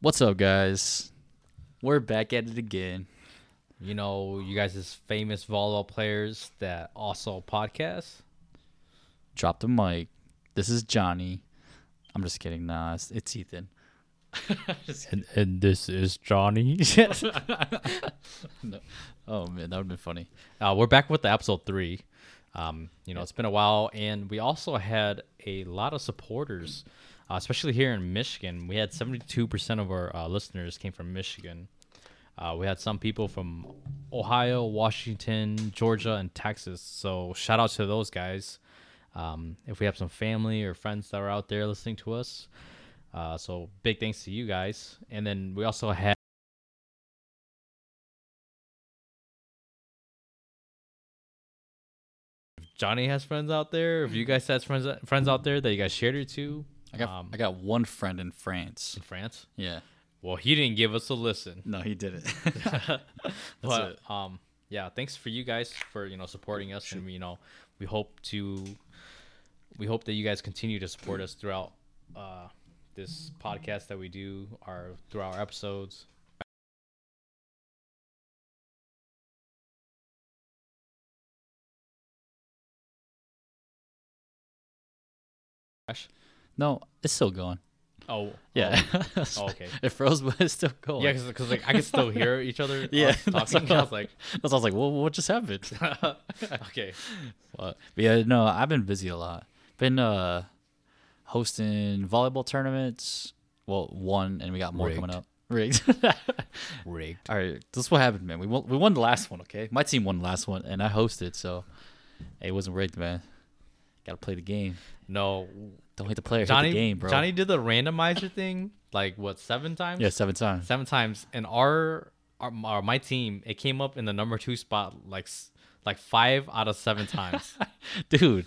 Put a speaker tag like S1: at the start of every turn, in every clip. S1: What's up, guys? We're back at it again.
S2: You know, you guys is famous volleyball players that also podcast.
S1: Drop the mic. This is Johnny. I'm just kidding. Nah, it's, it's Ethan.
S2: And, and this is Johnny.
S1: Oh man, that would've been funny.
S2: uh, we're back with the episode three. Um, you know, it's been a while, and we also had a lot of supporters, uh, especially here in Michigan. We had 72% of our uh, listeners came from Michigan. Uh, we had some people from Ohio, Washington, Georgia, and Texas. So shout out to those guys. Um, if we have some family or friends that are out there listening to us, uh, so big thanks to you guys. And then we also had. If Johnny has friends out there. If you guys has friends friends out there that you guys shared it to
S1: I got I got one friend in France.
S2: in France,
S1: Yeah.
S2: well, he didn't give us a listen.
S1: No, he did it.
S2: but um yeah thanks for you guys for you know supporting us and you know we hope to we hope that you guys continue to support us throughout uh this podcast that we do our throughout our episodes
S1: no, it's still going.
S2: oh
S1: Yeah.
S2: oh, okay
S1: it froze, but it's still going.
S2: yeah because like i could still hear each other
S1: Yeah,
S2: yeah
S1: that's
S2: talking
S1: what
S2: i was like
S1: That's why I was like, well, what just happened?
S2: okay
S1: But, but yeah, no, I've been busy a lot. Been uh hosting volleyball tournaments. Well, one, and we got more coming
S2: Rigged.
S1: up. Rigged.
S2: rigged
S1: All right, this is what happened, man. We won. We won the last one. Okay, my team won the last one, and I hosted, so it wasn't rigged, man. Got to play the game.
S2: no
S1: Don't hate the player,
S2: johnny
S1: hate the game, bro.
S2: johnny did the randomizer thing like what seven times
S1: yeah, seven times.
S2: seven times and our, our, our my team it came up in the number two spot like s- like five out of seven times
S1: dude.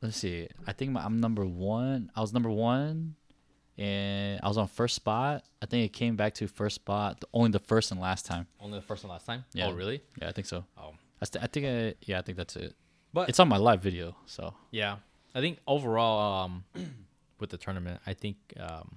S1: Let's see. I think my, I'm number one. I was number one, and I was on first spot. I think it came back to first spot only the first and last time.
S2: only the first and last time
S1: Yeah.
S2: oh really
S1: Yeah, I think so.
S2: oh
S1: I, st- I think I, yeah, I think that's it.
S2: But-
S1: it's on my live video, so
S2: yeah i think overall um with the tournament i think um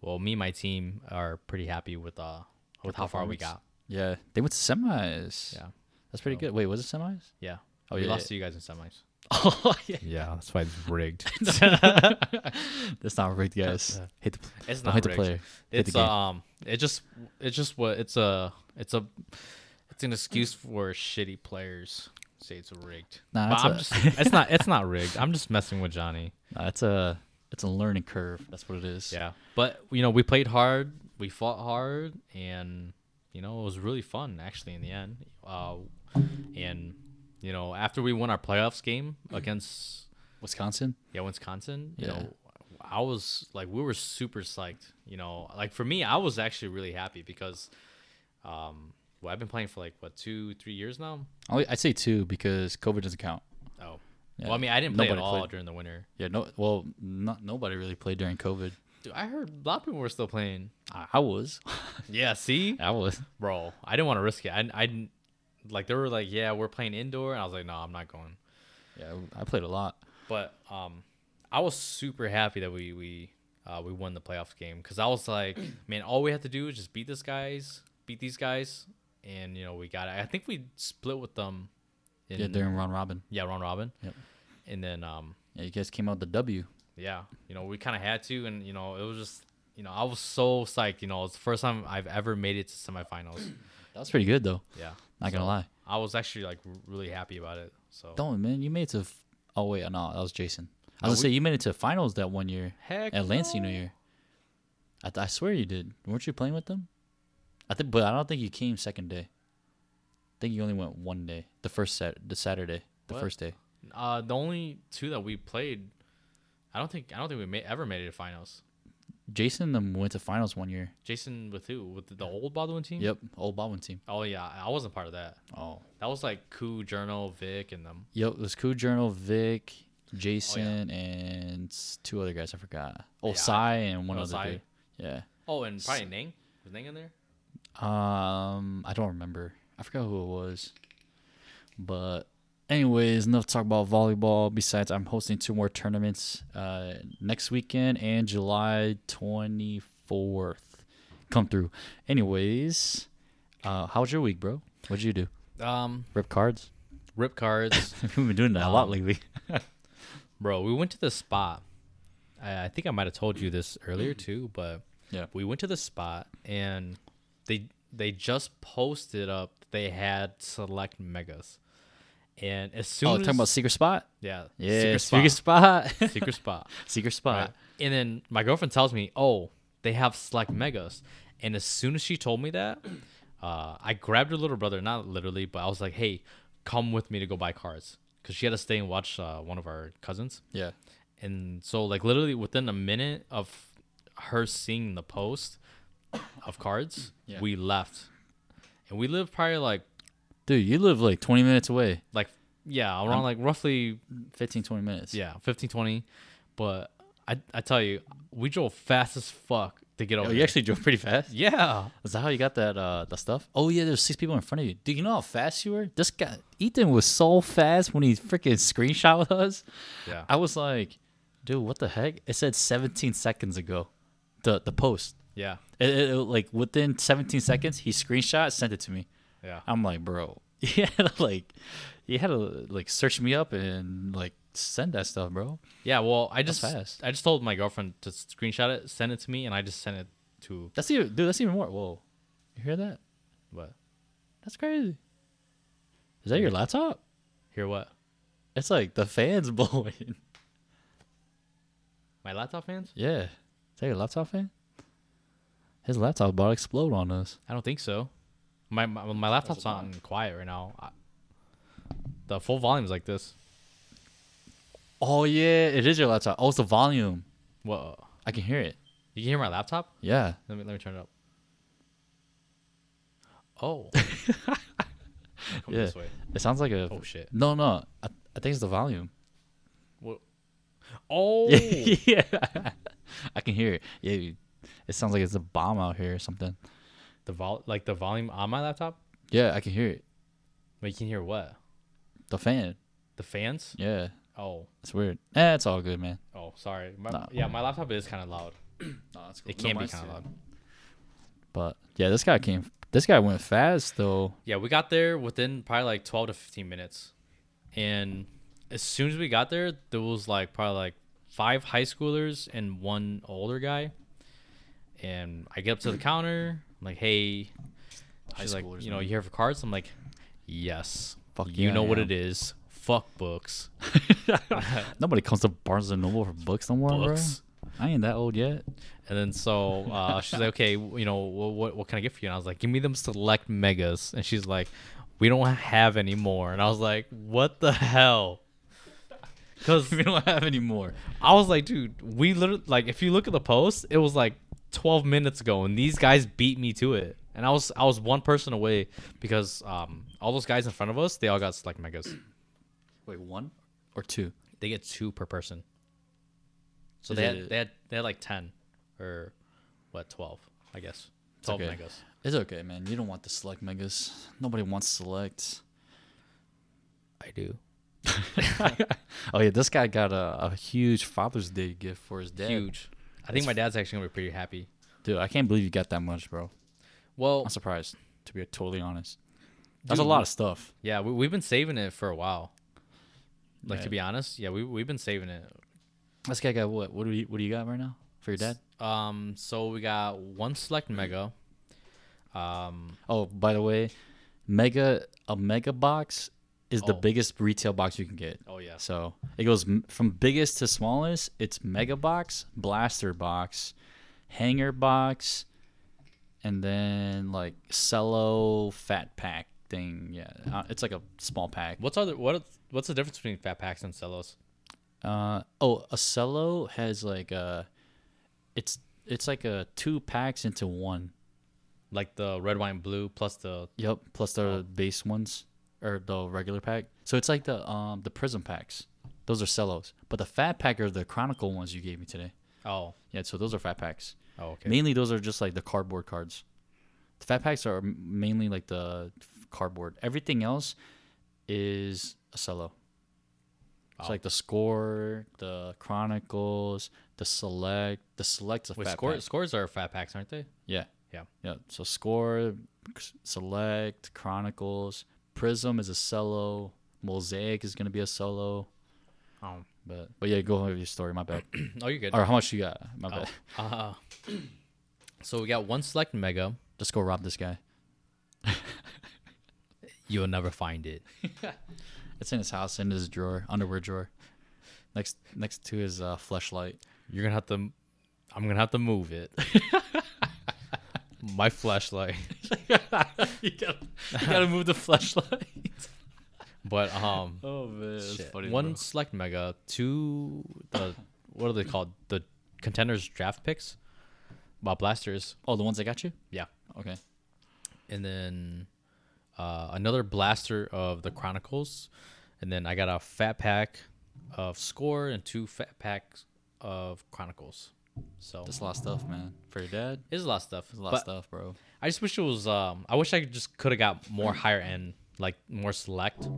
S2: well me and my team are pretty happy with uh with how far we got
S1: performance. yeah, they went to semis.
S2: yeah
S1: that's pretty good. Wait, was it semis?
S2: yeah
S1: Oh,
S2: we
S1: yeah,
S2: lost
S1: yeah.
S2: to you guys in semis
S1: Oh yeah,
S2: yeah that's why it's rigged
S1: that's not rigged, guys. Hate the
S2: it's
S1: don't
S2: not
S1: hate the
S2: rigged.
S1: player. Hate the
S2: it's
S1: game.
S2: um it just it's just what it's a it's a it's an excuse for shitty players to say it's rigged
S1: Nah,
S2: but
S1: that's
S2: I'm
S1: a-
S2: just, it's not it's not rigged i'm just messing with johnny
S1: Nah, it's a it's a learning curve. That's what it is.
S2: yeah but you know we played hard we fought hard and you know it was really fun actually in the end uh and you know after we won our playoffs game
S1: Mm.
S2: against
S1: Wisconsin.
S2: yeah wisconsin you
S1: Yeah.
S2: know i was like we were super psyched you know like for me i was actually really happy because um well i've been playing for like what two three years now
S1: Only- I'd say two because COVID doesn't count.
S2: oh well i mean i didn't play
S1: Nobody
S2: at all
S1: played.
S2: during the winter
S1: Yeah, no. Well, not nobody really played during COVID.
S2: dude i heard a lot of people were still playing
S1: I, I was,
S2: yeah see
S1: I was.
S2: bro i didn't want to risk it i, I didn't like they were like yeah we're playing indoor and i was like no i'm not going
S1: Yeah, I played a lot.
S2: but um i was super happy that we we uh, we won the playoff game because i was like man all we have to do is just beat this guys beat these guys and you know we got it i think we split with them in,
S1: Yeah, during round robin.
S2: yeah round robin
S1: Yep.
S2: and then um
S1: Yeah, you guys came out with the W.
S2: yeah you know we kind of had to and you know it was just you know i was so psyched you know it's the first time i've ever made it to semifinals
S1: That was pretty good though.
S2: yeah
S1: Not gonna lie.
S2: i was actually like r- really happy about it so
S1: Don't man, you made it to. f- Oh wait, no, that was Jason. I was
S2: No,
S1: gonna say you made it to finals that one year
S2: Oh, Heck
S1: at Lansing
S2: no.
S1: New Year. I, th- I swear you did. Weren't you playing with them? I think, but I don't think you came second day. I think you only went one day. The first set, the Saturday, the
S2: What?
S1: first day.
S2: Uh, the only two that we played, I don't think I don't think we ma- ever made it to finals.
S1: Jason and them went to finals one year.
S2: Jason with who? With the old Baldwin team?
S1: Yep, old Baldwin team.
S2: Oh yeah, I wasn't part of that.
S1: Oh,
S2: That was like Koo, Journal, Vic, and them.
S1: yep. It was Cool Journal,
S2: Oh,
S1: Vic, Jason, and s- two other guys. I forgot. Oh,
S2: Yeah, I-
S1: Sai and one
S2: Oh,
S1: other
S2: Sai.
S1: dude. Yeah.
S2: Oh, and probably Ning. Was Ning in there?
S1: Um, I don't remember. I forgot who it was. But anyways, enough talk about volleyball. Besides, I'm hosting two more tournaments uh next weekend and July 24th. fourth. Come through. Anyways, uh, how was your week, bro? What'd you do?
S2: Um,
S1: Rip cards?
S2: rip cards,
S1: We've been doing that a
S2: Uh,
S1: lot lately.
S2: bro. We went to the spot. I, I think I might have told you this earlier too, but
S1: Mm. Yeah.
S2: we went to the spot and they they just posted up that they had select megas, and as soon
S1: Oh,
S2: as
S1: talking about secret spot.
S2: yeah
S1: Yeah,
S2: secret
S1: secret
S2: spot
S1: spot.
S2: secret spot.
S1: secret spot.
S2: Right. And then my girlfriend tells me, "Oh, they have Slack Megas." And as soon as she told me that, uh, I grabbed her little brother, not literally, but I was like, "Hey, come with me to go buy cards," because she had to stay and watch uh, one of our cousins.
S1: Yeah.
S2: And so, like literally within a minute of her seeing the post of cards,
S1: Yeah.
S2: we left, and we lived probably like
S1: Dude, you live like 20 minutes away.
S2: like yeah around like roughly
S1: 15, 20 minutes.
S2: Yeah, 15, 20. But I, I tell you, we drove fast as fuck to get over
S1: Oh,
S2: there.
S1: you actually drove pretty fast.
S2: yeah.
S1: Is that how you got that uh the stuff? Oh yeah, there's six people in front of you. Do you know how fast you were? This guy Ethan was so fast when he freaking screenshot with us.
S2: Yeah.
S1: I was like, dude, what the heck? It said 17 seconds ago. The the post.
S2: yeah.
S1: It, it- it- like within 17 seconds, he screenshot sent it to me.
S2: Yeah.
S1: I'm like, bro, you had to like, you had to like search me up and like send that stuff, bro.
S2: Yeah. Well, I just
S1: fast.
S2: I just told my girlfriend to screenshot it, send it to me, and I just sent it to
S1: That's even dude. That's even more. Whoa, you hear that?
S2: what?
S1: That's crazy. Is that your laptop?
S2: Hear what?
S1: It's like the fans blowing.
S2: My laptop fans?
S1: Yeah, is that your laptop fan? His laptop about to explode on us.
S2: I don't think so. My my, my laptop's on quiet right now. I, the full volume's like this.
S1: Oh yeah, it is your laptop. Oh, it's the volume.
S2: Whoa.
S1: I can hear it.
S2: uh, You can hear my laptop?
S1: Yeah.
S2: Let me let me turn it up. Oh. Come
S1: Yeah.
S2: this way.
S1: It sounds like a.
S2: Oh, shit.
S1: No, no. I, I think it's the volume.
S2: What? Oh,
S1: yeah. I can hear it. Yeah. you- It sounds like it's a bomb out here or something.
S2: the vol like the volume on my laptop.
S1: Yeah, I can hear it.
S2: But you can hear what?
S1: The fan.
S2: The fans?
S1: Yeah.
S2: Oh,
S1: It's weird. Eh, it's all good, man.
S2: oh, sorry. My,
S1: Nah.
S2: Yeah, my laptop is kind of loud.
S1: No, that's
S2: It can be kind of loud.
S1: But yeah, this guy came. This guy went fast though.
S2: Yeah, we got there within probably like twelve to fifteen minutes, and as soon as we got there, there was like probably like five high schoolers and one older guy. And I get up to the counter, I'm like, "Hey,"
S1: High
S2: she's like,
S1: schoolers,
S2: "You know,
S1: man.
S2: you here for cards?" I'm like, "Yes."
S1: Fuck
S2: you
S1: yeah,
S2: know
S1: I
S2: what
S1: am."
S2: it is. Fuck books.
S1: Nobody comes to Barnes and Noble for books no more,
S2: Books.
S1: bro. I ain't that old yet.
S2: And then so uh, she's like, okay, w- you know, what, what what can I get for you? And I was like, give me them select megas. And she's like, we don't have any more. And I was like, what the hell? Because
S1: we don't have any more.
S2: I was like, dude, we literally like, if you look at the post, it was like 12 minutes ago, and these guys beat me to it. And I was I was one person away because um, all those guys in front of us, they all got select megas.
S1: Wait, one or two?
S2: They get two per person. So
S1: Is
S2: they had,
S1: it-
S2: they had they had like 10 or what 12, I guess. 12
S1: okay.
S2: megas.
S1: It's okay, man. You don't want the select megas. Nobody wants select.
S2: I do.
S1: Oh yeah, this guy got a, a huge Father's Day gift for his dad.
S2: Huge. I think my dad's actually gonna be pretty happy.
S1: Dude, I can't believe you got that much, bro.
S2: Well,
S1: I'm surprised, to be totally honest. That's a lot of stuff.
S2: yeah, we, we've been saving it for a while. Like to
S1: Right.
S2: be honest, yeah, we we've been saving it.
S1: This guy got what? What do you What do you got right now for your dad?
S2: Um, so we got one select mega. Um,
S1: Oh, by the way, mega a mega box is the
S2: Oh.
S1: biggest retail box you can get.
S2: oh yeah,
S1: So it goes m- from biggest to smallest. It's mega box, blaster box, hanger box, and then like cello fat pack thing. Yeah, uh, it's like a small pack.
S2: what's other what what's the difference between fat packs and cellos?
S1: Uh oh, a cello has like a, it's it's like a two packs into one.
S2: Like the red wine blue plus the
S1: Yep, plus the base ones or the regular pack. So it's like the um the prism packs. Those are cellos, but the fat pack are the chronicle ones you gave me today.
S2: oh
S1: Yeah, so those are fat packs.
S2: oh okay
S1: Mainly, those are just like the cardboard cards. The fat packs are m- mainly like the f- cardboard. Everything else is a cello. It's
S2: Wow.
S1: like the score, the chronicles, The select, the select's a
S2: Wait,
S1: fat
S2: score,
S1: pack.
S2: scores are fat packs, aren't they?
S1: Yeah.
S2: Yeah.
S1: Yeah. So score, c- select, chronicles, prism is a solo, mosaic is gonna be a solo.
S2: Um,
S1: But but yeah, go on with your story. My bad.
S2: oh, you're good.
S1: or how much you got? My
S2: Oh,
S1: bad.
S2: uh, so we got one select mega.
S1: Just go rob this guy.
S2: You'll never find it.
S1: It's in his house, in his drawer, underwear drawer. Next next to his uh, flashlight.
S2: You're gonna have to. I'm gonna have to move it. My flashlight.
S1: you gotta you gotta move the flashlight.
S2: But um,
S1: Oh man, that's
S2: shit.
S1: funny.
S2: one
S1: bro.
S2: select mega, two the what are they called? The contenders draft picks. Bob blasters.
S1: Oh, the ones that got you.
S2: Yeah.
S1: Okay.
S2: and then uh, another blaster of the Chronicles, and then I got a fat pack of Score and two fat packs of Chronicles. So
S1: That's a lot of stuff, man. For your dad,
S2: it's a lot of stuff.
S1: it's a lot
S2: but
S1: of stuff, bro.
S2: I just wish it was. Um, I wish I just could have got more higher end, like more select.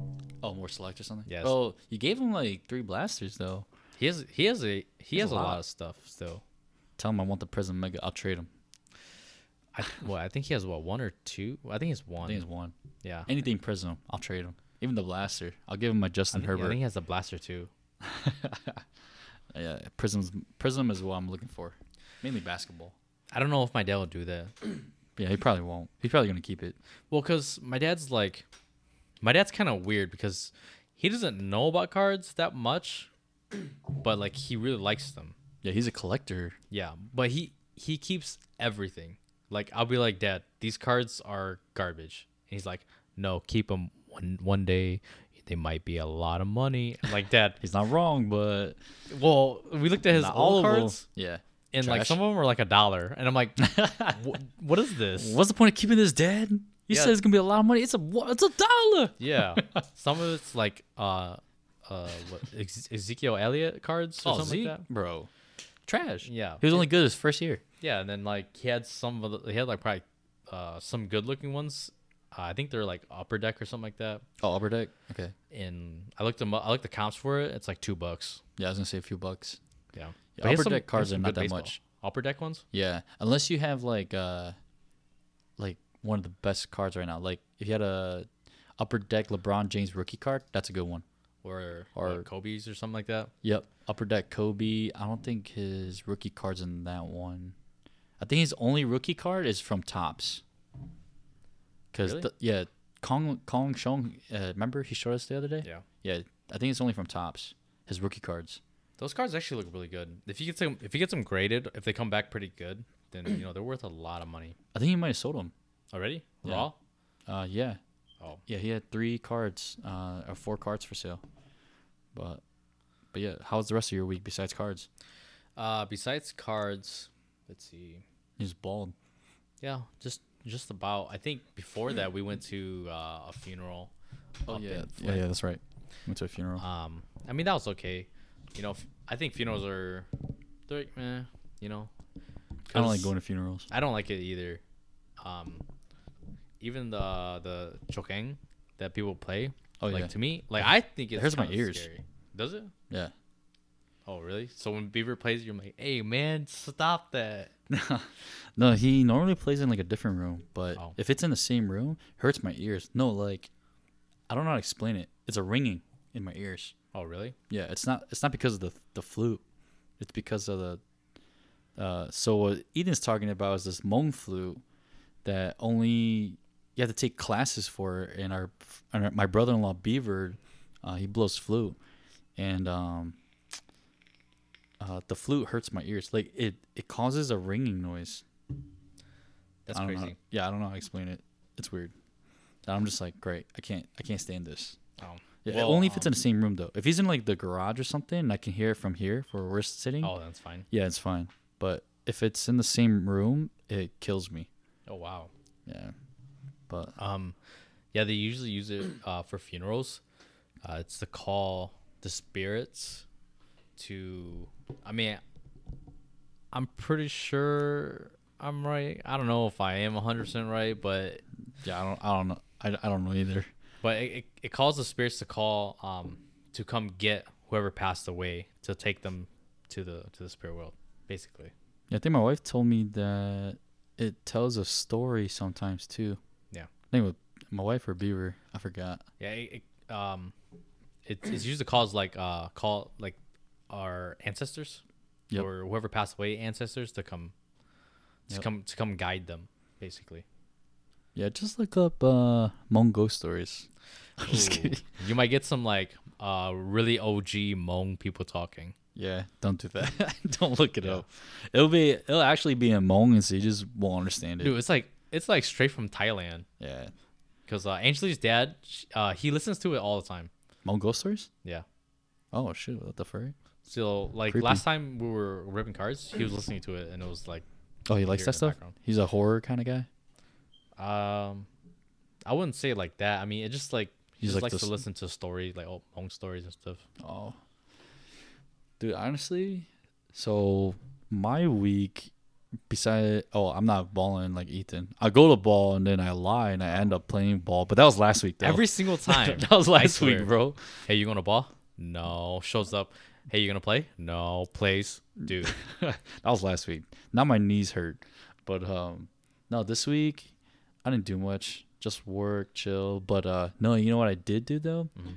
S1: Oh, more select or something.
S2: Yes.
S1: Oh, you gave him like three blasters though.
S2: He has he has a he has a lot.
S1: lot.
S2: of stuff still.
S1: Tell him I want the prism mega. I'll trade him.
S2: I, well, I think he has what one or two. I think it's
S1: I
S2: one.
S1: think it's one.
S2: yeah.
S1: Anything prism, I'll trade him. Even the blaster, I'll give him my Justin
S2: Yeah, I
S1: Herbert.
S2: think he has a blaster too.
S1: Yeah, prism's prism is what I'm looking for. Mainly basketball.
S2: I don't know if my dad will do that.
S1: Yeah, he probably won't. He's probably gonna keep it.
S2: Well, because my dad's like, my dad's kind of weird because he doesn't know about cards that much, but like he really likes them.
S1: Yeah, he's a collector.
S2: Yeah, but he he keeps everything. Like I'll be like, Dad, these cards are garbage, and he's like, No, keep them. One one day they might be a lot of money. I'm like Dad,
S1: He's not wrong, but
S2: well, we looked at his
S1: not
S2: all
S1: of 'em.
S2: cards,
S1: Yeah.
S2: and like
S1: Trash.
S2: some of them were like a dollar, and I'm like, "Wha- What is this?
S1: What's the point of keeping this dead? You
S2: Yeah.
S1: said it's gonna be a lot of money. It's a wa- it's a dollar.
S2: Yeah, some of it's like uh, uh, what, Ex- Ezekiel Elliott cards or something like that.
S1: Oh, bro, trash.
S2: Yeah,
S1: He was only good his first year.
S2: yeah, and then like he had some of the, he had like probably uh some good looking ones. Uh, I think they're like upper deck or something like that.
S1: Oh, upper deck. Okay.
S2: And I looked them up. I looked the comps for it. It's like two bucks.
S1: Yeah, I was gonna say a few bucks.
S2: Yeah,
S1: upper
S2: he has
S1: deck
S2: he has
S1: cards are
S2: some
S1: not
S2: good
S1: that much.
S2: Upper deck ones.
S1: Yeah, unless you have like uh, like one of the best cards right now. Like if you had a upper deck LeBron James rookie card, that's a good one.
S2: Or, or
S1: Or-
S2: Kobe's or something like that.
S1: Yep, upper deck Kobe. I don't think his rookie cards in that one. I think his only rookie card is from Tops. Cause
S2: Really?
S1: the, yeah, Kong Kong Shong. Uh, remember he showed us the other day.
S2: Yeah,
S1: Yeah, I think it's only from Tops. His rookie cards.
S2: those cards actually look really good. If you get some, if you get them graded, if they come back pretty good, then you know they're worth a lot of money
S1: I think he might have sold them.
S2: already.
S1: Yeah.
S2: Raw.
S1: Uh, yeah.
S2: Oh.
S1: Yeah, he had three cards, uh, or four cards for sale. But, but yeah, how's the rest of your week besides cards?
S2: Uh, besides cards, let's see.
S1: He's bald.
S2: Yeah, just just about. I think before that we went to uh, a funeral. up in
S1: Oh, yeah,
S2: Flint.
S1: yeah, that's right. Uh, Went to a funeral.
S2: Um, I mean that was okay. You know, f- I think funerals are, they're like, meh, You know,
S1: I don't like
S2: 'cause
S1: going to funerals.
S2: I don't like it either. Um, even the the chokeng that people play.
S1: Oh,
S2: like
S1: yeah.
S2: to me, like I think it
S1: hurts my
S2: kinda
S1: ears.
S2: Scary. Does it?
S1: Yeah.
S2: Oh really? So when Beaver plays, you're like, hey man, stop that.
S1: No, he normally plays in like a different room, but
S2: Oh.
S1: if it's in the same room, hurts my ears. No, like, I don't know how to explain it. It's a ringing in my ears.
S2: Oh really?
S1: Yeah, it's not. It's not because of the the flute. It's because of the. Uh, so what Eden's talking about is this Hmong flute that only you have to take classes for. And our, and our my brother-in-law Beaver, uh, he blows flute, and um, uh, the flute hurts my ears. Like it, it causes a ringing noise.
S2: That's
S1: I don't know how-
S2: crazy.
S1: yeah, I don't know how to explain it. It's weird. And I'm just like, great. I can't. I can't stand this.
S2: Oh.
S1: Yeah,
S2: Well,
S1: only if it's
S2: um,
S1: in the same room though. If he's in like the garage or something, and I can hear it from here where we're sitting.
S2: Oh, that's fine.
S1: Yeah, it's fine. But if it's in the same room, it kills me.
S2: Oh wow.
S1: Yeah, but
S2: Um, yeah, they usually use it uh, for funerals. Uh, it's to call the spirits to. I mean, I'm pretty sure I'm right. I don't know if I am 100 percent right, but
S1: yeah, I don't. I don't know. I, I don't know either.
S2: but it, it, it calls the spirits to call um to come get whoever passed away to take them to the to the spirit world, basically.
S1: I think my wife told me that it tells a story sometimes too.
S2: Yeah.
S1: I think with my wife or Beaver, I forgot.
S2: Yeah, it, it, um, it, it's used to cause like uh call like our ancestors
S1: Yep.
S2: or whoever passed away ancestors to come to
S1: Yep.
S2: come to come guide them basically.
S1: Yeah, just look up uh Hmong ghost stories. I'm just
S2: Ooh.
S1: kidding.
S2: You might get some like uh really OG Hmong people talking.
S1: Yeah, don't do that. don't look it
S2: Yeah.
S1: up. It'll be it'll actually be in Hmong, and so you just won't understand it.
S2: Dude, it's like it's like straight from Thailand
S1: Yeah,
S2: because uh, Angelie's dad, sh- uh, he listens to it all the time.
S1: Hmong ghost stories.
S2: Yeah.
S1: Oh shoot, what the furry?
S2: So like
S1: Creepy.
S2: last time we were ripping cards, he was listening to it and it was like,
S1: Oh, he likes
S2: Here
S1: that
S2: in the
S1: stuff.
S2: background.
S1: He's a horror kind of guy.
S2: um, I wouldn't say like that. I mean, it just like he
S1: He's
S2: just
S1: like
S2: likes
S1: this-
S2: to listen to stories like old home stories and stuff.
S1: Oh, dude, honestly, so my week. Beside, oh, I'm not balling like Ethan. I go to ball and then I lie and I end up playing ball. But that was last week, though.
S2: Every single time.
S1: that was
S2: I
S1: last week,
S2: swear.
S1: bro.
S2: Hey, you gonna ball? No. Shows up. Hey, you gonna play? No. Plays. Dude.
S1: that was last week. Now my knees hurt, but um, no, this week I didn't do much. Just work, chill. But uh, no, you know what I did do though.
S2: Mm-hmm.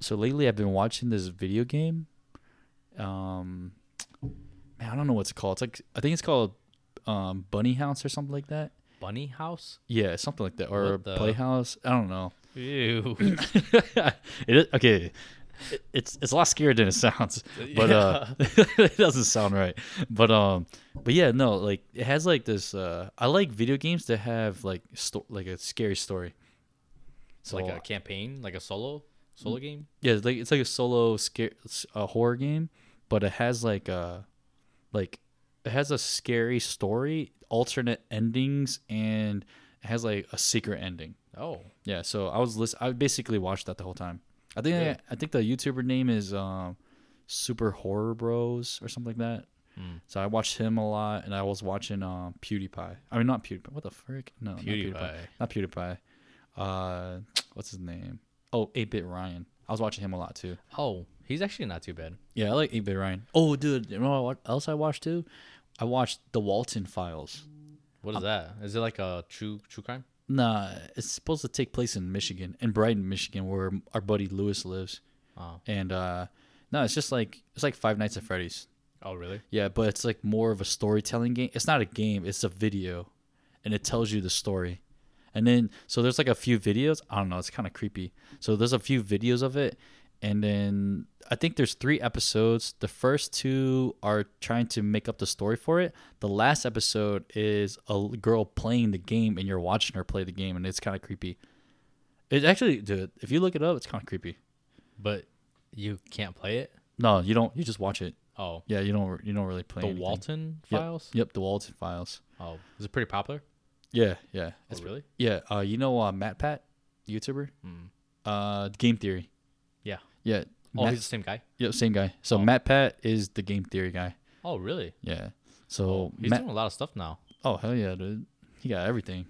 S1: So lately I've been watching this video game. Um, man, I don't know what it's called. It's like I think it's called um Bunny House or something like that.
S2: Bunny house.
S1: Yeah, something like that, or
S2: What the-
S1: Playhouse. I don't know.
S2: Ew.
S1: it is, okay. It- It's it's a lot scarier than it sounds, but uh, it doesn't sound right. But um, but yeah, no, like it has like this. Uh, I like video games that have like sto- like a scary story.
S2: It's like
S1: So-
S2: a campaign, like a solo
S1: Mm.
S2: solo game.
S1: yeah, it's like it's like a solo scare a horror game, but it has like a like it has a scary story, alternate endings, and it has like a secret ending.
S2: Oh.
S1: Yeah, so I was list- I basically watched that the whole time. I think
S2: Really?
S1: I think the YouTuber name is um, Super Horror Bros or something like that.
S2: Mm.
S1: So I watched him a lot, and I was watching um, PewDiePie. I mean, not PewDiePie. What the frick? No,
S2: PewDiePie.
S1: not PewDiePie. Not PewDiePie. Uh, what's his name? Oh, 8-Bit Ryan. I was watching him a lot too.
S2: Oh, he's actually not too bad.
S1: Yeah, I like 8-Bit Ryan. Oh, dude, you know what else I watched too? I watched The Walton Files. Um,
S2: What is that? Is it like a true true crime?
S1: Nah, it's supposed to take place in Michigan, in Brighton, Michigan, where our buddy Lewis lives.
S2: Oh.
S1: and uh no it's just like it's like five nights at freddy's
S2: Oh, really?
S1: yeah but it's like more of a storytelling game it's not a game it's a video and it tells you the story and then so there's like a few videos i don't know it's kind of creepy so there's a few videos of it and then i think there's three episodes the first two are trying to make up the story for it the last episode is a l- girl playing the game and you're watching her play the game and it's kind of creepy it actually dude if you look it up it's kind of creepy
S2: But you can't play it.
S1: no you don't you just watch it
S2: Oh,
S1: Yeah, you don't you don't really play
S2: the
S1: anything.
S2: Walton
S1: Yep,
S2: Files.
S1: Yep, the Walton files. Oh,
S2: Oh, is it pretty popular?
S1: Yeah, yeah,
S2: It's
S1: it's,
S2: Oh, really?
S1: yeah. Uh, you know uh, Matt Pat, YouTuber,
S2: Mm.
S1: uh, Game Theory.
S2: Yeah.
S1: Yeah,
S2: Oh,
S1: Matt,
S2: he's the same guy.
S1: yep, same guy. So Matt Pat is the Game Theory guy.
S2: Oh, really?
S1: Yeah. So
S2: He's
S1: Matt,
S2: doing a lot of stuff now.
S1: oh hell yeah, dude, he got everything.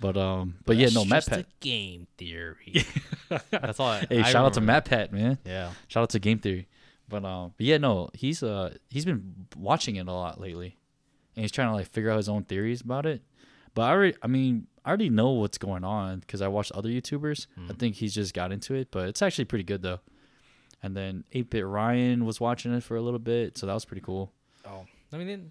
S1: But um, but yeah, no Matt Pat.
S2: game theory. That's all. I,
S1: Hey,
S2: I
S1: shout out to
S2: remember.
S1: Matt Pat, man.
S2: Yeah.
S1: Shout out to Game Theory. But um, but yeah, no, he's uh he's been watching it a lot lately, and he's trying to like figure out his own theories about it. But I already, I mean, I already know what's going on because I watched other YouTubers.
S2: Mm-hmm.
S1: I think he's just got into it, but it's actually pretty good though. And then 8-Bit Ryan was watching it for a little bit, so that was pretty cool.
S2: Oh, I mean, it-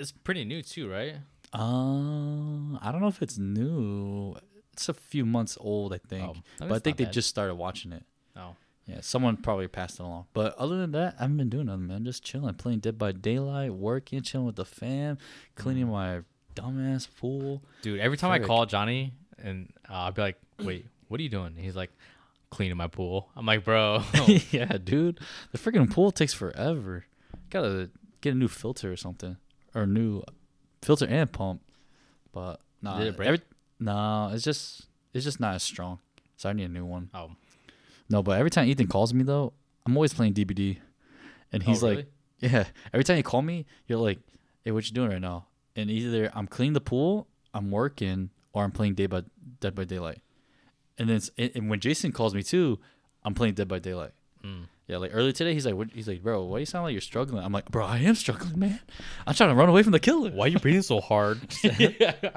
S2: it's pretty new too, right?
S1: Um, I don't know if it's new. It's a few months old, I think.
S2: Oh,
S1: but I
S2: that's
S1: think
S2: not
S1: they
S2: bad.
S1: just started watching it.
S2: Oh,
S1: Yeah, someone probably passed it along. But other than that, I haven't been doing nothing, man. Just chilling, playing Dead by Daylight, working, chilling with the fam, cleaning
S2: Mm.
S1: my dumbass pool.
S2: dude. Every time I
S1: Frick.
S2: call Johnny, and uh, I'll be like, "Wait, what are you doing?" And he's like, "Cleaning my pool." I'm like, "Bro,
S1: yeah, dude. The freaking pool takes forever. Gotta get a new filter or something, or a new filter and pump. But nah,
S2: Did it break?
S1: nah, it's just it's just not as strong. So I need a new one.
S2: oh,
S1: No, but every time Ethan calls me though, I'm always playing DBD, and
S2: Oh,
S1: he's like, "Yeah." Every time you call me, you're like, "Hey, what you doing right now?" And either I'm cleaning the pool, I'm working, or I'm playing Day by Dead by Daylight. And then, it's, and and when Jason calls me too, I'm playing Dead by Daylight.
S2: Mm.
S1: Yeah, like earlier today, he's like, what, he's like, bro, why you sound like you're struggling? I'm like, bro, I am struggling, man. I'm trying to run away from the killer.
S2: Why are you breathing so hard?
S1: yeah. Yeah,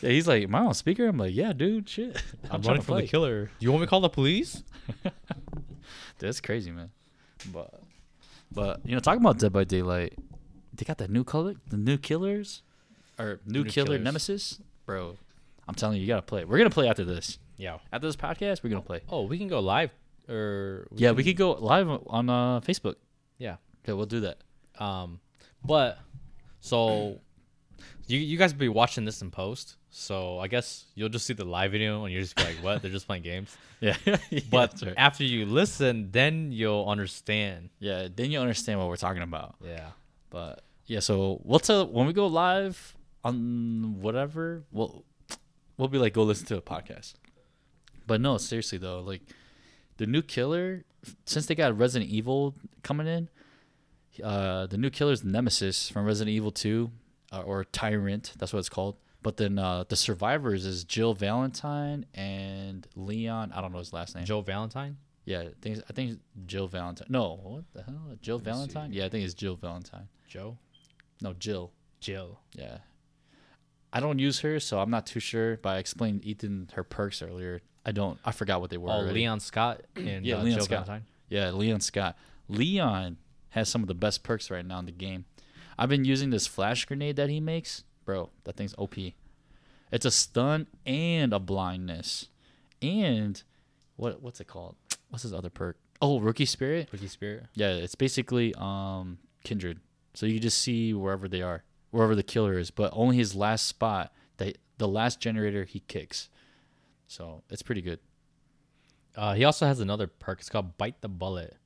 S1: he's like, am I on speaker? I'm like, yeah, dude, shit.
S2: I'm,
S1: trying
S2: running
S1: to
S2: from the
S1: fight."
S2: killer. You want me to call the police?
S1: That's crazy, man. But, but you know, talking about Dead by Daylight, they got that new color, the new killers, or new,
S2: New
S1: killer
S2: killers.
S1: nemesis, bro. I'm telling you, you gotta play. We're gonna play after this.
S2: Yeah.
S1: After this podcast, we're gonna play.
S2: Oh, we can go live, or
S1: yeah, we could go live on uh, Facebook.
S2: yeah.
S1: Okay, we'll do that.
S2: Um, but so you you guys be watching this in post, so I guess you'll just see the live video and you're just be like, what? They're just playing games.
S1: Yeah,
S2: But
S1: that's right.
S2: after you listen, then you'll understand.
S1: yeah, then you understand what we're talking about.
S2: Yeah.
S1: But yeah, so we'll tell when we go live on whatever, we'll we'll be like go listen to a podcast. But no, seriously though, like the new killer since they got Resident Evil coming in, uh the new killer's Nemesis from Resident Evil 2 uh, or Tyrant, that's what it's called. But then uh the survivors is Jill Valentine and Leon, I don't know his last name.
S2: Joe Valentine.
S1: yeah, I think I think it's Jill Valentine. No, what the hell? Jill
S2: me see.
S1: Valentine? Yeah, I think it's Jill Valentine.
S2: Joe.
S1: No, Jill.
S2: Jill.
S1: Yeah. I don't use her, so I'm not too sure. But I explained Ethan her perks earlier. I don't. I forgot what they were.
S2: Oh,
S1: already.
S2: Leon Scott and
S1: Yeah,
S2: uh,
S1: Leon
S2: Joe
S1: Scott.
S2: Valentine.
S1: Yeah, Leon Scott. Leon has some of the best perks right now in the game. I've been using this flash grenade that he makes, bro. That thing's OP. It's a stun and a blindness, and what what's it called? What's his other perk? Oh, rookie spirit.
S2: Ricky Spirit.
S1: Yeah, it's basically um kindred. So you just see wherever they are, wherever the killer is, but only his last spot, the the last generator he kicks. So it's pretty good.
S2: Uh, he also has another perk. It's called Bite the Bullet.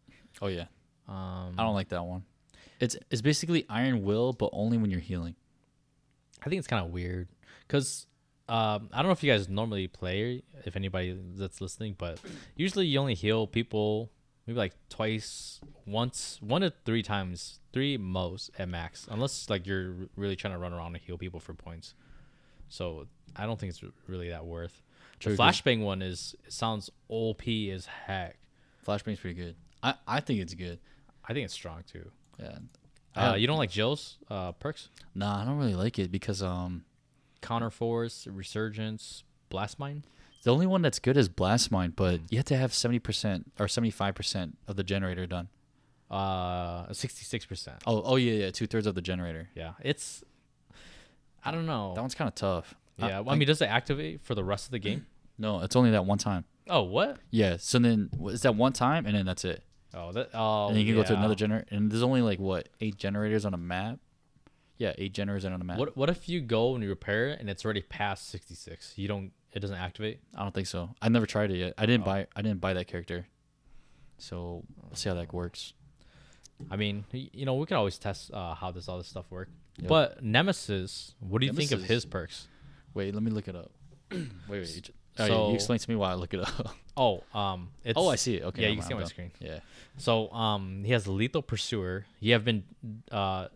S1: Oh yeah,
S2: Um,
S1: I don't like that one. It's it's basically Iron Will, but only when you're healing.
S2: I think it's kind of weird because um, I don't know if you guys normally play, if anybody that's listening, but usually you only heal people maybe like twice, once, one to three times, three most at max, unless like you're r- really trying to run around and heal people for points. So I don't think it's r- really that worth.
S1: True,
S2: the
S1: 'cause-
S2: flashbang one is it sounds OP as heck.
S1: Flashbang's pretty good. I I think it's good.
S2: I think it's strong too.
S1: Yeah.
S2: Uh,
S1: I-
S2: you don't like Jill's uh, perks?
S1: Nah, I don't really like it because um
S2: Counterforce, Resurgence, Blast Mine?
S1: the only one that's good is Blastmine, but you have to have seventy percent or seventy five percent of the generator done.
S2: Uh, 66%.
S1: Oh oh yeah yeah two thirds of the generator.
S2: Yeah, it's. I don't know.
S1: That one's kind of tough. I-
S2: yeah, well, I mean, does it activate for the rest of the game?
S1: No, it's only that one time.
S2: Oh, what?
S1: Yeah. So then wh- it's that one time, and then that's it.
S2: Oh, that. Oh,
S1: And then you can go to
S2: yeah.
S1: another generator, and there's only like what eight generators on a map. Yeah, eight generators on a map.
S2: What? What if you go and you repair it and it's already past sixty six? You don't. It doesn't activate.
S1: I don't think so. I never tried it yet. I
S2: Oh.
S1: didn't buy. I didn't buy that character. So we'll see how that works.
S2: I mean, y- you know, we can always test uh, how this all this stuff work.
S1: Yeah.
S2: But Nemesis, what do you think of
S1: Nemesis.
S2: his perks?
S1: Wait, let me look it up. wait, wait. You, ju- oh, yeah,
S2: So-
S1: you explain to me why I look it up.
S2: Oh, um, it's,
S1: oh, I see it. Okay.
S2: yeah,
S1: never
S2: you can
S1: mind,
S2: see it on
S1: I'm
S2: my
S1: done.
S2: screen.
S1: Yeah.
S2: So um, he has lethal pursuer. He have been uh,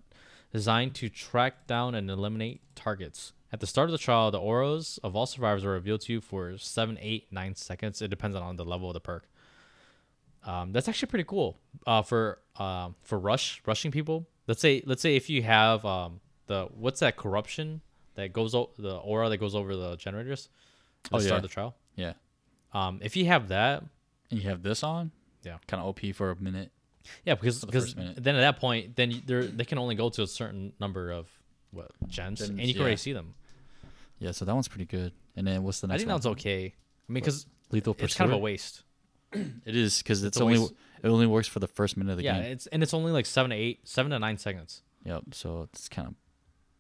S2: designed to track down and eliminate targets. At the start of the trial, the auras of all survivors are revealed to you for seven, eight, nine seconds. It depends on the level of the perk. Um, that's actually pretty cool uh, for um for rush rushing people. Let's say let's say if you have um, the what's that corruption that goes o- the aura that goes over the generators. At the
S1: Oh,
S2: start
S1: yeah.
S2: of the trial.
S1: Yeah.
S2: Um, if you have that,
S1: And you have this on.
S2: Yeah.
S1: Kind of OP for a minute.
S2: Yeah, because
S1: the
S2: because
S1: first minute.
S2: then at that point, then they they can only go to a certain number of what gens,
S1: Gens,
S2: and you can
S1: yeah.
S2: already see them.
S1: Yeah. So that one's pretty good. And then what's the
S2: I
S1: next
S2: think
S1: one?
S2: that's okay. I mean, because
S1: Lethal
S2: it's kind of a
S1: Pursuer?
S2: waste.
S1: It is because it's,
S2: a
S1: only
S2: waste.
S1: it only works for the first minute of the
S2: yeah,
S1: game.
S2: it's and it's only like seven to eight, seven to nine seconds.
S1: Yep. So it's kind of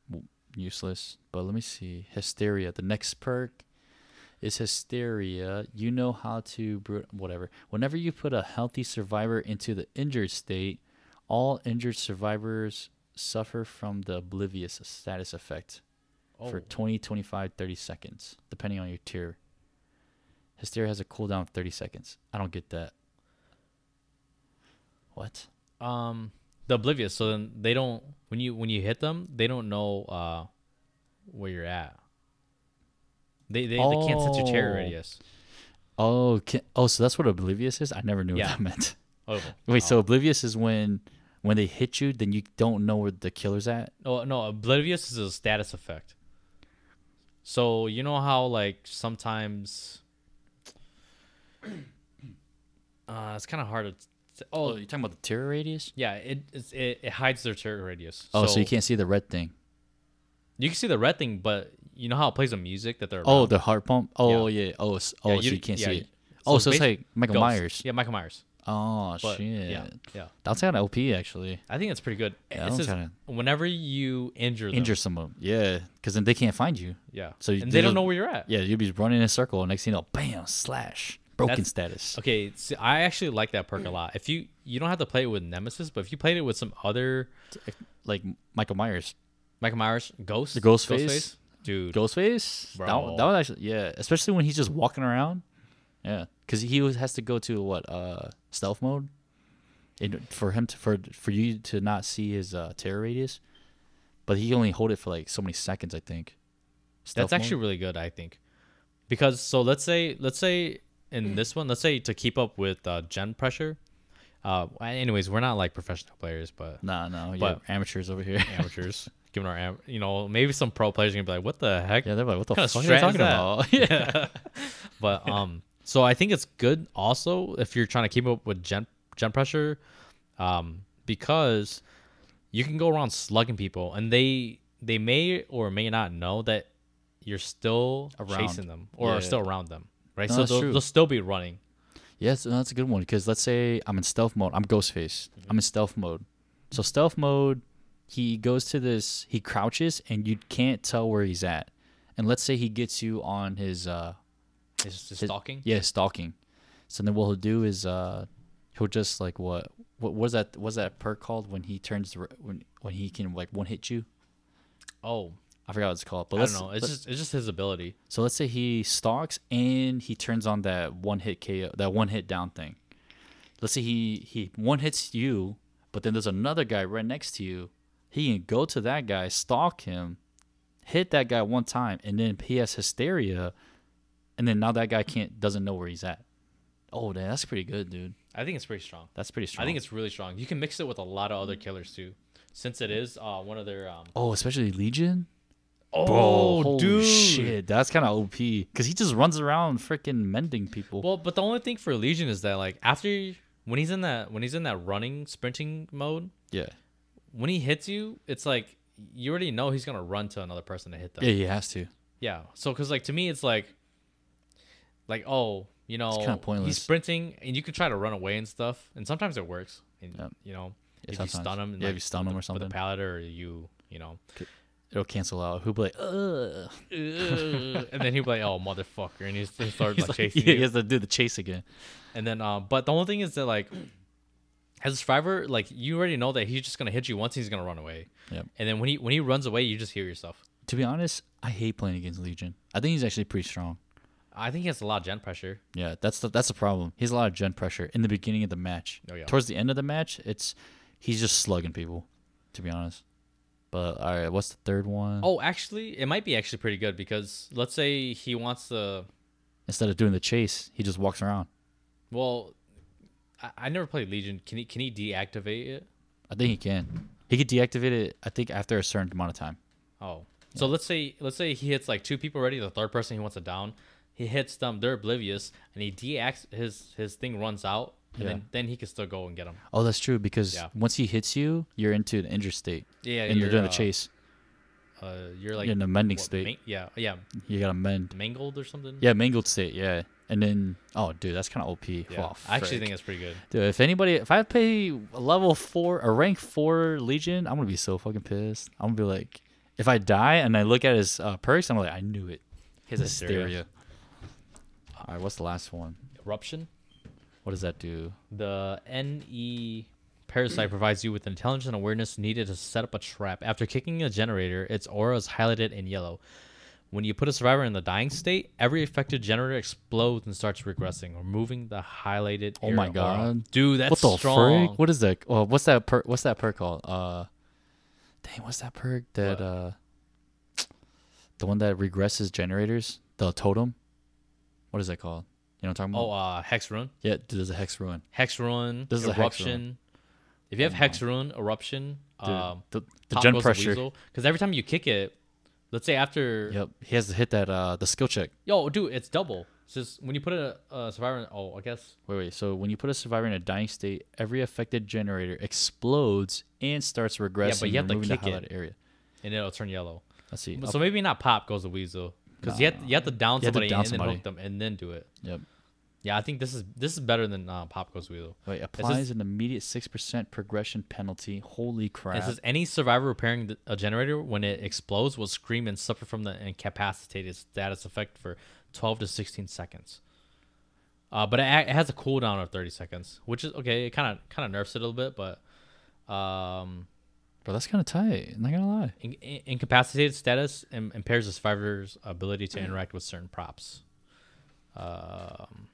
S1: w- useless. But let me see. Hysteria. The next perk is hysteria. You know how to bru- whatever. Whenever you put a healthy survivor into the injured state, all injured survivors suffer from the oblivious status effect for 20, 25, 30 seconds, depending on your tier. Hysteria has a cooldown of 30 seconds. I don't get that. What?
S2: Um, the oblivious. So then they don't when you when you hit them, they don't know uh where you're at. They they, they can't sense your terror
S1: Oh.
S2: radius.
S1: Oh, can, oh, so that's what oblivious is. I never knew
S2: Yeah.
S1: what that meant.
S2: Oval.
S1: Wait, so oblivious is when when they hit you, then you don't know where the killer's at.
S2: No, no, oblivious is a status effect. So you know how like sometimes uh, it's kind of hard to. t-
S1: Oh,
S2: oh
S1: you're talking about the terror radius.
S2: yeah, it it's, it, it hides their terror radius.
S1: Oh, so, you can't see the red thing.
S2: You can see the red thing, but you know how it plays the music that they're.
S1: Oh,
S2: around?
S1: the heart pump. Oh yeah. Oh, s- oh,
S2: Yeah,
S1: so you can't
S2: yeah,
S1: see
S2: you-
S1: it. Oh, so it's
S2: basi-
S1: like Michael
S2: ghosts.
S1: Myers.
S2: Yeah, Michael Myers.
S1: Oh
S2: But,
S1: shit.
S2: Yeah, yeah.
S1: That's kind of OP actually.
S2: I think it's pretty good.
S1: Yeah,
S2: it
S1: I'm
S2: says
S1: kinda-
S2: whenever you injure them,
S1: Injure someone. Yeah, because then they can't find you.
S2: yeah,
S1: So
S2: so
S1: you-
S2: and
S1: they
S2: they don't
S1: just-
S2: know where you're at.
S1: Yeah, you'll be running in a circle. and Next thing you know, bam, slash, broken
S2: That's-
S1: status.
S2: Okay, see, I actually like that perk a lot. If you you don't have to play it with Nemesis, but if you played it with some other
S1: Like Michael Myers,
S2: Michael Myers, Ghost,
S1: The Ghostface?
S2: dude,
S1: Ghostface. That, one-
S2: Bro.
S1: that was actually yeah, especially when he's just walking around. Yeah, because he was, has to go to what uh stealth mode, and for him to for for you to not see his uh terror radius, but he only hold it for like so many seconds, I think. Stealth
S2: that's
S1: mode?
S2: actually really good, I think, because so let's say let's say in this one, let's say to keep up with uh, gen pressure. Uh, anyways, we're not like professional players, but
S1: Nah, no, yeah,
S2: but-
S1: amateurs over here. Yeah,
S2: amateurs. Giving our, am- you know, maybe some pro players are gonna be like, "What the heck?"
S1: they're like, what the
S2: Kinda
S1: fuck are they
S2: strat
S1: talking
S2: is
S1: about? yeah,
S2: But um, so I think it's good also if you're trying to keep up with gen gen pressure, um, because you can go around slugging people and they they may or may not know that you're still
S1: Around.
S2: chasing them or
S1: Yeah.
S2: are still around them, right?
S1: No,
S2: so
S1: that's
S2: they'll,
S1: true.
S2: they'll still be running.
S1: yes, no, that's a good one. Because let's say I'm in stealth mode. I'm Ghostface.
S2: Mm-hmm.
S1: I'm in stealth mode. So stealth mode, he goes to this. He crouches, and you can't tell where he's at. And let's say he gets you on his uh,
S2: It's just
S1: his-
S2: stalking.
S1: Yeah, stalking. So then what he'll do is uh, he'll just like what what was that was that perk called when he turns the, re- when when he can like one hit you.
S2: Oh,
S1: I forgot what it's called, but
S2: I
S1: let's,
S2: don't know. It's
S1: let-
S2: just it's just his ability.
S1: So let's say he stalks and he turns on that one hit KO, that one hit down thing. Let's say he he one hits you, but then there's another guy right next to you. He can go to that guy, stalk him, hit that guy one time, and then he has hysteria, and then now that guy can't doesn't know where he's at. Oh, damn, that's pretty good, dude.
S2: I think it's pretty strong.
S1: That's pretty strong.
S2: I think it's really strong. You can mix it with a lot of other killers too, since it is uh, one of their. Um,
S1: oh, especially Legion.
S2: oh,
S1: holy
S2: dude!
S1: shit, that's kind of OP because he just runs around freaking mending people.
S2: Well, but the only thing for Legion is that like after when he's in that when he's in that running sprinting mode,
S1: yeah,
S2: when he hits you, it's like you already know he's gonna run to another person to hit them.
S1: yeah, he has to.
S2: Yeah. So, because like to me, it's like, like oh, you know,
S1: kinda pointless.
S2: he's sprinting, and you can try to run away and stuff, and sometimes it works. And,
S1: Yep.
S2: You know,
S1: Yeah,
S2: if you
S1: sometimes.
S2: stun him, and,
S1: Yeah, if
S2: like,
S1: you stun
S2: with
S1: him
S2: the-
S1: or something.
S2: with the pallet, or you, you know,
S1: it'll cancel out. He'll be like, ugh.
S2: and then he'll be like, oh motherfucker, and he's, he starts like,
S1: He's like,
S2: chasing
S1: yeah,
S2: you.
S1: he has to do the chase again.
S2: And then, um, but the only thing is that like, as a survivor, like you already know that he's just gonna hit you once. He's gonna run away.
S1: Yep.
S2: And then when he when he runs away, you just hear yourself.
S1: To be honest, I hate playing against Legion. I think he's actually pretty strong.
S2: I think he has a lot of gen pressure.
S1: Yeah, that's the that's the problem. He's a lot of gen pressure in the beginning of the match.
S2: Oh, yeah.
S1: Towards the end of the match, it's he's just slugging people. To be honest, but all right, what's the third one?
S2: Oh, actually, it might be actually pretty good because let's say he wants to.
S1: Instead of doing the chase, he just walks around.
S2: Well, I, I never played Legion. Can he can he deactivate it?
S1: I think he can. He could deactivate it. I think after a certain amount of time.
S2: Oh, so let's say let's say he hits like two people already. The third person he wants to down. He hits them. They're oblivious, and he deacts his his thing runs out, and
S1: Yeah.
S2: then, then he can still go and get him.
S1: Oh, that's true because
S2: Yeah.
S1: once he hits you, you're into an injured state.
S2: Yeah,
S1: and you're doing
S2: uh,
S1: the chase.
S2: Uh, you're like
S1: you're in a mending state.
S2: man- yeah, yeah,
S1: you gotta mend.
S2: mangled or something.
S1: Yeah, mangled state. Yeah, and then oh, dude, that's kind of OP.
S2: Yeah.
S1: Wow,
S2: I actually
S1: frick.
S2: think it's pretty good.
S1: dude, if anybody, if I play a level four, a rank four legion, I'm gonna be so fucking pissed. I'm gonna be like, if I die and I look at his uh, perks, I'm like, I knew it. His
S2: Hysteria.
S1: hysteria. All right, what's the last one?
S2: Eruption.
S1: What does that do?
S2: The NE parasite provides you with intelligence and awareness needed to set up a trap. After kicking a generator, its aura is highlighted in yellow. When you put a survivor in the dying state, every affected generator explodes and starts regressing, removing the highlighted.
S1: Oh my
S2: area aura.
S1: God.
S2: dude, that's
S1: what the
S2: strong.
S1: frick? What is that? Oh, what's that perk? What's that perk called? Uh, dang, what's that perk that
S2: What?
S1: uh, the one that regresses generators, the totem. What is that called? know what I'm talking about?
S2: Oh, uh, Hex Rune.
S1: yeah, there's a hex ruin.
S2: Hex Rune.
S1: This is a Hex
S2: eruption.
S1: Rune. Oh
S2: If you have Hex Rune, Eruption,
S1: Dude,
S2: um,
S1: the the gen pressure.
S2: Because every time you kick it, let's say after
S1: Yep, he has to hit that uh the skill check.
S2: yo, dude, it's double. It's just when you put a, a survivor. In, oh, I guess.
S1: Wait, wait. So when you put a survivor in a dying state, every affected generator explodes and starts regressing,
S2: you have to
S1: removing
S2: kick
S1: the
S2: it.
S1: highlighted area.
S2: and it'll turn yellow.
S1: Let's see.
S2: So maybe not pop goes the weasel because you, have, you have to down
S1: You have to
S2: somebody
S1: down
S2: and
S1: somebody.
S2: then hook them and then do it.
S1: Yep.
S2: Yeah, I think this is this is better than uh, pop goes the weasel.
S1: Wait,
S2: It says-
S1: applies an immediate six percent progression penalty. Holy crap!
S2: It says any survivor repairing th- a generator when it explodes will scream and suffer from the incapacitated status effect for 12 to 16 seconds. Uh, but it, ac- it has a cooldown of 30 seconds, which is okay. It kind of kind of nerfs it a little bit, but um,
S1: Bro, that's kind of tight. Not gonna lie.
S2: in, in- incapacitated status im- impairs the survivor's ability to interact with certain props. Um,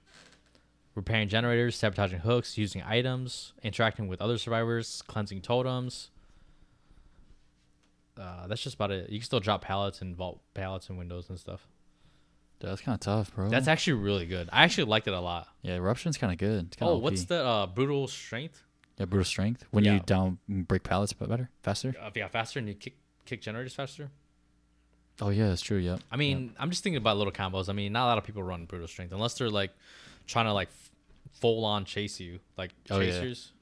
S2: repairing generators, sabotaging hooks, using items, interacting with other survivors, cleansing totems. Uh, that's just about it. You can still drop pallets and vault pallets and windows and stuff.
S1: Dude, that's kind of tough, bro.
S2: That's actually really good. I actually liked it a lot.
S1: yeah. Eruption's kind of good. It's kinda
S2: Oh,
S1: OP.
S2: what's the uh, brutal strength?
S1: yeah brutal strength when you
S2: Yeah.
S1: down break pallets but better faster?
S2: Uh, yeah, faster and you kick kick generators faster.
S1: Oh yeah, that's true. Yep.
S2: I mean, I'm just thinking about little combos. I mean, not a lot of people run brutal strength unless they're like trying to like f- full on chase you, like
S1: Oh, yeah.
S2: chasers.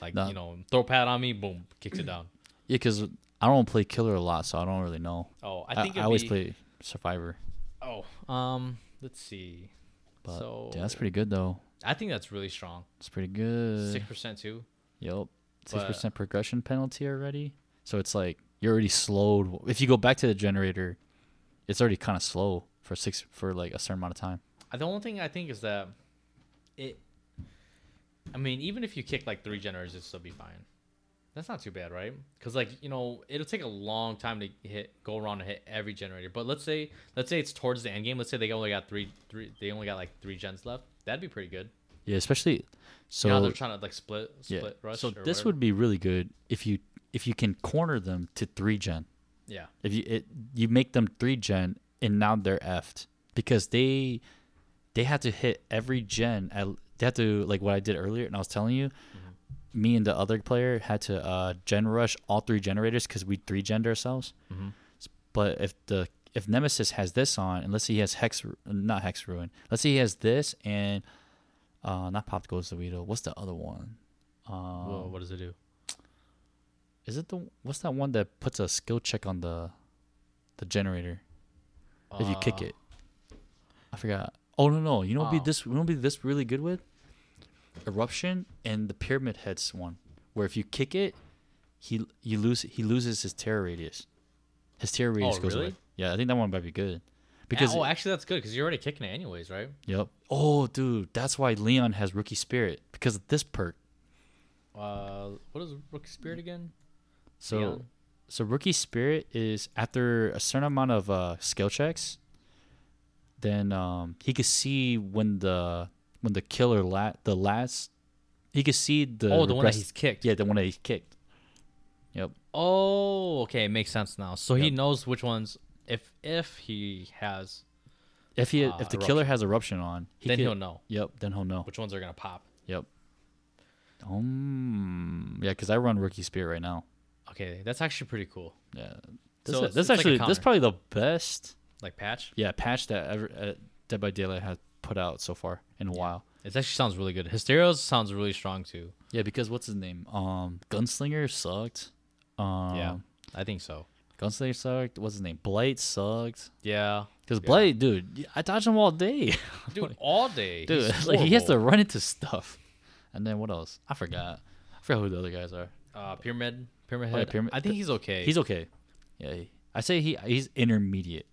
S2: Like
S1: No.
S2: you know, throw a pad on me, boom, kicks it down.
S1: Yeah, because I don't play killer a lot, so I don't really know.
S2: Oh,
S1: I,
S2: I think
S1: I
S2: it'd
S1: always
S2: be-
S1: play survivor.
S2: Oh, um, let's see.
S1: But
S2: so
S1: yeah, that's pretty good though.
S2: I think that's really strong.
S1: It's pretty good.
S2: Six percent too.
S1: Yep. Six
S2: But-
S1: percent progression penalty already. So it's like you're already slowed. If you go back to the generator, it's already kind of slow for six for like a certain amount of time.
S2: Uh, The only thing I think is that it. I mean, even if you kick like three generators, it'd still be fine. That's not too bad, right? Because like you know, it'll take a long time to hit, go around and hit every generator. But let's say, let's say it's towards the end game. Let's say they only got three, three. They only got like three gens left. That'd be pretty good.
S1: Yeah, especially so.
S2: So you know, how they're trying to like split,
S1: yeah.
S2: split rush.
S1: so
S2: or
S1: this
S2: whatever?
S1: would be really good if you if you can corner them to three gen.
S2: yeah.
S1: If you it, you make them three gen and now they're effed because they they have to hit every gen. At, they have to like what I did earlier, and I was telling you,
S2: Mm-hmm.
S1: me and the other player had to uh, gen rush all three generators because we three gened ourselves.
S2: Mm-hmm.
S1: S- But if the if Nemesis has this on, and let's say he has hex, Ru- not hex ruin. Let's say he has this and uh, not pop goes the weedle. What's the other one? Oh.
S2: Whoa, what does it do?
S1: Is it the what's that one that puts a skill check on the the generator if you kick it? I forgot. Oh no no! You know what would
S2: Uh.
S1: be
S2: Oh.
S1: this? You know what would be this really good with? Eruption and the pyramid heads one, where if you kick it, he you lose he loses his terror radius. His terror radius goes away.
S2: Oh, really?
S1: Yeah, I think that one might be good.
S2: Because
S1: Because
S2: oh, actually, that's good because you're already kicking it anyways, right?
S1: yep. Oh dude, that's why Leon has rookie spirit because of this perk.
S2: Uh, what is Rookie Spirit again?
S1: So,
S2: Leon?
S1: so rookie spirit is after a certain amount of uh, skill checks, then um, he could see when the when the killer la- the last he could see the
S2: oh, the one that
S1: regress-
S2: he's kicked.
S1: yeah the one that he kicked. Yep.
S2: Oh, okay, it makes sense now. So he
S1: Yep.
S2: knows which ones. If if he has,
S1: If he
S2: Ah,
S1: if the killer has eruption on, he
S2: then
S1: could-
S2: he'll know
S1: Yep. Then he'll know.
S2: which ones are gonna pop.
S1: Yep. Um. Yeah, because I run rookie spirit right now.
S2: Okay, that's actually pretty cool.
S1: Yeah. This,
S2: So
S1: so
S2: it's-
S1: this
S2: it's like a
S1: actually this
S2: counter.
S1: probably the best
S2: Like patch,
S1: yeah patch that ever uh, Dead by Daylight has put out so far in a while.
S2: it actually sounds really good. Hysterios sounds really strong too.
S1: Yeah, because what's his name? Um, Gunslinger sucked. Um,
S2: yeah, I think so.
S1: Gunslinger sucked. What's his name? Blight sucked.
S2: Yeah,
S1: Because
S2: Yeah.
S1: Blight, dude, I dodged him all day.
S2: dude, all day,
S1: dude,
S2: he's
S1: like he has to
S2: horrible.
S1: run into stuff. And then what else? I forgot. I forgot who the other guys are.
S2: uh, pyramid, pyramid
S1: Oh, yeah,
S2: head.
S1: Pyramid-
S2: I think he's okay.
S1: He's okay. Yeah, he- I say he he's intermediate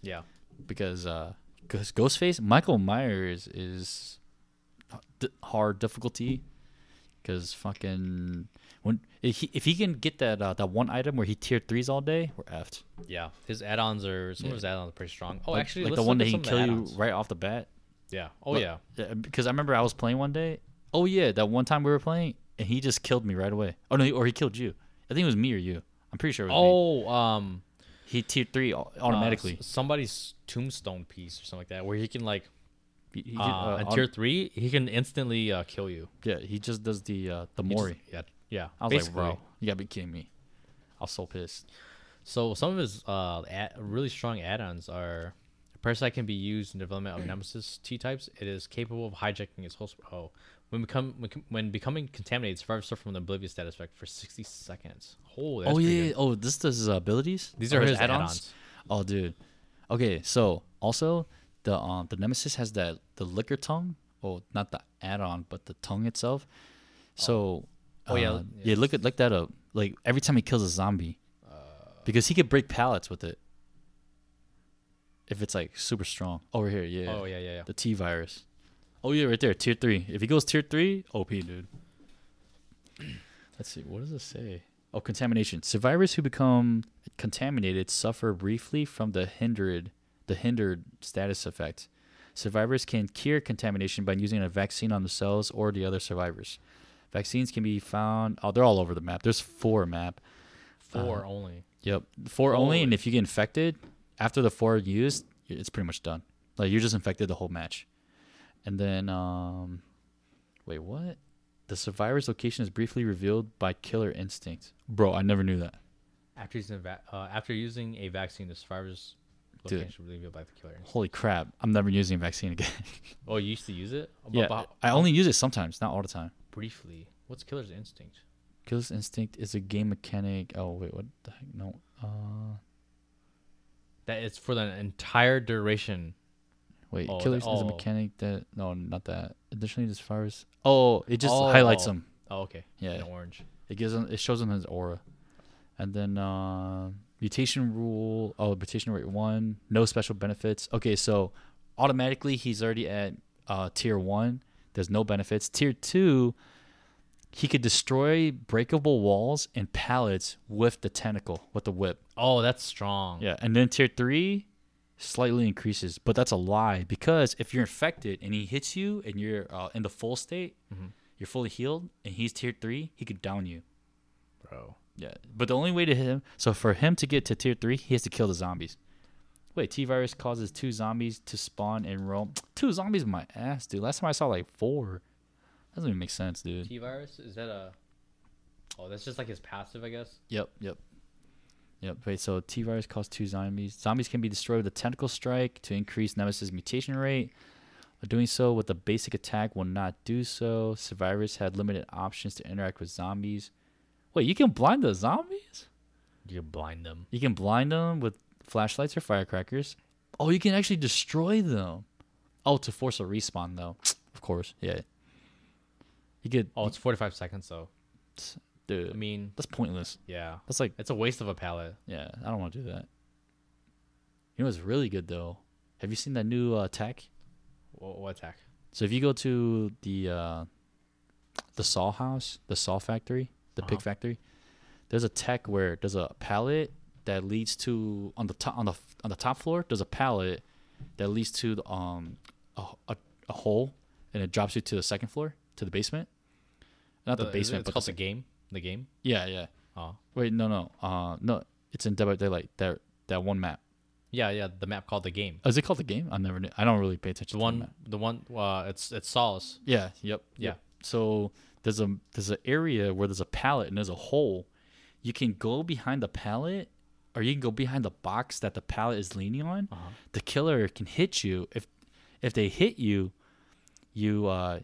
S2: yeah,
S1: because uh, 'cause Ghostface Michael Myers is d- hard difficulty because fucking when if he, if he can get that uh, that one item where he tier threes all day, we're effed.
S2: yeah. His add-ons are some of his add-ons are pretty strong. Oh,
S1: Like-
S2: actually,
S1: like
S2: let's
S1: the one that
S2: look
S1: he
S2: at
S1: can
S2: some of
S1: kill
S2: the
S1: you
S2: add-ons.
S1: right off the bat.
S2: Yeah. Oh
S1: But- uh,
S2: yeah.
S1: because I remember I was playing one day. Oh yeah, that one time we were playing, and he just killed me right away. Oh no, he- or he killed you. I think it was me or you. I'm pretty sure it was me.
S2: Oh, um,
S1: He tier three au-
S2: uh,
S1: automatically.
S2: s- somebody's tombstone piece or something like that, where he can like
S1: He- he ju-
S2: Uh,
S1: uh,
S2: on
S1: on-
S2: tier three, he can instantly uh, kill you.
S1: yeah, he just does the uh, the
S2: He just-
S1: Mori.
S2: yeah, yeah.
S1: I was
S2: basically.
S1: like, bro, you gotta be kidding me. I was so pissed.
S2: So some of his uh, ad- really strong add-ons are Parasite can be used in development of Nemesis T-types. It is capable of hijacking its host. Oh, when become when com- when becoming contaminated, it's survivors suffer from the oblivious status effect for 60 seconds. Oh, that's
S1: oh
S2: pretty
S1: yeah,
S2: good.
S1: yeah, oh this does his abilities.
S2: These
S1: Or
S2: are his add-ons.
S1: Oh dude, okay. So also the um the nemesis has that the liquor tongue. Oh, not the add-on, but the tongue itself. So
S2: Oh, yeah,
S1: uh,
S2: yeah.
S1: Oh. yeah. Uh. Look at look that up. Like every time he kills a zombie, because he could break pallets with it. If it's like super strong. Over here, yeah.
S2: Oh yeah, yeah, yeah.
S1: The T virus. Oh yeah, right there, tier three. If he goes tier three, OP dude. Let's see, what does it say? Oh, contamination. Survivors who become contaminated suffer briefly from the hindered the hindered status effect. Survivors can cure contamination by using a vaccine on themselves or the other survivors. Vaccines can be found oh, they're all over the map. There's four map.
S2: Four
S1: Uh-huh.
S2: only.
S1: Yep. Four only, and
S2: Holy.
S1: if you get infected after the four used, it's pretty much done. Like you're just infected the whole match. And then, um, wait, what? The survivor's location is briefly revealed by killer instinct. Bro, I never knew that.
S2: After using a va- uh, after using a vaccine, the survivors
S1: Dude.
S2: location will be revealed by the killer.
S1: Holy crap! I'm never using a vaccine again.
S2: Oh, you used to use it? But-
S1: yeah,
S2: but
S1: I only use it sometimes, not all the time.
S2: briefly. What's killer's instinct?
S1: Killer's instinct is a game mechanic. Oh wait, what the heck? No. Uh,
S2: That it's for the entire duration.
S1: wait,
S2: Oh, the-
S1: killer's is a
S2: oh.
S1: mechanic that no, not that. Additionally, the survivors. Oh, it just highlights
S2: Oh.
S1: them.
S2: Oh, okay.
S1: Yeah.
S2: In orange.
S1: It gives him. It shows him his aura, and then uh, mutation rule. Oh, mutation rate one. No special benefits. Okay, so automatically he's already at uh, tier one. There's no benefits. Tier two, he could destroy breakable walls and pallets with the tentacle with the whip.
S2: Oh, that's strong.
S1: Yeah, and then tier three slightly increases, but that's a lie because if you're infected and he hits you and you're uh, in the full state, you're fully healed, and he's tier three, he could down you.
S2: bro.
S1: Yeah, but the only way to hit him, so for him to get to tier three, he has to kill the zombies. Wait, T virus causes two zombies to spawn and roam. Two zombies, in my ass, dude. Last time I saw like four. Doesn't even make sense, dude.
S2: T virus is that a? Oh, that's just like his passive, I guess.
S1: Yep, yep, yep. Wait, so T virus causes two zombies. Zombies can be destroyed with a tentacle strike to increase Nemesis mutation rate. But doing so with a basic attack will not do so. Survivors had limited options to interact with zombies. Wait, you can blind the zombies?
S2: You blind them.
S1: You can blind them with flashlights or firecrackers. Oh, you can actually destroy them. Oh, to force a respawn though. Of course, yeah. You could,
S2: Oh, it's forty-five seconds though. I
S1: dude.
S2: mean,
S1: That's pointless.
S2: yeah,
S1: That's like,
S2: it's a waste of a pallet.
S1: yeah. I don't want to do that. You know what's really good though? Have you seen that new uh, tech?
S2: What, what attack?
S1: So if you go to the uh, the saw house, the saw factory, the pig
S2: Uh-huh.
S1: factory, there's a tech where there's a pallet that leads to on the top on the f- on the top floor. There's a pallet that leads to the, um a, a, a hole, and it drops you to the second floor to the basement. Not the,
S2: is it-
S1: basement,
S2: It's
S1: but
S2: called
S1: the
S2: the game. The game.
S1: sec- yeah, yeah.
S2: Oh,
S1: Wait, no, no, uh, no. It's in Dead by Daylight. That that one map.
S2: yeah, yeah. The map called the game.
S1: Oh, is it called the game? I never. Knew. I don't really pay
S2: The
S1: attention. to the map.
S2: one, the one. Uh, it's it's solace.
S1: Yeah. Yep.
S2: Yeah.
S1: yep. So there's a there's an area where there's a pallet and there's a hole. You can go behind the pallet, or you can go behind the box that the pallet is leaning on. The killer can hit you if if they hit you, you uh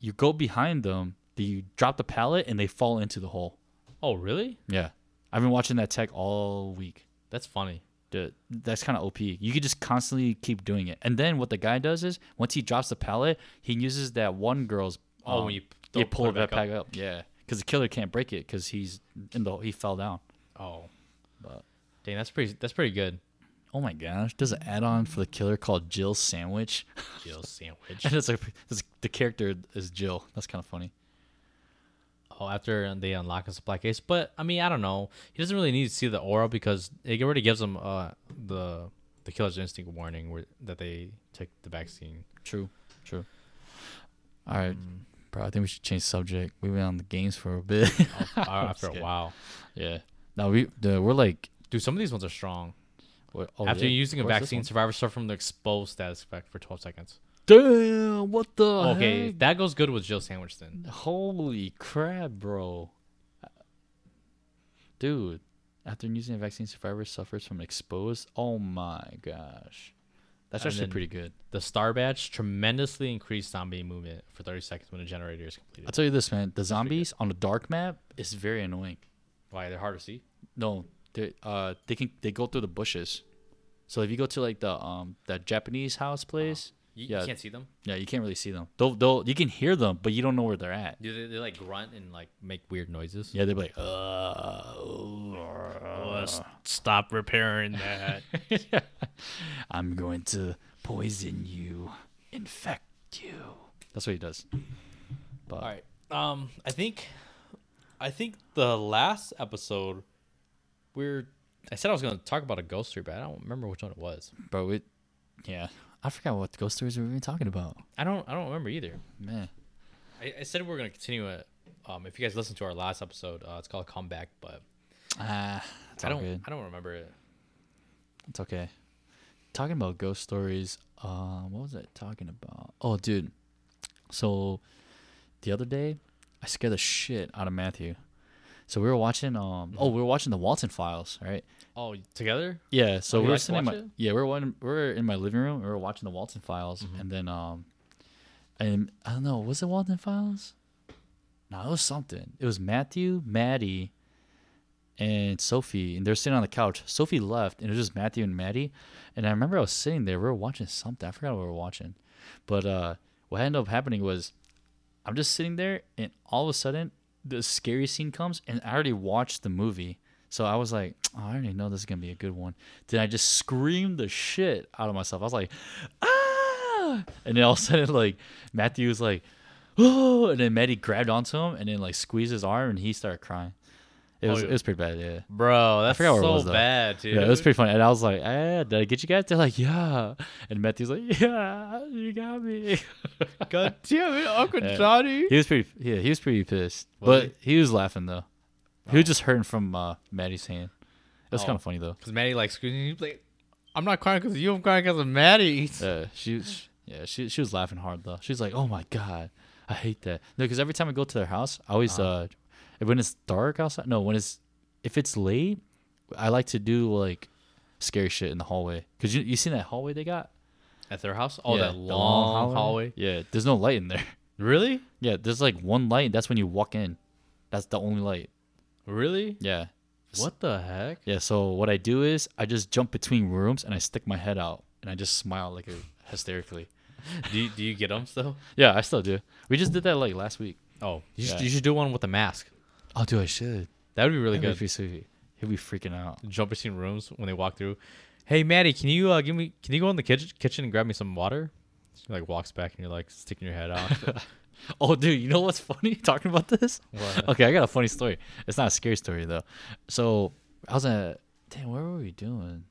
S1: you go behind them. then You drop the pallet and they fall into the hole.
S2: Oh, really?
S1: Yeah, I've been watching that tech all week
S2: That's funny.
S1: the that's kind of OP. You could just constantly keep doing it. And then what the guy does is once he drops the pallet, he uses that one girl's. um,
S2: Oh, when you p-
S1: you
S2: don't
S1: pull
S2: put it
S1: that
S2: back
S1: pack up, yeah, because the killer can't break it because he's in the he fell down.
S2: Oh,
S1: But-
S2: dang, that's pretty. That's pretty good.
S1: Oh my gosh! There's an add-on for the killer called Jill Sandwich,
S2: Jill sandwich.
S1: and it's like it's, the character is Jill. That's kind of funny.
S2: Oh, after they unlock a supply case, but I mean, I don't know. He doesn't really need to see the aura because it already gives him uh the the killer's instinct warning where, that they take the vaccine.
S1: True, true. All right,
S2: Mm.
S1: bro. I think we should change subject. We went on the games for a bit.
S2: af- uh, after a
S1: kidding.
S2: while.
S1: yeah. Now we the, we're like
S2: Dude, some of these ones are strong.
S1: What- oh,
S2: After
S1: yeah.
S2: using a
S1: Where's this
S2: vaccine,
S1: one?
S2: survivors suffer from the exposed status effect for 12 seconds.
S1: Damn, what the
S2: Okay,
S1: heck?
S2: that goes good with Jill Sandwich then.
S1: Holy crap, bro. Dude, after using a vaccine, survivors suffers from exposed. Oh my gosh. That's
S2: And
S1: actually
S2: then-
S1: pretty good.
S2: The star badge tremendously increased zombie movement for 30 seconds when a generator is
S1: I'll
S2: completed.
S1: tell you this, man. The zombies on a dark map is very annoying.
S2: Why? They're hard to see.
S1: No, they uh they can they go through the bushes. So if you go to like the um that Japanese house place,
S2: You,
S1: Yeah.
S2: you can't see them.
S1: yeah, you can't really see them. They'll, they'll you can hear them, but you don't know where they're at.
S2: Do they, they like grunt and like make weird noises?
S1: Yeah, they're like, uh,
S2: stop repairing that.
S1: I'm going to poison you, infect you. That's what he does. But
S2: All right. Um, I think, I think the last episode, we're. I said I was going to talk about a ghost story, but I don't remember which one it was.
S1: bro, it, yeah, I forgot what ghost stories we were even talking about.
S2: I don't. I don't remember either.
S1: Man,
S2: I, I said we are going to continue it. Um, if you guys listen to our last episode, uh, it's called Comeback, but
S1: ah, it's
S2: I
S1: all
S2: don't.
S1: good.
S2: I don't remember it.
S1: It's okay. Talking about ghost stories, uh, what was I talking about? Oh, dude. So the other day, I scared the shit out of Matthew. So we were watching um oh we were watching the Walton Files, right?
S2: Oh, together?
S1: Yeah, so
S2: Oh, you
S1: we were
S2: like to
S1: sitting in
S2: watch
S1: my,
S2: it?
S1: yeah, we were one, we were in my living room, we were watching the Walton Files
S2: Mm-hmm.
S1: and then um and I don't know, was it Walton Files? No, it was something. It was Matthew, Maddie, and Sophie, and they're sitting on the couch. Sophie left, and it was just Matthew and Maddie. And I remember I was sitting there, we were watching something. I forgot what we were watching. But uh, what ended up happening was I'm just sitting there, and all of a sudden, the scary scene comes, and I already watched the movie. So I was like, "Oh, I already know this is going to be a good one. Then I just screamed the shit out of myself. I was like, ah! And then all of a sudden, like, Matthew was like, oh! And then Maddie grabbed onto him and then, like, squeezed his arm, and he started crying. It
S2: Oh,
S1: was,
S2: yeah.
S1: it was pretty bad, yeah.
S2: Bro, that's
S1: forgot where it
S2: so
S1: was, though.
S2: bad, dude.
S1: Yeah, it was pretty funny. And I was like, eh, did I get you guys? They're like, yeah. And Matthew's like, yeah, you got me.
S2: God damn it, Uncle
S1: Yeah.
S2: Johnny.
S1: he was pretty, yeah, he was pretty pissed.
S2: Was
S1: but he? was laughing, though. He was just hurting from uh, Maddie's hand. It was
S2: Oh.
S1: kind of funny, though.
S2: Because Maddie like squeezing you, he's like, I'm not crying because you, I'm crying because of Maddie.
S1: Yeah, she, was- yeah, she, she was laughing hard, though. She's like, oh my God, I hate that. No, because every time I go to their house, I always,
S2: Uh-huh.
S1: uh when it's dark outside, no, when it's, if it's late, I like to do like scary shit in the hallway. Because you, you seen that hallway they got?
S2: At their house? Oh,
S1: Yeah,
S2: that
S1: the
S2: long, hallway.
S1: Yeah, there's no light in there.
S2: Really?
S1: Yeah, there's like one light. That's when you walk in. That's the only light.
S2: Really?
S1: Yeah.
S2: What the heck?
S1: Yeah. So what I do is I just jump between rooms and I stick my head out and I just smile like a, hysterically.
S2: do, you, do you get them still?
S1: Yeah, I still do. We just did that like last week.
S2: Oh, you,
S1: Yeah.
S2: should, you should do one with a mask.
S1: Oh, dude, I should.
S2: That would be really
S1: That'd be
S2: good.
S1: pretty sweet. uh, He'll be freaking out.
S2: Jump between rooms when they walk through. Hey, Maddie, can you uh, give me? Can you go in the kitchen, kitchen and grab me some water? She like walks back and you're like sticking your head out.
S1: Oh, dude, you know what's funny? Talking about this.
S2: What?
S1: Okay, I got a funny story. It's not a scary story though. So I was at damn. What were we doing?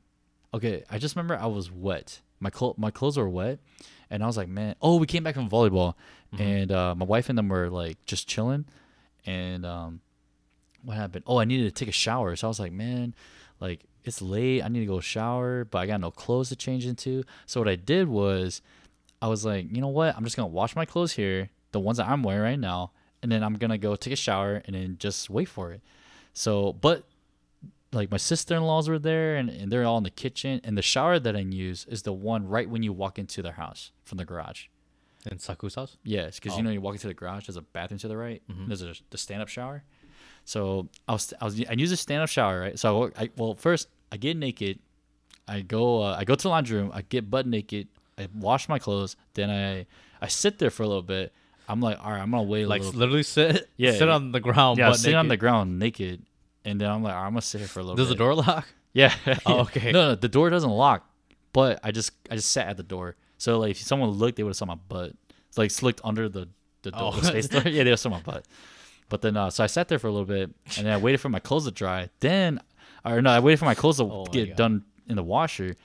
S1: Okay, I just remember I was wet. My clo- my clothes were wet, and I was like, man. Oh, we came back from volleyball, and uh, my wife and them were like just chilling, and um, what happened? Oh, I needed to take a shower. So I was like, man, like it's late. I need to go shower, but I got no clothes to change into. So what I did was, I was like, you know what? I'm just gonna wash my clothes here, the ones that I'm wearing right now, and then I'm gonna go take a shower and then just wait for it. So, but like my sister-in-laws were there and, and they're all in the kitchen and the shower that i use is the one right when you walk into their house from the garage
S2: and Saku's house.
S1: Yes, because you know you walk into the garage. There's a bathroom to the right. and There's a the stand up shower. So I was I was I use a stand up shower right. So I, wa- I well first I get naked. I go uh, I go to the laundry room. I get butt naked. I wash my clothes. Then I I sit there for a little bit. I'm like all right. I'm gonna wait
S2: Like
S1: a little.
S2: literally sit,
S1: Yeah,
S2: sit
S1: yeah.
S2: on the ground.
S1: yeah, I
S2: butt
S1: sit on the
S2: naked.
S1: ground naked, and then I'm like all right, I'm gonna sit here for a little.
S2: Does
S1: bit.
S2: the door lock?
S1: Yeah.
S2: Oh, okay.
S1: no, no, the door doesn't lock, but I just I just sat at the door. So like if someone looked, they would have saw my butt. It's like slicked under the the door,
S2: Oh.
S1: the space door. Yeah, they saw my butt. But then uh, so I sat there for a little bit, and then I waited for my clothes to dry. Then, or no, I waited for my clothes to
S2: Oh my
S1: get
S2: God.
S1: done in the washer.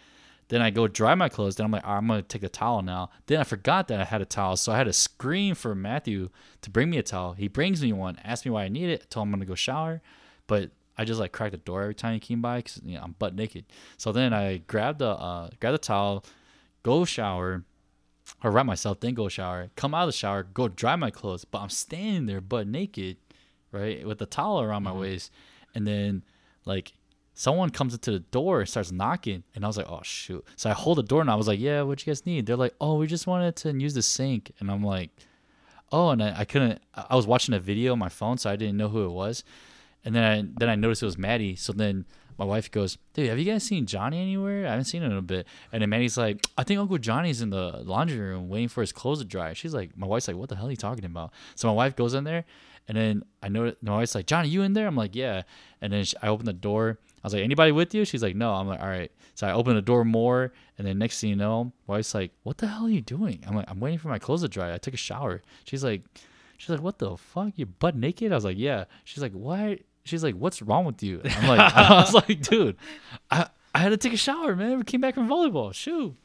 S1: Then I go dry my clothes. Then I'm like, "All right, I'm gonna take the towel now. Then I forgot that I had a towel, so I had to scream for Matthew to bring me a towel. He brings me one, asks me why I need it, I told him I'm gonna go shower, but I just like cracked the door every time he came by because you know, I'm butt naked. So then I grabbed the uh, grabbed the towel, go shower, or wrap myself, then go shower. Come out of the shower, go dry my clothes, but I'm standing there butt naked, right, with the towel around my waist, and then like someone comes into the door and starts knocking and i was like oh shoot so i hold the door and i was like yeah what you guys need they're like oh we just wanted to use the sink and i'm like oh and i, I couldn't i I was watching a video on my phone so i didn't know who it was and then I, then i noticed it was maddie so then my wife goes dude have you guys seen johnny anywhere i haven't seen him in a bit and then maddie's like i think uncle johnny's in the laundry room waiting for his clothes to dry she's like my wife's like what the hell are you talking about so my wife goes in there and then i know my wife's like johnny you in there i'm like yeah and then she, i open the door i was like anybody with you she's like no i'm like all right so i open the door more and then next thing you know my wife's like what the hell are you doing i'm like i'm waiting for my clothes to dry i took a shower she's like She's like, "What the fuck? You butt naked?" I was like, "Yeah." She's like, "Why?" She's like, "What's wrong with you?" I'm like, I was like, "Dude, I I had to take a shower, man. We came back from volleyball. Shoot,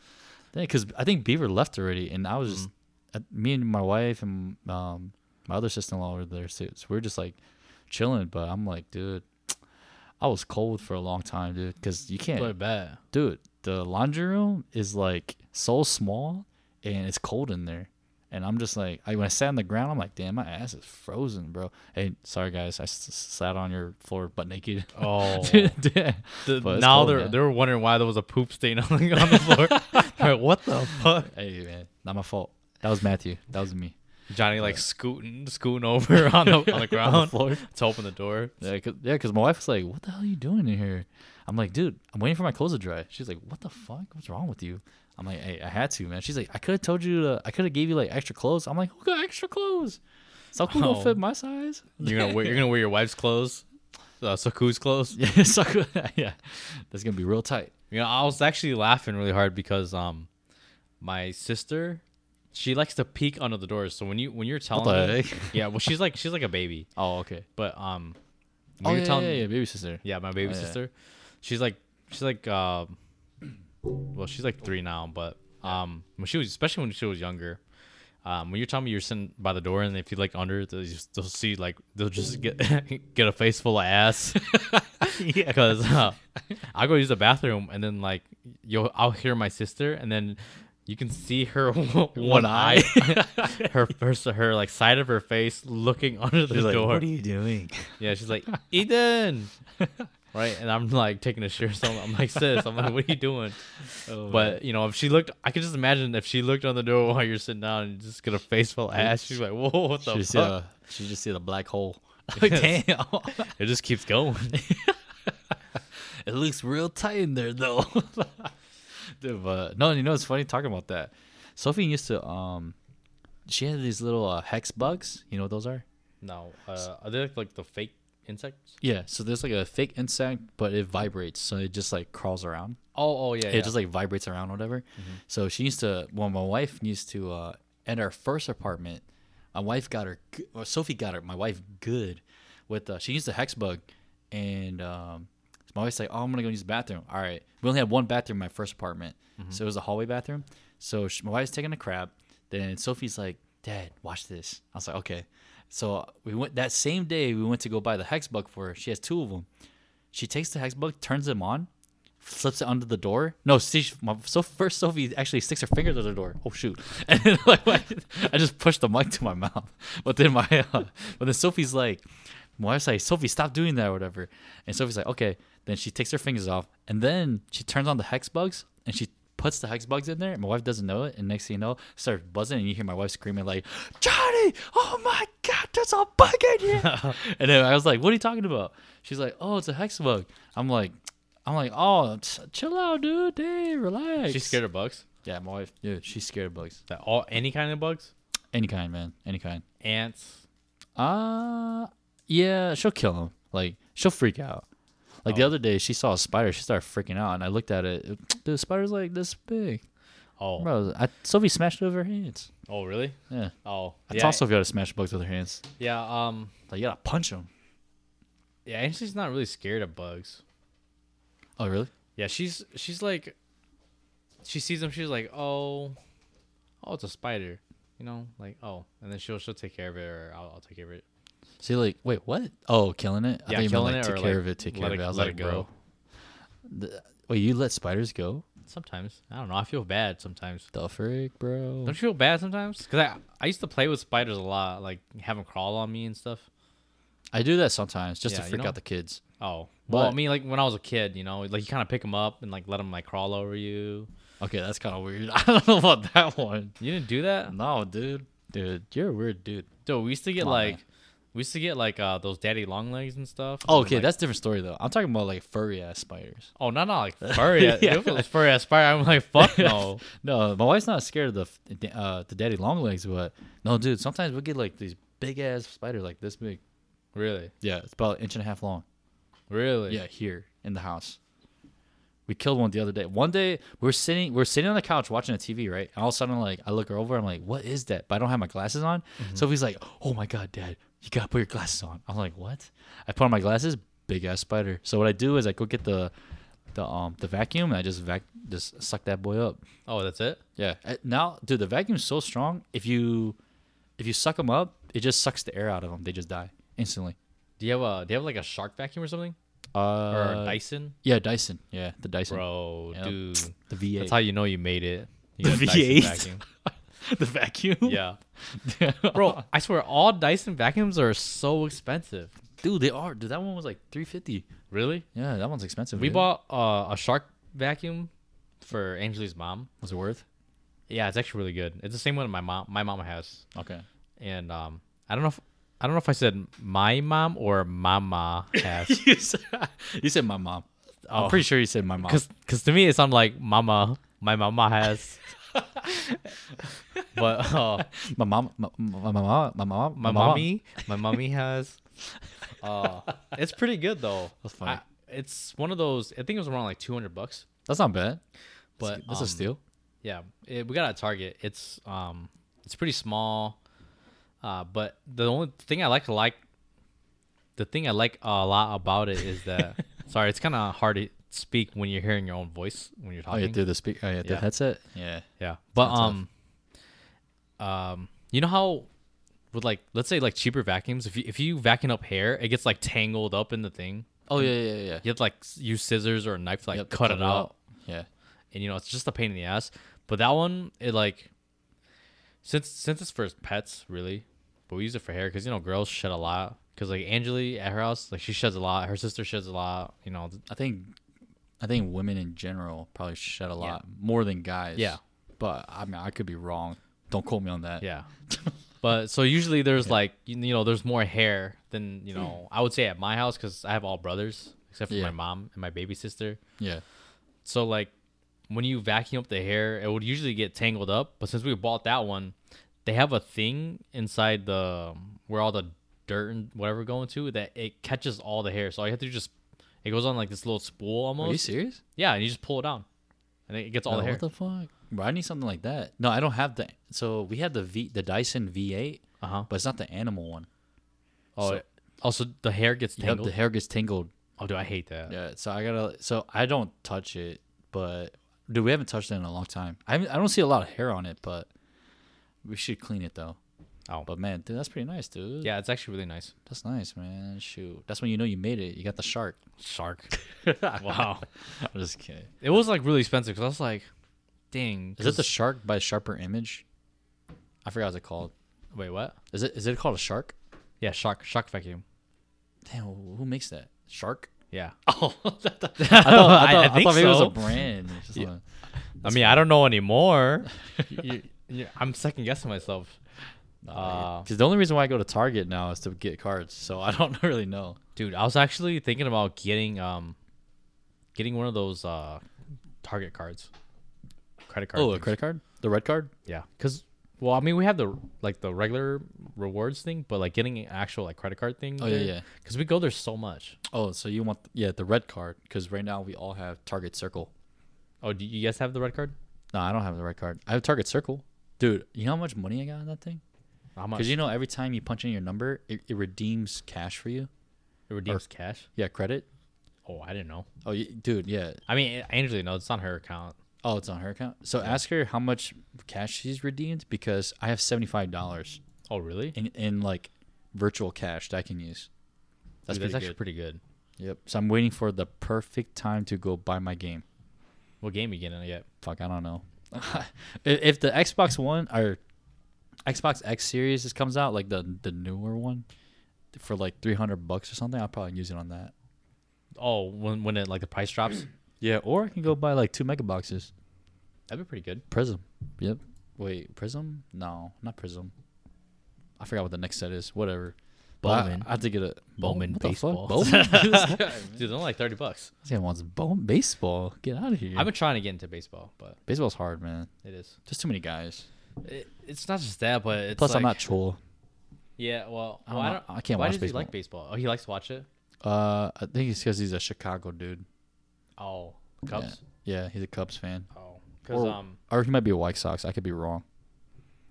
S1: because I think Beaver left already, and I was just uh, me and my wife and um my other sister-in-law were there too. So we are just like chilling, but I'm like, dude, I was cold for a long time, dude, because you can't,
S2: What bad.
S1: dude. The laundry room is like so small, and it's cold in there. And I'm just like, I, when I sat on the ground, I'm like, damn, my ass is frozen, bro. Hey, sorry guys, I s- s- sat on your floor butt naked.
S2: Oh,
S1: Yeah.
S2: The-
S1: But it's
S2: now
S1: cold,
S2: they're
S1: man.
S2: they were wondering why there was a poop stain on, the- on the floor. They're like, what the fuck?
S1: hey man, not my fault. That was Matthew. That was me.
S2: Johnny like scooting scooting over on the on the ground
S1: floor.
S2: to open the door.
S1: Yeah, cause, yeah, 'cause my wife was like, "What the hell are you doing in here?" I'm like, "Dude, I'm waiting for my clothes to dry." She's like, "What the fuck? What's wrong with you?" I'm like, "Hey, I had to, man." She's like, "I could have told you to. I could have gave you like extra clothes." I'm like, "Who got extra clothes? Saku
S2: Oh.
S1: don't fit my size."
S2: You're gonna wear you're gonna wear your wife's clothes, uh, Saku's clothes.
S1: yeah, Saku. yeah, that's gonna be real tight.
S2: You know, I was actually laughing really hard because um, my sister, she likes to peek under the doors. So when you when you're telling
S1: the
S2: me,
S1: heck?
S2: yeah, well she's like she's like a baby,
S1: Oh, okay.
S2: but um, when
S1: Oh,
S2: you're
S1: yeah,
S2: telling
S1: yeah,
S2: me,
S1: yeah, baby sister.
S2: Yeah, my baby
S1: Oh, yeah.
S2: sister. She's like she's like uh, well, she's like three now, but um when she was especially when she was younger. Um, when you're telling me you're sitting by the door and if you like under, they'll, just, they'll see like they'll just get get a face full of ass. yeah, because uh, I go use the bathroom and then like you'll I'll hear my sister and then you can see her one, eye, her first her like side of her face looking under the door.
S1: you doing?
S2: Yeah, she's like, Eden. right? And I'm like taking a shirt. So I'm like, sis, I'm like, what are you doing?
S1: Oh,
S2: but, you know, if she looked, I could just imagine if she looked on the door while you're sitting down and just get a face full of ass. She's like, whoa, what the
S1: she just see
S2: fuck?
S1: a, she just see the black hole.
S2: Yes.
S1: Damn,
S2: uh, It just keeps going.
S1: it looks real tight in there though. Dude, but no, you know it's funny talking about that. Sophie used to um, she had these little uh, hex bugs. You know what those are?
S2: no. Uh, are they like the fake insects?
S1: Yeah. So there's like a fake insect, but it vibrates, so it just like crawls around.
S2: Oh, oh, yeah. Mm-hmm.
S1: it just like vibrates around whatever so she used to well my wife used to uh at our first apartment my wife got her g- or sophie got her my wife good with uh she used a hex bug and um my wife's like oh i'm gonna go use the bathroom all right we only had one bathroom in my first apartment
S2: Mm-hmm.
S1: so it was a hallway bathroom so she, my wife's taking a crap then sophie's like dad watch this i was like okay so we went that same day we went to go buy the hex bug for her she has two of them she takes the hex bug, turns them on, slips it under the door. No, she, my, so first Sophie actually sticks her fingers under the door. Oh shoot! And then, like, I just pushed the mic to my mouth. But then my, uh, but then Sophie's like, my wife's like, Sophie, stop doing that or whatever. And Sophie's like, okay. Then she takes her fingers off, and then she turns on the hex bugs, and she puts the hex bugs in there. And my wife doesn't know it, and next thing you know, starts buzzing, and you hear my wife screaming like, "Johnny! Oh my God, there's a bug in here!" and then I was like, "What are you talking about?" She's like, "Oh, it's a hex bug." I'm like, "I'm like, oh, t- chill out, dude. Hey, relax."
S2: She's scared of bugs?
S1: Yeah, my wife, dude, she's scared of bugs,
S2: That all Any kind of bugs?
S1: any kind, man, any kind.
S2: Ants?
S1: Uh, yeah, she'll kill him. Like, she'll freak out. Like the other day, she saw a spider. She started freaking out, and I looked at it. The spider's like this big,
S2: Oh,
S1: bro. I, Sophie smashed it with her hands.
S2: oh, really?
S1: Yeah,
S2: Oh,
S1: I
S2: yeah,
S1: taught Sophie how to smash bugs with her hands.
S2: yeah. Um,
S1: Like, you gotta punch them.
S2: yeah. Ainsley's not really scared of bugs.
S1: Oh, really?
S2: Yeah, she's she's like she sees them, she's like, Oh oh it's a spider. You know, like oh and then she'll she'll take care of it or I'll, I'll take care of it.
S1: See, like, wait, what? Oh, killing it. I
S2: Yeah,
S1: thought you meant,
S2: killing
S1: like,
S2: it
S1: Take
S2: or,
S1: care
S2: like,
S1: of it. Take
S2: let
S1: care of
S2: it-
S1: it. I was
S2: let
S1: like,
S2: it grow.
S1: bro. The- wait, you let spiders go?
S2: Sometimes I don't know. I feel bad sometimes.
S1: The frick, bro.
S2: Don't you feel bad sometimes? Because I I used to play with spiders a lot, like have them crawl on me and stuff.
S1: I do that sometimes just
S2: Yeah,
S1: to
S2: you
S1: freak
S2: know?
S1: out the kids.
S2: Oh, well, I
S1: But-
S2: mean, like when I was a kid, you know, like you kind of pick them up and like let them like crawl over you.
S1: Okay, that's kind of weird. I don't know about that one.
S2: You didn't do that,
S1: No, dude. Dude, you're a weird dude.
S2: dude. We used to get
S1: Mm. Come on,
S2: like,
S1: man.
S2: we used to get like uh those daddy long legs and stuff. and
S1: Oh,
S2: then,
S1: okay,
S2: like-
S1: that's a different story though. I'm talking about like furry ass spiders.
S2: oh no no like furry. yeah.
S1: Yeah.
S2: If it was furry ass spider, I'm like fuck no.
S1: No, my wife's not scared of the f- the, uh, the daddy long legs, but no, dude. Sometimes we get like these big ass spiders, like this big.
S2: really,
S1: Yeah, it's about an inch and a half long.
S2: really.
S1: Yeah, here in the house. We killed one the other day. One day we're sitting we're sitting on the couch watching a TV, right? And all of a sudden, like I look over, I'm like, "What is that?" But I don't have my glasses on.
S2: Mm-hmm.
S1: So he's like, "Oh my god, Dad, you gotta put your glasses on." I'm like, "What?" I put on my glasses. Big ass spider. So what I do is I go get the the um the vacuum and I just vac just suck that boy up.
S2: Oh, that's it.
S1: Yeah. Uh, Now, dude, the vacuum's so strong. If you if you suck them up, it just sucks the air out of them. They just die instantly.
S2: Do you have a do you have like a shark vacuum or something
S1: Uh,
S2: or a Dyson?
S1: Yeah, Dyson. Yeah, the Dyson.
S2: Bro,
S1: Yep.
S2: dude,
S1: The V8.
S2: that's how you know you made it. You
S1: The
S2: got a Dyson
S1: V8?
S2: vacuum.
S1: the vacuum.
S2: Yeah, bro, I swear all Dyson vacuums are so expensive.
S1: dude, they are. Dude, that one was like three fifty.
S2: Really?
S1: Yeah, that one's expensive.
S2: We
S1: dude.
S2: bought uh, a shark vacuum for Angelie's mom.
S1: Was it worth?
S2: Yeah, it's actually really good. It's the same one my mom my mom has,
S1: Okay.
S2: and um, I don't know if I don't know if I said my mom or mama has,
S1: you said you said my mom. I'm pretty sure you said my mom.
S2: because to me it sounded like mama my mama has. but uh,
S1: My mom, my, my, my mom, my mom,
S2: my
S1: mom-
S2: mommy, my mommy has. Uh, it's pretty good though.
S1: That's funny.
S2: I- it's one of those. I think it was around like two hundred bucks.
S1: That's not bad.
S2: But,
S1: that's
S2: um,
S1: a steal.
S2: Yeah, it, we got a Target. It's um, it's pretty small. Uh, but the only thing I like like, the thing I like a lot about it is that sorry, it's kind of hard to speak when you're hearing your own voice when you're
S1: Oh
S2: talking.
S1: yeah, through the speaker. Oh yeah,
S2: Yeah.
S1: the headset. Yeah.
S2: Yeah. But
S1: kinda tough.
S2: um um you know how with like let's say like cheaper vacuums if you if you vacuum up hair it gets like tangled up in the thing.
S1: Oh yeah, yeah, yeah.
S2: You have to like s- use scissors or a knife to like
S1: Yep,
S2: cut, it out.
S1: Yeah.
S2: and you know it's just a pain in the ass. But that one it like since since it's for pets really, but we use it for hair because you know girls shed a lot. Because like Angeli at her house like she sheds a lot. Her sister sheds a lot. You know th-
S1: I think I think women in general probably shed a lot more than guys.
S2: Yeah.
S1: But I mean, I could be wrong. Don't quote me on that.
S2: Yeah. but so usually there's like you, you know there's more hair than you know I would say at my house because I have all brothers except for
S1: Yeah.
S2: my mom and my baby sister.
S1: Yeah.
S2: So like when you vacuum up the hair, it would usually get tangled up. But since we bought that one, they have a thing inside the where all the dirt and whatever go into that it catches all the hair. So all you have to do is just it goes on like this little spool
S1: Are you
S2: almost.
S1: serious?
S2: Yeah, and you just pull it down, and it gets all
S1: No,
S2: the hair.
S1: What the fuck? Bro, I need something like that. No, I don't have the. So we had the V, the Dyson V8,
S2: uh huh.
S1: but it's not the animal one.
S2: Oh,
S1: so-
S2: it- also the hair gets
S1: Yep,
S2: tangled.
S1: the hair gets tingled.
S2: oh, dude, I hate that.
S1: Yeah. So I gotta. So I don't touch it, but dude, we haven't touched it in a long time. I haven't- I don't see a lot of hair on it, but we should clean it though.
S2: Oh.
S1: But man, dude, that's pretty nice, dude.
S2: Yeah, it's actually really nice.
S1: That's nice, man. Shoot, that's when you know you made it. You got the shark.
S2: Shark. wow.
S1: I'm just kidding.
S2: It was like really expensive because I was like, dang.
S1: Is it the
S2: 'cause-
S1: shark by Sharper Image? I forgot what's it called.
S2: wait what?
S1: Is it is it called a shark?
S2: Yeah, shark shark vacuum.
S1: Damn, who makes that? Shark?
S2: Yeah.
S1: Oh, I thought,
S2: I-
S1: I thought,
S2: I
S1: I
S2: think
S1: thought maybe it was
S2: so.
S1: a brand. or something.
S2: I mean, I don't know anymore. You- you- I'm second guessing myself. Uh,
S1: Because Oh. the only reason why I go to Target now is to get cards, so I don't really know.
S2: dude, I was actually thinking about getting um, getting one of those uh, Target cards, credit card.
S1: Oh, a
S2: things.
S1: credit card? The red card?
S2: Yeah, because well, I mean, we have the like the regular rewards thing, but like getting an actual like credit card thing.
S1: Oh, yeah, yeah.
S2: Because we go there so much.
S1: Oh, so you want yeah the red card? Because right now we all have Target Circle.
S2: Oh, do you guys have the red card?
S1: No, I don't have the red card. I have Target Circle, dude. You know how much money I got on that thing?
S2: How much?
S1: Because you know every time you punch in your number, it, it redeems cash for you.
S2: it redeems cash.
S1: Yeah, credit.
S2: Oh, I didn't know.
S1: Oh, you, dude, yeah.
S2: I mean, Angelina, no, it's not her account.
S1: Oh, it's on her account. So ask her how much cash she's redeemed because I have seventy five dollars.
S2: Oh, really?
S1: in, in like virtual cache that I can use.
S2: That's,
S1: That's
S2: Dude, that's
S1: pretty
S2: actually
S1: good.
S2: pretty good.
S1: Yep. So I'm waiting for the perfect time to go buy my game.
S2: What game you getting yet?
S1: Fuck, I don't know. if if the Xbox One or Xbox X Series just comes out, like the the newer one, for like 300 bucks or something, I'll probably use it on that.
S2: Oh, when when it like the price drops,
S1: Yeah, or I can go buy like two mega boxes.
S2: that'd be pretty good.
S1: Prism. Yep. Wait, Prism? No, not Prism. I forgot what the next set is. Whatever. But I-
S2: Bowman.
S1: I, have to get a
S2: Bowman
S1: What the
S2: baseball.
S1: fuck? Bowman. this
S2: Dude, they're only like thirty bucks.
S1: guy wants Bowman baseball. Get out of here.
S2: I've been trying to get into baseball, but
S1: Baseball's hard, man.
S2: it is.
S1: There's too many guys.
S2: It, it's not just that, but it's
S1: Plus, I'm
S2: like-
S1: not cool.
S2: Yeah, well,
S1: I don't
S2: why
S1: know. I can't
S2: Why
S1: watch
S2: does he like baseball? Oh, he likes to watch it.
S1: Uh, I think it's because he's a Chicago dude.
S2: Oh, Cubs.
S1: Yeah. yeah, he's a Cubs fan.
S2: Oh, because
S1: Or-
S2: um,
S1: Or he might be a White Sox. I could be wrong.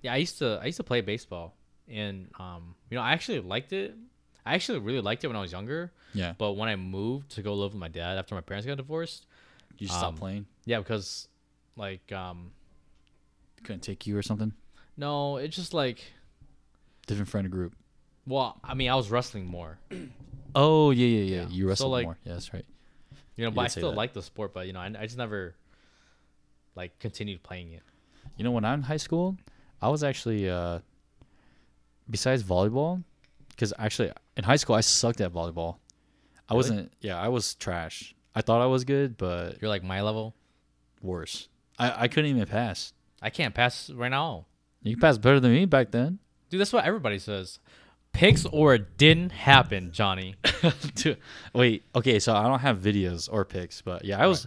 S2: yeah, I used to I used to play baseball, and um, you know, I actually liked it. I actually really liked it when I was younger,
S1: Yeah.
S2: but when I moved to go live with my dad after my parents got divorced,
S1: You just stopped
S2: Um,
S1: playing.
S2: yeah, because like um,
S1: Couldn't take you or something.
S2: no, it's just like
S1: Different friend group.
S2: well, I mean, I was wrestling more,
S1: Oh yeah, yeah, yeah.
S2: Yeah.
S1: You
S2: So,
S1: wrestled
S2: like-
S1: more. Yeah, that's right.
S2: you know,
S1: You
S2: but
S1: did
S2: I
S1: say
S2: still
S1: that.
S2: liked the sport, but you know, I, I just never like continued playing it.
S1: You know, when I'm in high school, I was actually uh, besides volleyball, because actually in high school I sucked at volleyball. I
S2: Really?
S1: wasn't. Yeah, I was trash. I thought I was good, but
S2: You're like my level.
S1: worse. I, I couldn't even pass.
S2: I can't pass right now.
S1: You can pass better than me back then.
S2: Dude, that's what everybody says. Picks or it didn't happen, Johnny.
S1: Dude, wait. Okay, so I don't have videos or pics, but yeah, I was,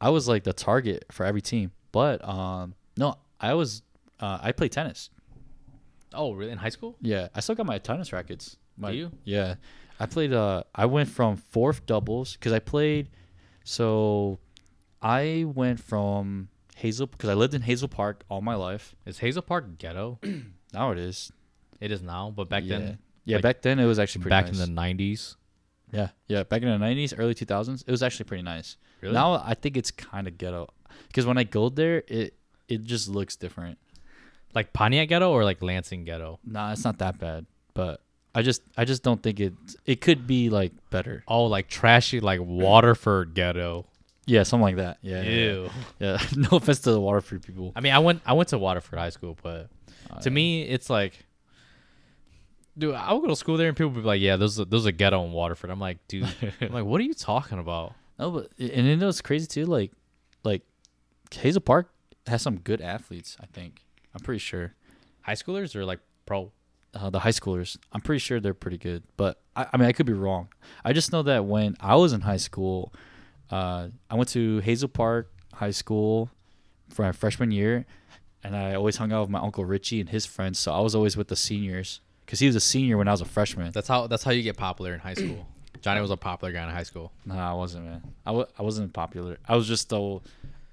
S1: I was like the target for every team. But um, no, I was, uh, I play tennis.
S2: Oh, really? In high school?
S1: Yeah, I still got my tennis rackets. My,
S2: you?
S1: Yeah, I played. Uh, I went from fourth doubles because I played. So, I went from Hazel because I lived in Hazel Park all my life.
S2: Is Hazel Park ghetto?
S1: Now it is.
S2: It is now, but back
S1: yeah.
S2: then,
S1: yeah,
S2: like,
S1: back then it was actually pretty
S2: back
S1: nice.
S2: in the nineties.
S1: Yeah, yeah. Back in the nineties, early two thousands, it was actually pretty nice.
S2: Really?
S1: Now I think it's kind of ghetto because when I go there, it it just looks different.
S2: Like Pontiac ghetto or like Lansing ghetto?
S1: Nah, it's not that bad, but I just I just don't think it it could be like better.
S2: Oh, like trashy like Waterford ghetto.
S1: Yeah, something like that. Yeah, yeah, yeah.
S2: Ew.
S1: Yeah, no offense to the Waterford people.
S2: I mean I went I went to Waterford High School, but to me it's like Dude, I would go to school there and people would be like, Yeah, there's a there's a ghetto in Waterford. I'm like, dude I'm like, what are you talking about?
S1: No, but and you know it's crazy too. Like, like Hazel Park has some good athletes. I think I'm pretty sure.
S2: High schoolers are like pro
S1: uh, the high schoolers. I'm pretty sure they're pretty good, but I, I mean, I could be wrong. I just know that when I was in high school, uh, I went to Hazel Park High School for my freshman year, and I always hung out with my uncle Richie and his friends. So I was always with the seniors because he was a senior when I was a freshman.
S2: That's how that's how you get popular in high school. Johnny was a popular guy in high school.
S1: Nah, I wasn't, man. I w- I wasn't popular. I was just though,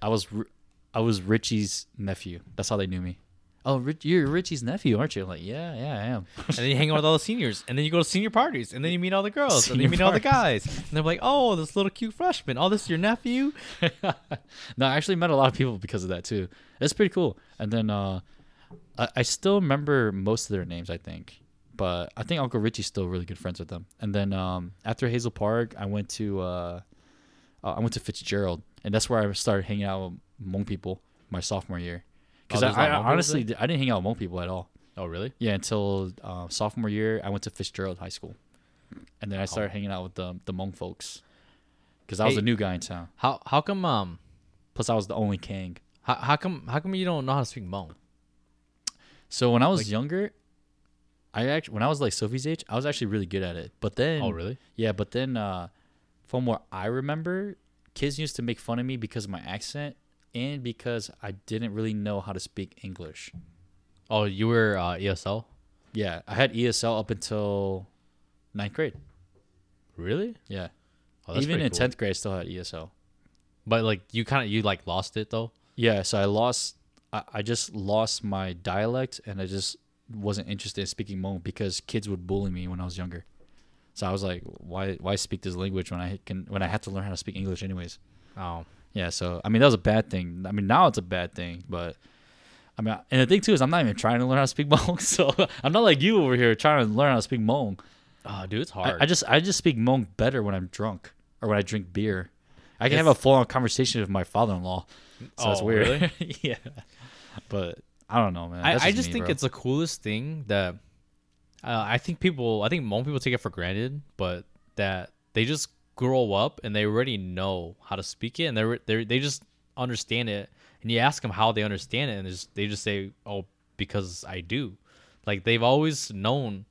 S1: I was, Ri- I was Richie's nephew. That's how they knew me. Oh, Rich, you're Richie's nephew, aren't you? I'm like, yeah, yeah, I am.
S2: And then you hang out with all the seniors, and then you go to senior parties, and then you meet all the girls, and
S1: Senior
S2: then you meet all the guys, and they're like, "Oh, this little cute freshman. Oh, this is your nephew."
S1: no, I actually met a lot of people because of that too. It's pretty cool. And then uh, I, I still remember most of their names, I think. But I think Uncle Richie's still really good friends with them. And then um, after Hazel Park, I went to uh, uh, I went to Fitzgerald, and that's where I started hanging out with Hmong people my sophomore year. Because
S2: Oh,
S1: I,
S2: there's not
S1: I
S2: Hmong people
S1: honestly I didn't hang out with Hmong people at all.
S2: Oh, really?
S1: Yeah, until uh, sophomore year, I went to Fitzgerald High School, and then I started hanging out with the the Hmong folks because I was
S2: Oh. Hey.
S1: a new guy in town.
S2: How how come um
S1: Plus, I was the only Kang.
S2: how, how come how come you don't know how to speak Hmong?
S1: So when I was younger, I actually when I was like Sophie's age, I was actually really good at it. But then,
S2: Oh, really?
S1: Yeah, but then uh, from what I remember, kids used to make fun of me because of my accent and because I didn't really know how to speak English.
S2: Oh, you were uh, ESL?
S1: Yeah, I had ESL up until ninth grade.
S2: Really?
S1: Yeah,
S2: Oh, that's
S1: even
S2: pretty
S1: in
S2: cool.
S1: tenth grade, I still had E ESL.
S2: But like you kind of you like lost it though.
S1: Yeah, so I lost. I, I just lost my dialect, and I just wasn't interested in speaking Hmong because kids would bully me when I was younger. So I was like, why why speak this language when I can when I had to learn how to speak English anyways?
S2: Oh,
S1: Yeah, so I mean that was a bad thing. I mean now it's a bad thing, but I mean, and the thing too is, I'm not even trying to learn how to speak Hmong, so I'm not like you over here trying to learn how to speak Hmong.
S2: Oh, dude, it's
S1: I,
S2: hard.
S1: I just I just speak Hmong better when I'm drunk or when I drink beer. I can have a
S2: It's-
S1: full on conversation with my father in law. So it's
S2: Oh,
S1: weird. yeah. But I don't know, man.
S2: I,
S1: That's
S2: I just
S1: me,
S2: think
S1: bro.
S2: it's the coolest thing that uh, I think people, I think most people take it for granted, but that they just grow up and they already know how to speak it, and they they they just understand it. And you ask them how they understand it, and they just, they just say, "Oh, because I do." Like they've always known,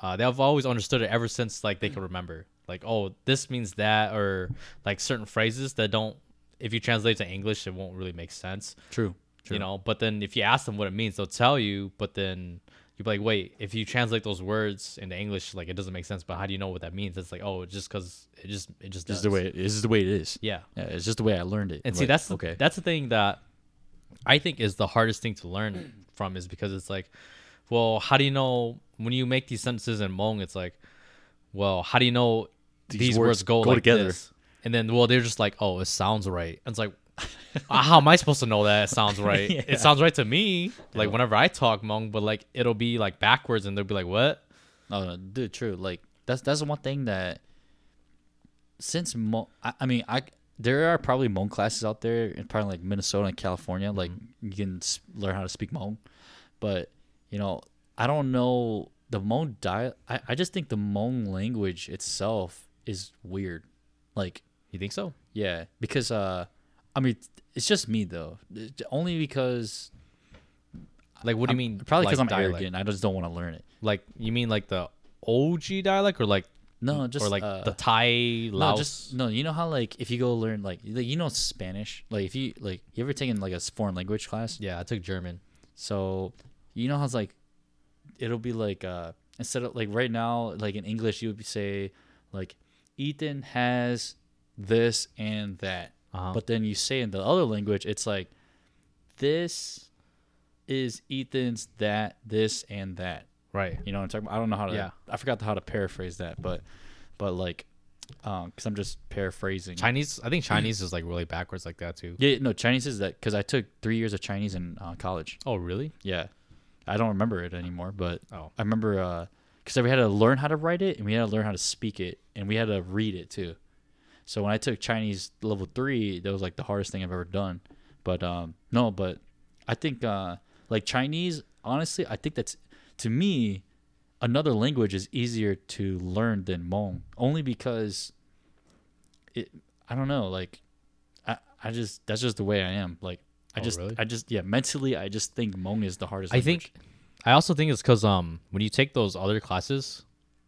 S2: uh, they've always understood it ever since like they can remember. Like, oh, this means that, or like certain phrases that don't. If you translate to English, it won't really make sense
S1: true. True.
S2: you know but then if you ask them what it means they'll tell you but then you'll be like wait if you translate those words into english like it doesn't make sense but how do you know what that means it's like oh it's just because it just it just
S1: this
S2: does
S1: is the way it, this is the way it is.
S2: yeah
S1: Yeah, it's just the way I learned it.
S2: and
S1: I'm
S2: see
S1: like,
S2: that's the,
S1: okay.
S2: that's the thing that i think is the hardest thing to learn from is because it's like well how do you know when you make these sentences in Hmong, it's like well how do you know these, words, go, like
S1: together.
S2: this? and then well they're just like oh it sounds right it's like "Uh, how am i supposed to know that it sounds right
S1: Yeah.
S2: it sounds right to me like whenever i talk Hmong, but like it'll be like backwards and they'll be like what
S1: No, no, Uh, dude, true. Like that's that's the one thing that since Hmong, I, I mean, I there are probably Hmong classes out there in probably like Minnesota and California. Like
S2: Mm-hmm.
S1: you can s- learn how to speak Hmong, but you know, I don't know the Hmong dialect. I, I just think the Hmong language itself is weird. Like
S2: you think so
S1: yeah, because uh, I mean, it's just me though. Only because
S2: like what do you mean
S1: probably
S2: like,
S1: because I'm
S2: dialect?
S1: arrogant. I just don't want to learn it.
S2: like you mean like the og dialect or like
S1: No, just
S2: Mm, or like
S1: uh,
S2: the Thai
S1: No,
S2: Laos.
S1: just no. You know how like if you go learn like like, you know Spanish, like if you like you ever taken like a foreign language class,
S2: yeah, I took German.
S1: so you know how it's like it'll be like uh instead of like right now like in English you would say like Ethan has this and that,
S2: Uh-huh.
S1: but then you say in the other language it's like this is Ethan's that this and that.
S2: Right.
S1: You know what I'm talking about? I don't know how to.
S2: Yeah.
S1: I forgot how to paraphrase that, but, but like, um, because I'm just paraphrasing.
S2: Chinese. I think Chinese is like really backwards like that too.
S1: Yeah, no, Chinese is that because I took three years of Chinese in uh, college.
S2: Oh really?
S1: Yeah, I don't remember it anymore, but
S2: Oh.
S1: I remember because we had to learn how to write it and we had to learn how to speak it and we had to read it too. So when I took Chinese level three, that was like the hardest thing I've ever done. But um, no, but I think uh, like Chinese, honestly, I think that's to me another language is easier to learn than Hmong, only because it. I don't know, like I, I just that's just the way I am. Like I
S2: Oh,
S1: just,
S2: really?
S1: I just, yeah, mentally, I just think Hmong is the hardest.
S2: I
S1: language.
S2: think. I also think it's because um when you take those other classes,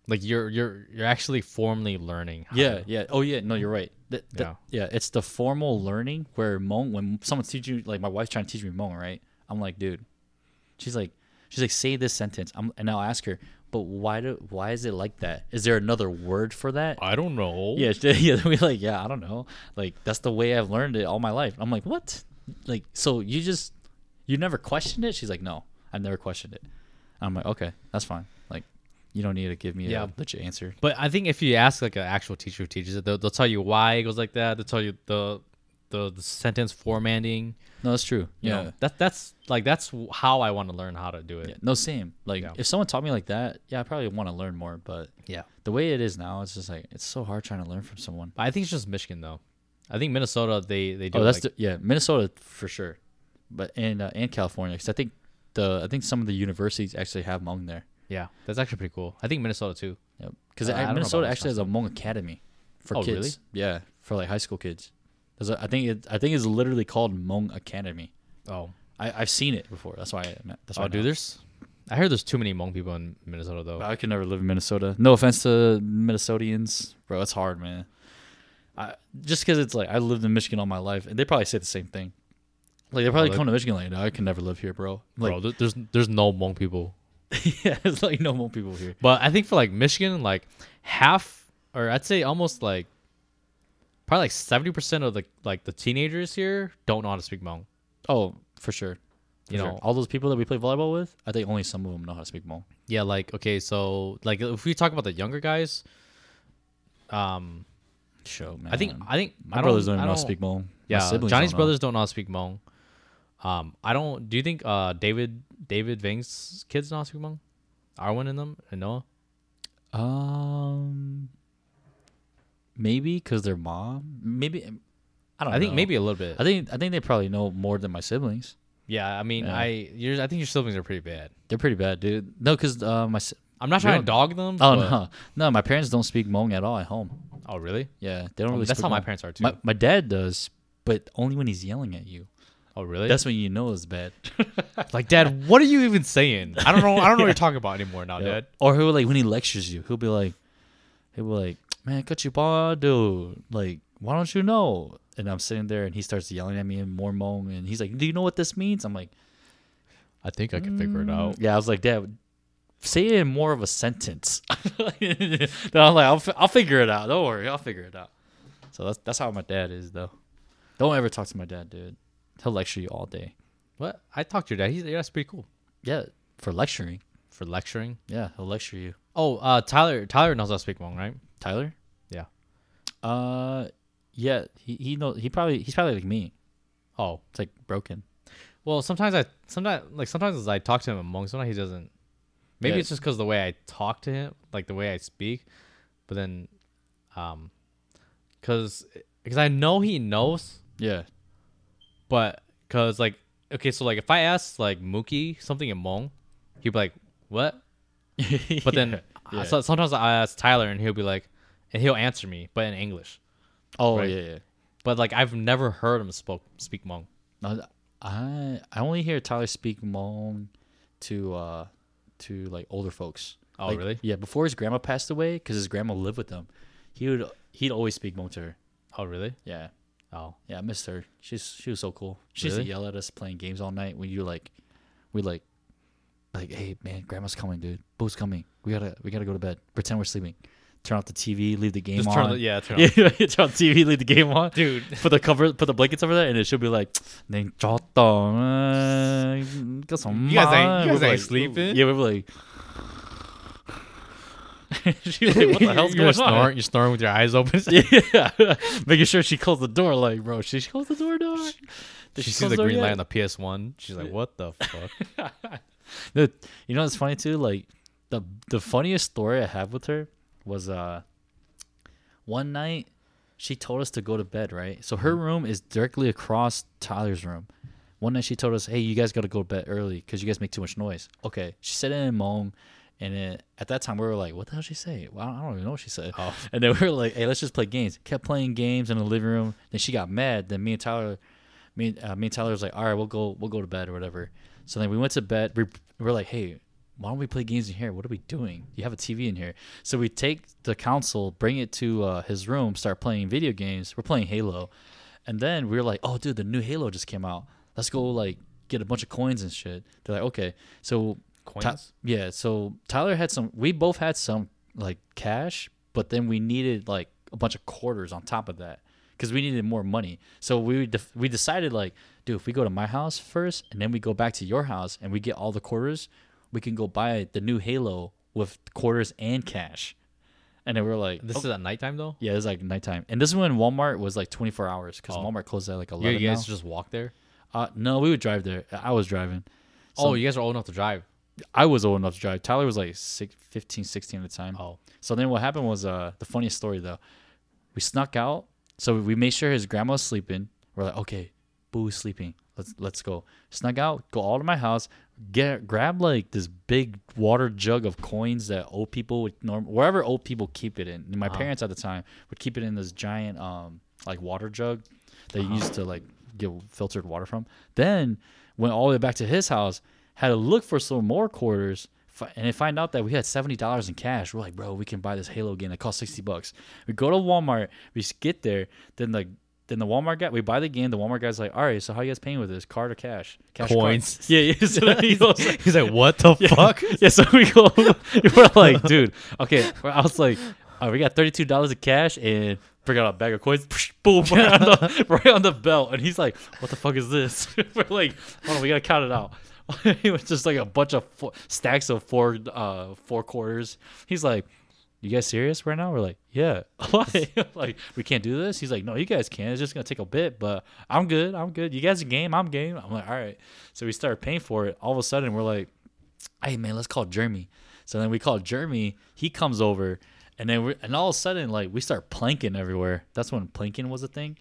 S2: like you're you're you're actually formally learning. how
S1: Yeah,
S2: to-
S1: yeah. Oh, yeah. No, you're right. That, that- yeah. it's the formal learning where Hmong, when someone's teaching, you- like my wife's trying to teach me Hmong, right? I'm like, dude. She's like, she's like, say this sentence. I'm, and I'll ask her, but why do, why is it like that? Is there another word for that?
S2: I don't know.
S1: Yeah, she- yeah. We like, yeah. I don't know. Like that's the way I've learned it all my life. I'm like, what? Like, so you just, you never questioned it? She's like, no, I've never questioned it. I'm like, okay, that's fine. Like, you don't need to give me
S2: Yeah.
S1: a legit answer.
S2: But I think if you ask like an actual teacher who teaches it, they'll, they'll tell you why it goes like that. They'll tell you the the, the sentence formatting.
S1: No, that's true.
S2: You
S1: yeah.
S2: know, that that's like that's how I want to learn how to do it.
S1: Yeah, no, same. Like
S2: Yeah.
S1: if someone taught me like that, yeah, I probably want to learn more. But
S2: yeah.
S1: the way it is now, it's just like it's so hard trying to learn from someone.
S2: But I think it's just Michigan though. I think Minnesota they they do
S1: Oh,
S2: it,
S1: that's
S2: like,
S1: the, yeah, Minnesota for sure, but and uh, and California because I think the I think some of the universities actually have Hmong there.
S2: yeah. That's actually pretty cool. I think Minnesota too.
S1: Because
S2: Uh, I don't know about
S1: Minnesota
S2: Wisconsin.
S1: actually has a Hmong academy for
S2: Oh,
S1: kids.
S2: really?
S1: Yeah, for like high school kids. There's a, I think it, I think it's literally called Hmong Academy.
S2: Oh,
S1: I, I've seen it before. That's why. I, that's why.
S2: oh,
S1: I know.
S2: dude, there's. I heard there's too many Hmong people in Minnesota though.
S1: I could never live in Minnesota. No offense to Minnesotians, bro. It's hard, man. I just because it's like I lived in Michigan all my life, and they probably say the same thing. Like they probably
S2: they-
S1: come to Michigan like, "No, I can never live here, bro. Like,
S2: Bro, there- there's there's no Hmong people.
S1: yeah, it's like no more people here.
S2: But I think for like Michigan, like half or I'd say almost like probably like seventy percent of the like the teenagers here don't know how to speak Hmong.
S1: Oh, for sure. you
S2: You
S1: know,
S2: know.
S1: all those people that we play volleyball with, I think only some of them know how to speak Hmong.
S2: Yeah, like okay, so like if we talk about the younger guys, um,
S1: Show man.
S2: I think I think
S1: my
S2: I
S1: brothers
S2: don't
S1: don't even know how to
S2: I don't-
S1: speak Hmong. My
S2: Yeah,
S1: siblings
S2: Johnny's
S1: don't know.
S2: brothers don't know how to speak Hmong. Um, I don't. Do you think uh David David Vang's kids in Oscar Mung, Arwen in them and Noah?
S1: Um, maybe because their mom. Maybe I don't.
S2: I think
S1: know.
S2: maybe a little bit.
S1: I think I think they probably know more than my siblings.
S2: yeah, I mean,
S1: Yeah.
S2: I yours, I think your siblings are pretty bad.
S1: They're pretty bad, dude. No, because uh, my. si-
S2: I'm not
S1: We
S2: trying to
S1: don't-
S2: dog them.
S1: Oh
S2: but-
S1: no, no, my parents don't speak Hmong at all at home.
S2: Oh really?
S1: Yeah, they don't
S2: Oh,
S1: really.
S2: that's
S1: speak
S2: how my
S1: Hmong.
S2: parents are too.
S1: My my dad does, but only when he's yelling at you.
S2: oh really?
S1: That's when you know it's bad.
S2: like Dad. What are you even saying? I don't know. I don't know what you're talking about anymore now,
S1: Yeah.
S2: Dad.
S1: Or he'll like when he lectures you, he'll be like, he'll be like, man, cut your ball, dude. Like, why don't you know? And I'm sitting there, and he starts yelling at me in more Hmong, and he's like, do you know what this means? I'm like,
S2: I think I can figure it out.
S1: yeah. I was like, Dad, say it in more of a sentence. then I'm like, I'll, fi- I'll figure it out. Don't worry, I'll figure it out. So that's that's how my dad is, though. Don't ever talk to my dad, dude. He'll lecture you all day.
S2: Mm, What? I talked to your dad. He's yeah, that's pretty cool
S1: Yeah, for lecturing.
S2: for lecturing.
S1: Yeah, he'll lecture you.
S2: Oh, uh, Tyler. Tyler knows how to speak Hmong, right?
S1: Tyler?
S2: Yeah.
S1: Uh, yeah. He he knows. He probably he's probably like me.
S2: Oh,
S1: It's like broken.
S2: Well, sometimes I sometimes like sometimes as I talk to him in Hmong, sometimes he doesn't. Maybe
S1: Yeah.
S2: it's just because the way I talk to him, like the way I speak, but then, um, because because I know he knows,
S1: Yeah.
S2: but because like okay, so like if I ask like Mookie something in Hmong, he'd be like what? But then
S1: Yeah.
S2: uh, so, sometimes I ask Tyler and he'll be like, and he'll answer me, but in English.
S1: oh
S2: right.
S1: yeah yeah.
S2: But like I've never heard him spoke speak Hmong.
S1: No, th- I I only hear Tyler speak Hmong to uh to like older folks.
S2: Oh,
S1: Like,
S2: really?
S1: Yeah. Before his grandma passed away, because his grandma lived with him, he would he'd always speak Hmong to her.
S2: Oh, really?
S1: Yeah.
S2: Oh,
S1: Yeah, I missed her. She's she was so cool. She used
S2: Really?
S1: to yell at us playing games all night when you like we like like, hey man, grandma's coming, dude. Boo's coming. We gotta we gotta go to bed. Pretend we're sleeping. Turn off the TV, leave the game
S2: just
S1: on.
S2: turn the, yeah, turn
S1: yeah,
S2: on.
S1: turn off the TV, leave the game on.
S2: dude.
S1: Put the cover put the blankets over there and it should be like "Neng chao tong, uh, got some
S2: You guys ain't-
S1: mind."
S2: you guys
S1: We're
S2: ain't
S1: like-
S2: sleeping.
S1: Yeah, we were like She was like, what the hell's
S2: You're
S1: going
S2: snoring,
S1: on?
S2: You're snoring with your eyes open.
S1: yeah, making sure she closed the door. Like, bro, she she closed the door. Door.
S2: she
S1: Did
S2: sees
S1: close
S2: the
S1: door
S2: green light
S1: yet?
S2: on the PS1. She's like, "What the fuck?"
S1: Dude, you know what's funny too? Like, the the funniest story I have with her was uh, one night she told us to go to bed. Right, so
S2: Mm-hmm.
S1: her room is directly across Tyler's room. One night she told us, "Hey, you guys got to go to bed early because you guys make too much noise." Okay, she said it in Hmong, and then at that time we were like, "What the hell did she say?" Well, I don't- I don't even know what she said.
S2: Oh.
S1: And then we were like, "Hey, let's just play games." Kept playing games in the living room. Then she got mad. Then me and Tyler, me and- uh, me and Tyler was like, "All right, we'll go we'll go to bed or whatever." So then we went to bed. We we were like, "Hey." Why don't we play games in here? What are we doing? You have a TV in here. So we take the console, bring it to uh, his room, start playing video games. We're playing Halo. And then we were like, oh, dude, the new Halo just came out. Let's go like get a bunch of coins and shit. They're like, okay. So Ty-
S2: Coins?
S1: yeah. So Tyler had some. We both had some like cash, but then we needed like a bunch of quarters on top of that because we needed more money. So we def- we decided like, dude, if we go to my house first and then we go back to your house and we get all the quarters, we can go buy the new Halo with quarters and cash. And then we were like, "Oh,
S2: This is at nighttime though.
S1: yeah, it was like nighttime, and this is when Walmart was like 24 hours because
S2: Oh.
S1: Walmart closes at like
S2: You,
S1: 11.
S2: you guys
S1: now.
S2: just walk there.
S1: uh, no, we would drive there. I was driving.
S2: oh, you guys are old enough to drive.
S1: I was old enough to drive. Tyler was like six, 15, 16 at the time.
S2: Oh,
S1: So then what happened was uh, the funniest story though. We snuck out, so we made sure his grandma was sleeping. We're like, okay, Boo's sleeping. Let's let's go. Snuck out, go all to my house, get grab like this big water jug of coins that old people would norm wherever old people keep it in. And my parents at the time would keep it in this giant um like water jug that you used to like get filtered water from. Then went all the way back to his house, had to look for some more quarters, fi- and then find out that we had seventy dollars in cash. We're like, bro, we can buy this Halo game. It costs sixty bucks. We go to Walmart, we just get there, then like. Then the Walmart guy, we buy the game. The Walmart guy's like, "All right, so how you guys paying with this? Card or cash? Cash or card?"
S2: Coins.
S1: Yeah, yeah. So then he goes,
S2: he's like, "What the fuck?"
S1: yeah, so we go. We're like, dude, okay. I was like, all right, we got thirty-two dollars of cash and bring out a bag of coins. Boom, right on, the, right on the belt. And he's like, what the fuck is this? We're like, hold on, we gotta count it out. it was just like a bunch of four, stacks of four, uh, four quarters. He's like, you guys serious right now? We're like, yeah. Why? like, we can't do this? He's like, no, you guys can. It's just going to take a bit, but I'm good. I'm good. You guys are game. I'm game. I'm like, all right. So we started paying for it. All of a sudden, we're like, hey, man, let's call Jeremy. So then we call Jeremy. He comes over. And then we and all of a sudden, like, we start planking everywhere. That's when planking was a thing.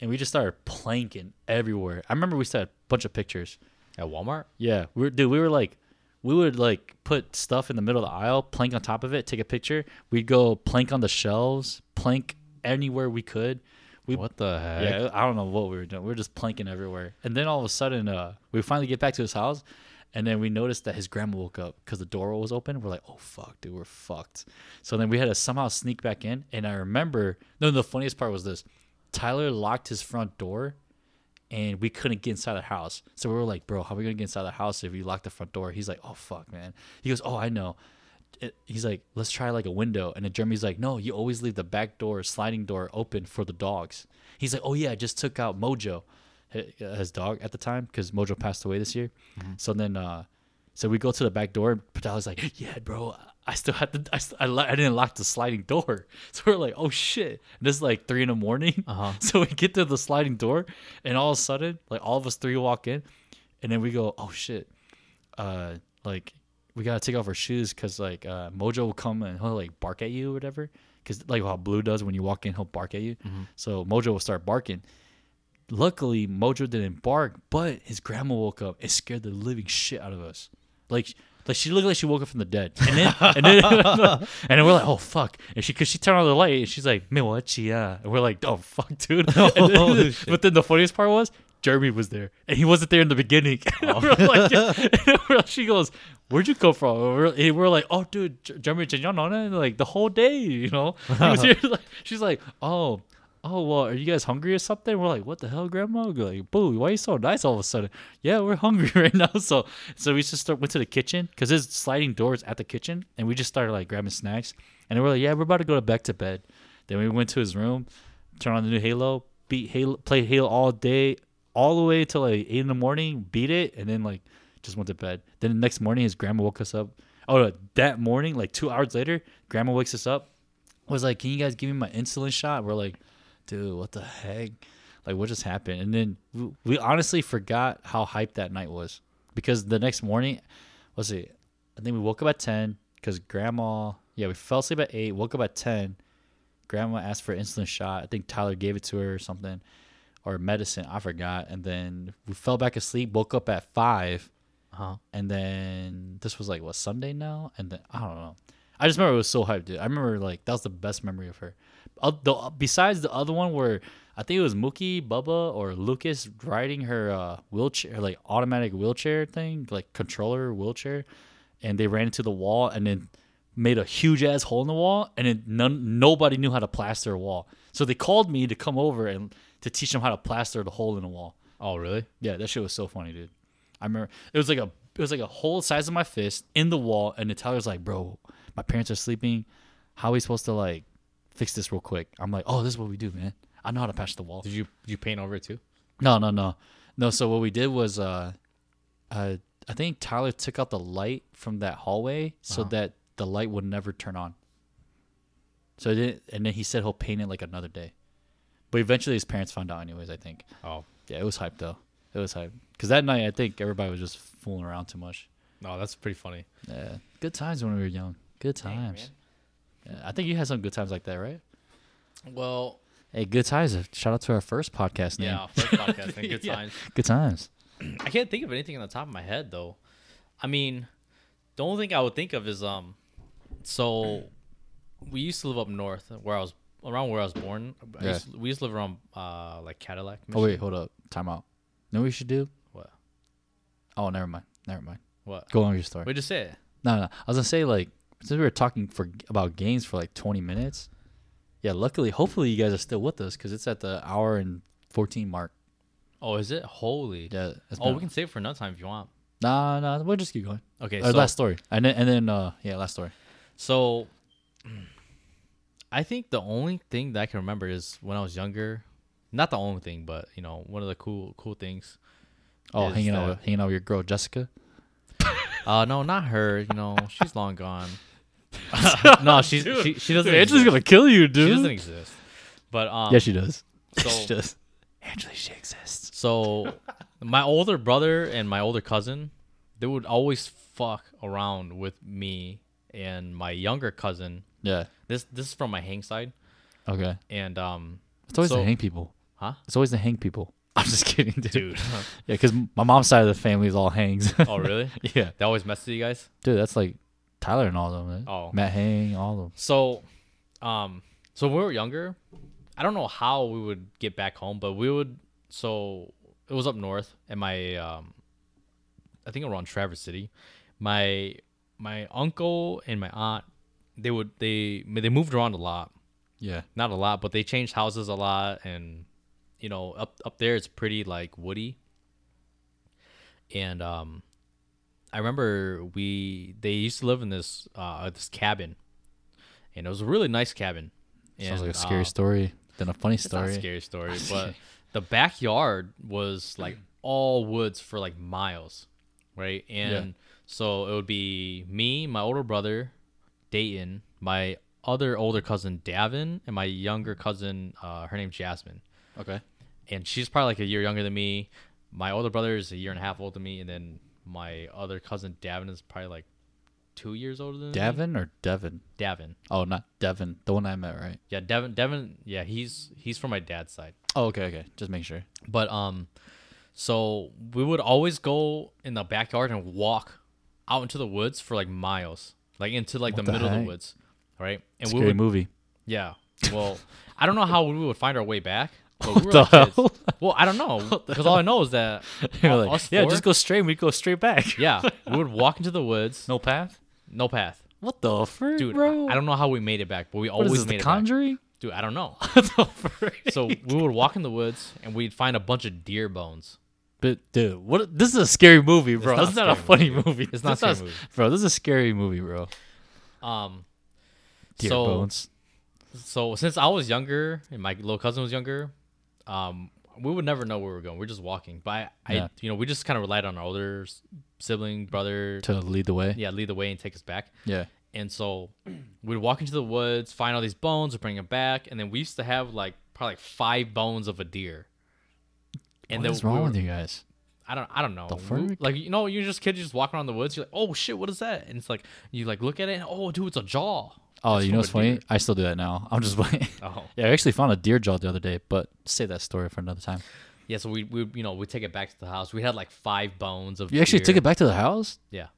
S1: And we just started planking everywhere. I remember we started a bunch of pictures.
S2: At Walmart?
S1: Yeah, we were, dude, we were like, we would like put stuff in the middle of the aisle, plank on top of it, take a picture. We'd go plank on the shelves, plank anywhere we could. We,
S2: What the heck?
S1: yeah, I don't know what we were doing. We were just planking everywhere. And then all of a sudden, uh, we finally get back to his house, and then we noticed that his grandma woke up because the door was open. We're like, oh fuck, dude, we're fucked. So then we had to somehow sneak back in. And I remember, no, the funniest part was this: Tyler locked his front door and we couldn't get inside the house. So we were like, bro, how are we gonna get inside the house if we lock the front door? He's like, oh fuck, man. He goes, oh, I know. It- he's like, let's try like a window. And then Jeremy's like, no, you always leave the back door, sliding door open for the dogs. He's like, oh yeah, I just took out Mojo, hi- his dog at the time, because Mojo passed away this year. So then, uh, so we go to the back door. and Patala's like, "Yeah, bro, I still had to. I, st- I, lo- I didn't lock the sliding door." So we're like, "Oh shit!" And this is like three in the morning.
S2: Uh-huh.
S1: So we get to the sliding door, and all of a sudden, like all of us three walk in, and then we go, "Oh shit!" Uh, like we gotta take off our shoes because like uh, Mojo will come and he'll like bark at you or whatever. Because like how Blue does when you walk in, he'll bark at you. So Mojo will start barking. Luckily, Mojo didn't bark, but his grandma woke up and scared the living shit out of us. Like, like she looked like she woke up from the dead, and then and then, and then we're like, oh fuck, and she cause she turned on the light and she's like, me what she uh, and we're like, oh fuck, dude. And then-
S2: Holy shit.
S1: but then the funniest part was Jeremy was there, and he wasn't there in the beginning. We're like- and we're- she goes, "Where'd you come from?" And we're, and we're like, "Oh, dude, Jer- Jeremy, Jer- you know, like the whole day, you know." He was here, like- she's like, "Oh." Oh well, are you guys hungry or something? We're like, what the hell, Grandma? We're like, boo, why are you so nice all of a sudden? Yeah, we're hungry right now. So, so we just start, went to the kitchen because there's sliding doors at the kitchen, and we just started like grabbing snacks, and then we're like, yeah, we're about to go to back to bed. Then we went to his room, turned on the new Halo, beat Halo, played Halo all day, all the way till like eight in the morning, beat it, and then like just went to bed. Then the next morning, his grandma woke us up. Oh, no, that morning, like two hours later, grandma wakes us up. Was like, can you guys give me my insulin shot? We're like, dude, what the heck? Like, what just happened? And then we, we honestly forgot how hyped that night was because the next morning, let's see, I think we woke up at 10 because grandma, yeah, we fell asleep at 8, woke up at 10 grandma asked for an insulin shot. I think Tyler gave it to her or something, or medicine. I forgot. And then we fell back asleep. Woke up at five,
S2: Uh-huh.
S1: and then this was like what Sunday now. And then I don't know. I just remember it was so hyped, dude. I remember like that was the best memory of her. Uh, the, besides the other one where I think it was Mookie, Bubba, or Lucas riding her uh, wheelchair, like automatic wheelchair thing, like controller wheelchair, and they ran into the wall and then made a huge ass hole in the wall, and then none, nobody knew how to plaster a wall. So they called me to come over and to teach them how to plaster the hole in the wall.
S2: Oh, really?
S1: Yeah, that shit was so funny, dude. I remember it was like a it was like a whole size of my fist in the wall, and the Tyler's like, "Bro, my parents are sleeping. How are we supposed to like fix this real quick?" I'm like, "Oh, this is what we do, man. I know how to patch the wall."
S2: Did you did you paint over it too?
S1: No, no, no, no. So what we did was, uh, uh, I think Tyler took out the light from that hallway so that the light would never turn on. So it didn't, and then he said he'll paint it like another day, but eventually his parents found out anyways. I think.
S2: Oh,
S1: Yeah, it was hype though. It was hype because that night I think everybody was just fooling around too much.
S2: no, that's pretty funny.
S1: Yeah, good times when we were young. Good times. Yeah, I think you had some good times like that, right?
S2: Well,
S1: Hey, good times. Uh, Shout out to our first podcast name.
S2: yeah, first podcast and good
S1: Yeah.
S2: times.
S1: Good times.
S2: I can't think of anything on the top of my head though. I mean, the only thing I would think of is um, so we used to live up north where I was around where I was born. I
S1: Yeah.
S2: used to- we used to live around uh like Cadillac.
S1: Oh wait, hold up. Time out. You know what we should do?
S2: What?
S1: Oh, never mind. Never mind.
S2: What?
S1: Go on with your story.
S2: We just say it.
S1: No, no. I was gonna say like since we were talking for about games for like 20 minutes. Yeah, luckily, hopefully you guys are still with us because it's at the hour and 14 mark.
S2: Oh, is it? Holy.
S1: Yeah. it's
S2: Oh,
S1: been-
S2: we can save it for another time if you want.
S1: Nah, nah. We'll just keep going.
S2: Okay,
S1: Uh,
S2: so
S1: last story, and then and then uh, yeah, last story.
S2: so I think the only thing that I can remember is when I was younger. Not the only thing, but you know, one of the cool cool things.
S1: Oh,
S2: Is
S1: hanging out
S2: that-
S1: with, hanging out with your girl Jessica.
S2: Uh no, not her. You know, she's long gone. no, she's,
S1: Dude,
S2: she she doesn't.
S1: Dude, Angela's
S2: exist.
S1: gonna kill you,
S2: She
S1: dude.
S2: doesn't exist. But um,
S1: yeah, she does.
S2: so-
S1: she does. Angela, she exists.
S2: So my older brother and my older cousin, they would always fuck around with me and my younger cousin.
S1: Yeah.
S2: This this is from my hang side,
S1: Okay.
S2: and um,
S1: It's always
S2: So-
S1: the hang people.
S2: Huh?
S1: It's always the hang people. I'm just kidding, dude.
S2: dude.
S1: Yeah, because my mom's side of the family is all hangs.
S2: oh really?
S1: yeah.
S2: They always mess with you guys.
S1: Dude, that's like Tyler and all of them. Man.
S2: Oh.
S1: Matt Hang, all of them.
S2: So, um, so when we were younger, I don't know how we would get back home, but we would. So it was up north, and my um, I think around Traverse City, my my uncle and my aunt, they would they they moved around a lot,
S1: Yeah.
S2: not a lot, but they changed houses a lot, and you know up up there it's pretty like woody. And um, I remember we they used to live in this uh this cabin, and it was a really nice cabin.
S1: Sounds
S2: And,
S1: like a
S2: uh,
S1: scary story, then a funny
S2: it's not
S1: story.
S2: a scary story, but the backyard was like all woods for like miles, right? And so it would be me, my older brother, Dayton, my other older cousin Davin, and my younger cousin, uh, her name's Jasmine,
S1: Okay.
S2: and she's probably like a year younger than me. My older brother is a year and a half older than me, and then my other cousin Davin is probably like two years older than me.
S1: Davin or Devin?
S2: Davin,
S1: Oh, not Devin. The one I met, right?
S2: yeah, Davin, Davin, yeah, he's he's from my dad's side.
S1: Oh, okay, okay. Just make sure.
S2: But um, so we would always go in the backyard and walk out into the woods for like miles, like into like the,
S1: the
S2: middle of
S1: heck?
S2: the woods, right? And
S1: Scary
S2: we would,
S1: movie.
S2: yeah. Well, I don't know how we would find our way back. But we were
S1: the
S2: like kids.
S1: hell?
S2: Well, I don't know because all I know is that
S1: You're
S2: all-
S1: like,
S2: us
S1: yeah,
S2: four-
S1: just go straight. We go straight back.
S2: yeah, we would walk into the woods, no,
S1: No path.
S2: path,
S1: What the frick,
S2: dude.
S1: bro?
S2: I, I don't know how we made it back, but we
S1: What
S2: always
S1: is this,
S2: made
S1: the
S2: it back.
S1: Conjuring?
S2: Dude, I don't know.
S1: What the frick?
S2: So we would walk in the woods and we'd find a bunch of deer bones.
S1: But dude, what? This is a scary movie, bro.
S2: not
S1: This is not a
S2: scary
S1: funny movie.
S2: It's
S1: This
S2: not scary
S1: is-
S2: movie.
S1: bro. This is a scary movie, bro.
S2: Um,
S1: Dear
S2: so
S1: bones.
S2: so since I was younger and my little cousin was younger, um, we would never know where we were going. We are just walking. But I, I
S1: Yeah.
S2: you know, we just kind of relied on our older s- sibling, brother,
S1: To lead the way.
S2: yeah, lead the way and take us back.
S1: Yeah.
S2: And so we'd walk into the woods, find all these bones, bring them back, and then we used to have like probably like five bones of a deer.
S1: And
S2: And
S1: what
S2: then
S1: is
S2: we
S1: wrong
S2: were-
S1: with you guys?
S2: I don't I don't know.
S1: frick?
S2: We- Like you know, you're just kids, you just walk around the woods. You're like, oh shit, what is that? And it's like you like look at it. And, oh, dude, it's a jaw.
S1: Oh,
S2: That's
S1: you
S2: from
S1: know
S2: a
S1: what's funny?
S2: deer.
S1: I still do that now. I'm just playing.
S2: Oh.
S1: yeah, I actually found a deer jaw the other day, but save that story for another time.
S2: Yeah, so we we you know we take it back to the house. We had like five bones of.
S1: You actually took
S2: deer.
S1: it back to the house?
S2: Yeah,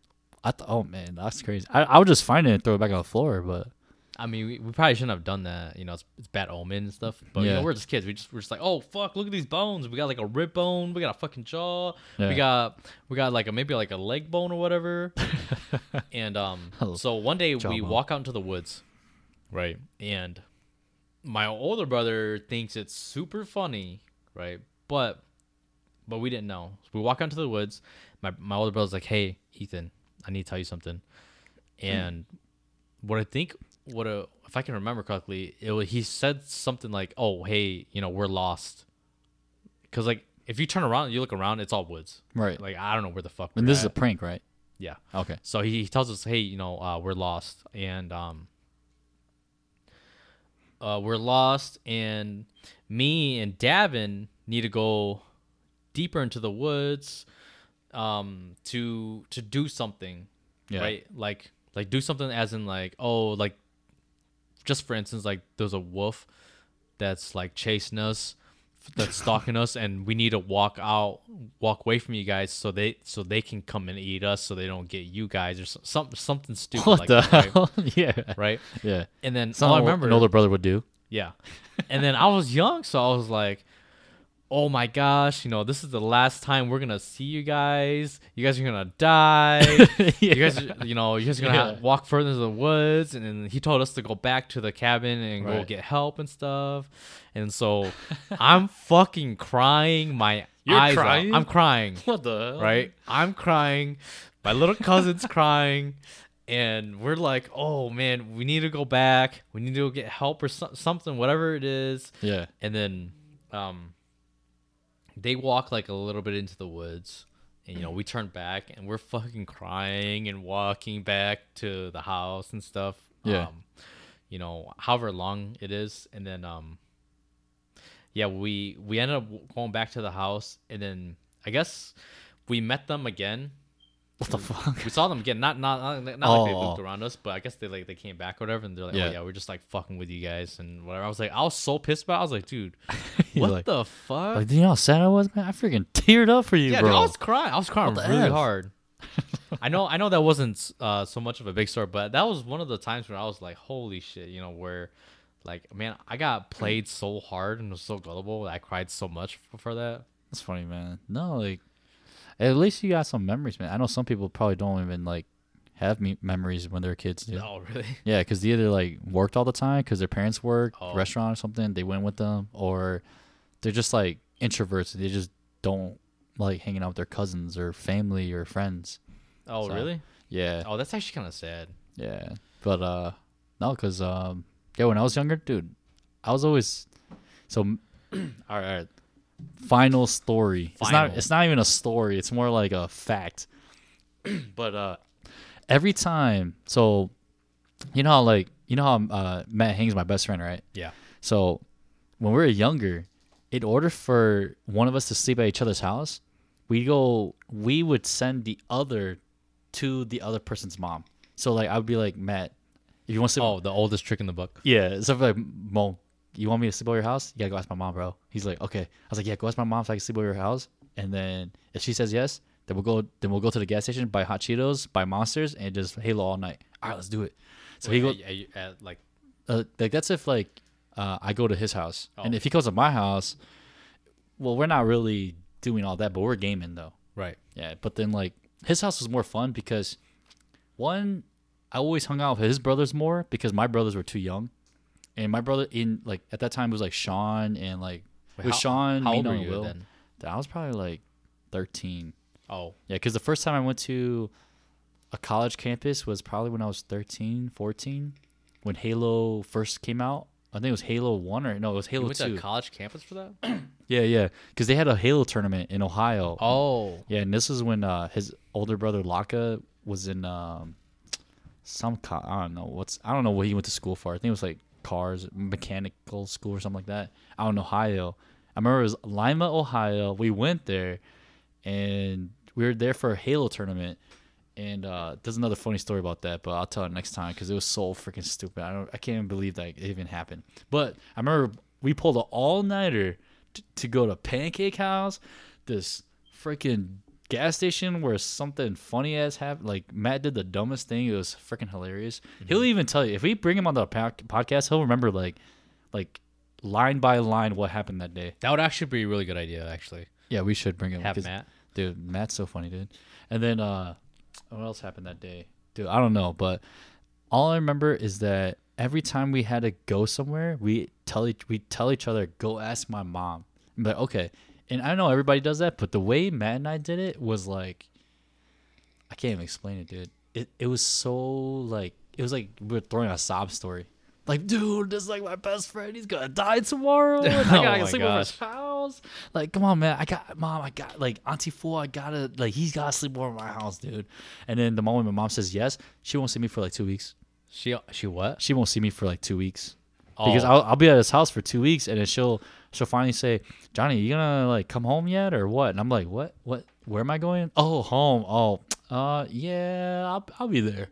S1: I thought, oh man, that's crazy. I, I would just find it and throw it back on the floor, but
S2: I mean we, we probably shouldn't have done that. You know, it's, it's bad omen and stuff. But you
S1: Yeah.
S2: know, we're just kids. We just we're just like, oh fuck, look at these bones. We got like a rib bone. We got a fucking jaw.
S1: Yeah.
S2: We got we got like a maybe like a leg bone or whatever. and um,
S1: Oh,
S2: so one day we
S1: jawbone.
S2: walk out into the woods, right? And my older brother thinks it's super funny, right? But but we didn't know. So we walk out into the woods. My my older brother's like, "Hey, Ethan, I need to tell you something."
S1: Hmm.
S2: And what I think, what a, if I can remember correctly, it was, he said something like, "Oh, hey, you know, we're lost," because like if you turn around and you look around, it's all woods.
S1: right.
S2: Like I don't know where the fuck.
S1: and
S2: we're
S1: this is a
S2: at.
S1: prank, right?
S2: yeah.
S1: Okay.
S2: So he, he tells us, hey, you know, uh, we're lost, and um, uh, we're lost, and me and Davin need to go deeper into the woods, um, to to do something,
S1: Yeah.
S2: right? Like like do something as in like oh like, just for instance, like there's a wolf that's like chasing us that's stalking us and we need to walk out walk away from you guys so they so they can come and eat us so they don't get you guys or so- some, something stupid
S1: What
S2: like
S1: the
S2: that right?
S1: hell? yeah.
S2: right
S1: Yeah.
S2: and then
S1: Something
S2: all i
S1: an ol-
S2: remember
S1: an older brother would do.
S2: yeah and then i was young so i was like oh my gosh you know this is the last time we're gonna see you guys you guys are gonna die you guys are- you know you guys are gonna
S1: Yeah.
S2: ha- walk further into the woods and then he told us to go back to the cabin and go
S1: Right.
S2: get help and stuff and so i'm fucking crying my
S1: You're
S2: eyes out.
S1: crying?
S2: i'm crying
S1: what the hell?
S2: right i'm crying my little cousin's crying and we're like oh man we need to go back we need to go get help or so- something whatever it is
S1: Yeah.
S2: and then um they walk like a little bit into the woods and you know we turn back and we're fucking crying and walking back to the house and stuff
S1: Yeah.
S2: Um, you know, however long it is, and then um, yeah, we we ended up going back to the house, and then I guess we met them again.
S1: What the fuck?
S2: We saw them again, not not not, not like they
S1: Oh.
S2: looped around us, but I guess they like they came back or whatever, and they're like,
S1: Yeah.
S2: oh yeah, we're just like fucking with you guys and whatever. I was like, I was so pissed about. It. I was like, dude,
S1: You're
S2: what
S1: like-
S2: the fuck?
S1: Like, do you know how sad I was, man? I freaking teared up for you,
S2: yeah,
S1: bro.
S2: dude, I was crying. I was crying
S1: the
S2: really
S1: F?
S2: hard. I know, I know that wasn't uh, so much of a big story, but that was one of the times where I was like, holy shit, you know, where like, man, I got played so hard and was so gullible. that I cried so much for, for that.
S1: That's funny, man. No, like at least you got some memories, man. I know some people probably don't even like have me- memories when they're kids. Dude.
S2: Oh, really?
S1: Yeah, because they either like worked all the time because their parents worked,
S2: Oh.
S1: restaurant or something. They went with them, or they're just like introverts. They just don't like hanging out with their cousins or family or friends.
S2: Oh,
S1: So-
S2: really?
S1: Yeah,
S2: Oh, that's actually kind of sad.
S1: yeah. But uh, no, because um, yeah, when I was younger, dude, I was always so. all right, all right. Final story. It's not.
S2: Final.
S1: It's not even a story. It's more like a fact. but uh, every time, so you know how like you know how uh, Matt Hang's my best friend, right?
S2: Yeah.
S1: So when we were younger, in order for one of us to sleep at each other's house, we go we would send the other to the other person's mom. So like I would be like, Matt, if you want to sleep
S2: Oh, the oldest trick in the book.
S1: Yeah. So if like Mo, you want me to sleep over your house? You gotta go ask my mom, bro. He's like, Okay. I was like, Yeah, go ask my mom if I can sleep over your house and then if she says yes, then we'll go then we'll go to the gas station, buy hot Cheetos, buy monsters, and just Halo all night. All right, let's do it. So he goes
S2: At- at- at, like,
S1: uh, like that's if like uh, I go to his house, and if he goes to my house, well, we're not really doing all that, but we're gaming though.
S2: right.
S1: Yeah, but then like his house was more fun because one, I always hung out with his brothers more because my brothers were too young, and my brother in like at that time was like Sean and like it was
S2: how-
S1: Sean.
S2: how
S1: me,
S2: old were
S1: Noah,
S2: you
S1: Will.
S2: then?
S1: I was probably like thirteen.
S2: Oh,
S1: Yeah, because the first time I went to a college campus was probably when I was 13, 14, when Halo first came out. I think it was Halo 1 or no, it was
S2: you
S1: Halo
S2: went to a
S1: 2.
S2: college campus for that?
S1: yeah, yeah. Because they had a Halo tournament in Ohio.
S2: Oh,
S1: Yeah, and this was when uh, his older brother Laka was in um, some co- I don't know what's I don't know what he went to school for. I think it was like cars mechanical school or something like that out in Ohio. I remember it was Lima, Ohio. We went there, and we were there for a Halo tournament. And uh, there's another funny story about that, but I'll tell it next time because it was so freaking stupid. I don't, I can't even believe that it even happened. But I remember we pulled an all nighter t- to go to Pancake House, this freaking gas station where something funny ass happened. Like Matt did the dumbest thing. It was freaking hilarious. He'll even tell you if we bring him on the po- podcast, he'll remember like, like line by line what happened that day.
S2: that would actually be a really good idea, actually.
S1: Yeah, we should bring him.
S2: Have
S1: 'cause-
S2: Matt.
S1: dude matt's so funny dude and then uh what else happened that day dude i don't know but all i remember is that every time we had to go somewhere we tell each we tell each other go ask my mom but okay and i know everybody does that but the way matt and i did it was like i can't even explain it dude it, it was so like it was like we were throwing a sob story like dude this is like my best friend he's gonna die tomorrow and i
S2: Oh
S1: gotta
S2: my
S1: sleep over his
S2: gosh.
S1: house. Like, come on, man. I got mom. I got like Auntie Fool. I gotta like he's gotta sleep over at my house, dude. And then the moment my mom says yes, she won't see me for like two weeks.
S2: She she what?
S1: She won't see me for like two weeks because
S2: Oh.
S1: I'll, I'll be at his house for two weeks, and then she'll she'll finally say, Johnny, you gonna like come home yet or what? And I'm like, what? What? Where am I going? Oh, home. Oh, uh, yeah, I'll, I'll be there.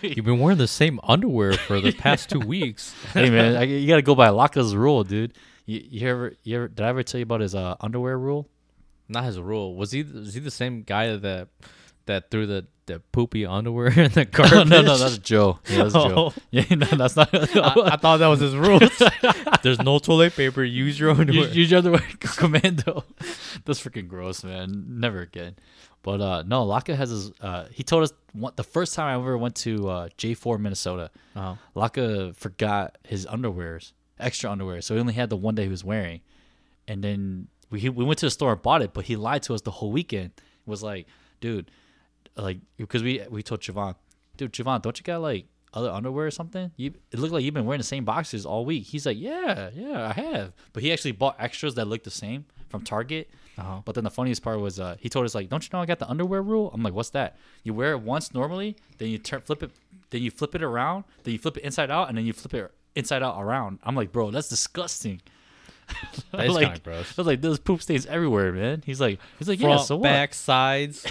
S2: You've been wearing the same underwear for the past two weeks.
S1: hey man, I, you gotta go by Laka's rule, dude. You, you ever you ever did I ever tell you about his uh, underwear rule?
S2: Not his rule. Was he was he the same guy that that threw the, the poopy underwear in the garbage?
S1: no, no, that's Joe. Yeah, that's Joe.
S2: Oh.
S1: Yeah, no, that's not.
S2: I, I thought that was his rule. There's no toilet paper. Use your
S1: you,
S2: underwear.
S1: use your underwear, commando. that's freaking gross, man. Never again. But uh, no, Laka has his. Uh, he told us one, the first time I ever went to uh, J4 Minnesota.
S2: Uh-huh.
S1: Laka forgot his underwears, extra underwear, so he only had the one that he was wearing. And then we he, we went to the store and bought it, but he lied to us the whole weekend. It was like, dude, like because we we told Javon, dude, Javon, don't you got like other underwear or something? You it looked like you've been wearing the same boxers all week. He's like, yeah, yeah, I have. But he actually bought extras that looked the same from Target.
S2: Uh-huh.
S1: But then the funniest part was uh, he told us like, don't you know I got the underwear rule? I'm like, what's that? You wear it once normally, then you turn flip it Then you flip it around. Then you flip it inside out, and then you flip it inside out around. I'm like, bro, that's disgusting.
S2: That is
S1: like,
S2: kinda gross.
S1: I was like, there's poop stains everywhere, man. He's like, he's like, yeah,
S2: Front,
S1: so what?
S2: back, sides.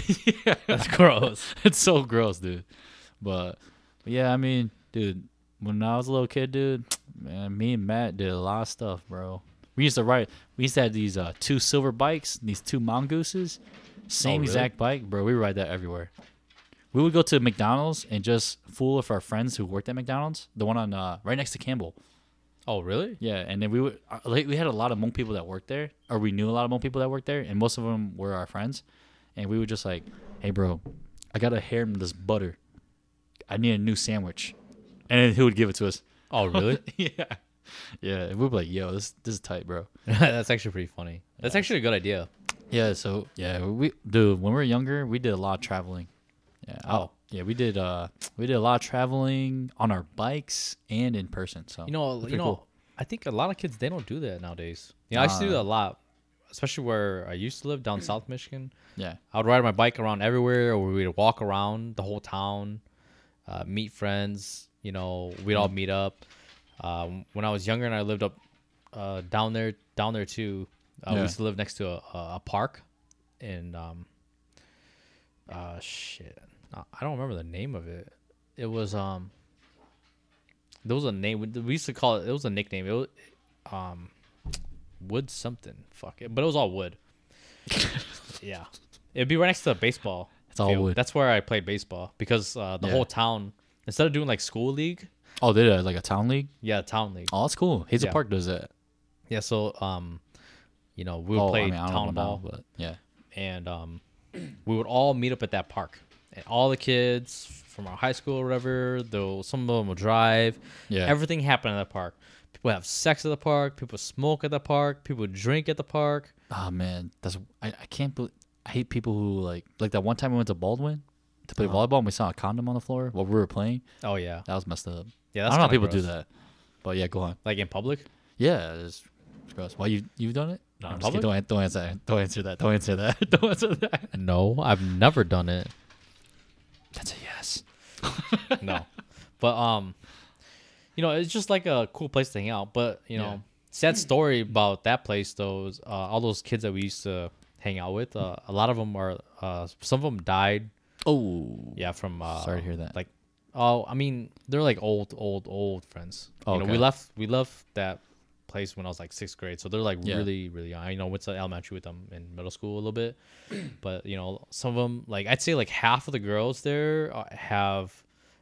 S1: Yeah.
S2: That's gross.
S1: it's so gross, dude. But, but yeah, I mean, dude, when I was a little kid, dude, man, me and Matt did a lot of stuff, bro. We used to ride. We used to have these uh, two silver bikes, these two mongooses, same
S2: Oh, really?
S1: exact bike, bro. We ride that everywhere. We would go to McDonald's and just fool with our friends who worked at McDonald's, the one on uh, right next to Campbell.
S2: Oh, really?
S1: Yeah, and then we would uh, like we had a lot of Hmong people that worked there, or we knew a lot of Hmong people that worked there, and most of them were our friends. And we would just like, "Hey, bro, I got a hair in this butter. I need a new sandwich," and then he would give it to us.
S2: Oh, really?
S1: yeah, yeah. And we'd be like, "Yo, this this is tight, bro."
S2: That's actually pretty funny. That's actually a good idea.
S1: Yeah. So yeah, we dude, when we were younger, we did a lot of traveling. Yeah. Oh. Yeah, we did. Uh, we did a lot of traveling on our bikes and in person. So
S2: You know,
S1: that's pretty
S2: you know,
S1: cool.
S2: I think a lot of kids they don't do that nowadays. You know, I used to do that a lot, especially where I used to live down South Michigan.
S1: Yeah.
S2: I would ride my bike around everywhere, or we'd walk around the whole town, uh, meet friends. You know, we'd all meet up. Um, when I was younger and I lived up uh, down there, down there too, uh, we
S1: Yeah.
S2: used to live next to a, a, a park, and um, uh, shit, I I don't remember the name of it. It was um, there was a name we used to call it. It was a nickname. It was um, wood something. Fuck it, but it was all wood. yeah, it'd be right next to the baseball.
S1: It's all wood.
S2: That's where I played baseball because uh, the
S1: Yeah.
S2: whole town instead of doing like school league,
S1: Oh, they did uh, like a town league.
S2: yeah, town league.
S1: Oh, that's cool. Hazel
S2: Yeah.
S1: Park does that.
S2: Yeah, so um, you know we would
S1: oh,
S2: play
S1: I mean, I don't
S2: town
S1: know
S2: ball,
S1: now, but yeah.
S2: and um, we would all meet up at that park, and all the kids from our high school or whatever. Though some of them would drive.
S1: Yeah.
S2: everything happened at the park. People have sex at the park. People smoke at the park. People drink at the park.
S1: Oh man, that's I, I can't believe I hate people who like like that one time we went to Baldwin to
S2: Uh-huh.
S1: play volleyball and we saw a condom on the floor while we were playing.
S2: Oh yeah,
S1: That was messed up. I
S2: yeah. That's
S1: don't know how
S2: kinda
S1: people do
S2: gross.
S1: that. But yeah, go on.
S2: like in public.
S1: Yeah, it's, it's gross. Why you you've done it? No,
S2: In
S1: I'm just kidding.
S2: public?
S1: Don't, an- don't answer. that. Don't answer that. Don't answer that. don't answer that.
S2: No, I've never done it.
S1: That's a yes.
S2: No, but um, you know, it's just like a cool place to hang out. But you know,
S1: Yeah.
S2: sad story about that place though is uh, all those kids that we used to hang out with. Uh, a lot of them are. Uh, some of them died.
S1: Oh,
S2: Yeah, from uh,
S1: Sorry to hear that.
S2: Like, oh, I mean, they're like old, old, old friends. You know, we
S1: Okay.
S2: left we left that place when I was like sixth grade, so they're like
S1: Yeah.
S2: really, really young. I know went to elementary with them in middle school a little bit, but you know, some of them like I'd say like half of the girls there uh, have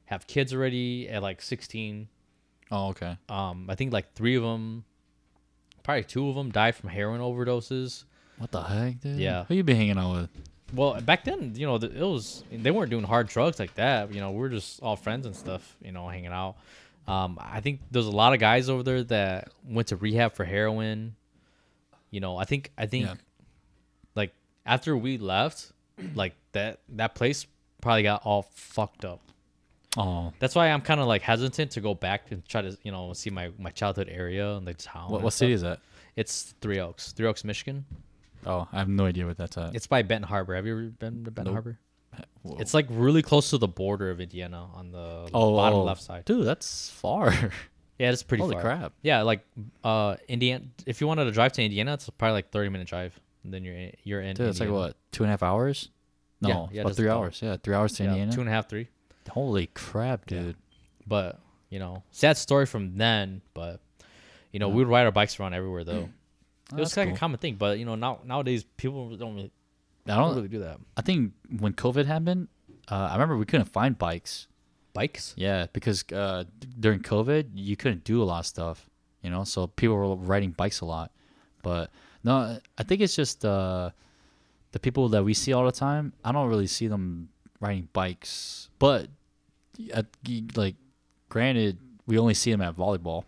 S2: have kids already at like sixteen.
S1: Oh, okay.
S2: Um, I think like three of them, probably two of them died from heroin overdoses.
S1: What the heck, dude?
S2: Yeah.
S1: Who you been hanging out with?
S2: Well, back then, you know, th- it was they weren't doing hard drugs like that. You know, we we're just all friends and stuff. You know, hanging out. Um, I think there's a lot of guys over there that went to rehab for heroin. You know, I think I think
S1: Yeah.
S2: like after we left, like that that place probably got all fucked up.
S1: Oh,
S2: That's why I'm kind of like hesitant to go back and try to you know see my my childhood area and the town.
S1: what
S2: and
S1: what
S2: stuff.
S1: city is that?
S2: It's Three Oaks, Three Oaks, Michigan.
S1: Oh, I have no idea what that's at.
S2: It's by Benton Harbor. Have you ever been to Benton
S1: Nope.
S2: Harbor?
S1: Whoa.
S2: It's like really close to the border of Indiana on the
S1: oh,
S2: bottom
S1: oh.
S2: left side.
S1: dude. That's far.
S2: Yeah, it's pretty
S1: Holy
S2: far.
S1: crap.
S2: Yeah, like uh Indiana if you wanted to drive to Indiana, it's probably like 30 minute drive. And then you're in, you're in
S1: Dude, it's like
S2: Indiana.
S1: what two and a half hours? No,
S2: Yeah,
S1: it's
S2: yeah,
S1: about
S2: just
S1: three
S2: about.
S1: hours. Yeah, three hours to
S2: Yeah,
S1: Indiana.
S2: two and a half, three.
S1: Holy crap, dude!
S2: But, you know, sad story from then, but you know, we would ride our bikes around everywhere though. it was
S1: Oh, that's
S2: like
S1: cool.
S2: a common thing, but you know, now nowadays people don't really
S1: I
S2: don't
S1: don't.
S2: really do that.
S1: I think when COVID happened, uh, I remember we couldn't find bikes.
S2: Bikes?
S1: Yeah, because uh, d- during COVID, you couldn't do a lot of stuff. You know, so people were riding bikes a lot. But no, I think it's just uh, the people that we see all the time. I don't really see them riding bikes, but uh, g- like, granted, we only see them at volleyball.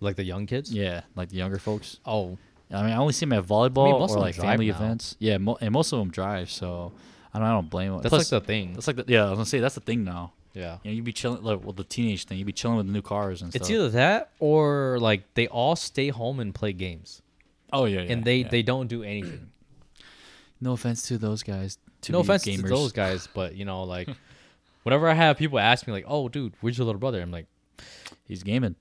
S2: Like the young kids?
S1: Yeah, like the younger folks.
S2: Oh,
S1: I mean, I only see them at volleyball
S2: most
S1: or
S2: of them
S1: like
S2: drive
S1: family
S2: now.
S1: events. Yeah, mo- and most of them drive, so I don't, I don't blame them.
S2: that's
S1: Plus,
S2: like the thing.
S1: that's like the, yeah, I was gonna say that's the thing now.
S2: Yeah.
S1: You know, you'd be chilling like well, the teenage thing. You'd be chilling with the new cars and
S2: It's
S1: stuff.
S2: either that or like they all stay home and play games.
S1: oh yeah, yeah
S2: and they
S1: yeah.
S2: they don't do anything.
S1: no offense to those guys. To
S2: no
S1: be
S2: offense
S1: gamers.
S2: to those guys, but you know, like Whenever I have people ask me like, "Oh, dude, where's your little brother?" I'm like,
S1: He's gaming.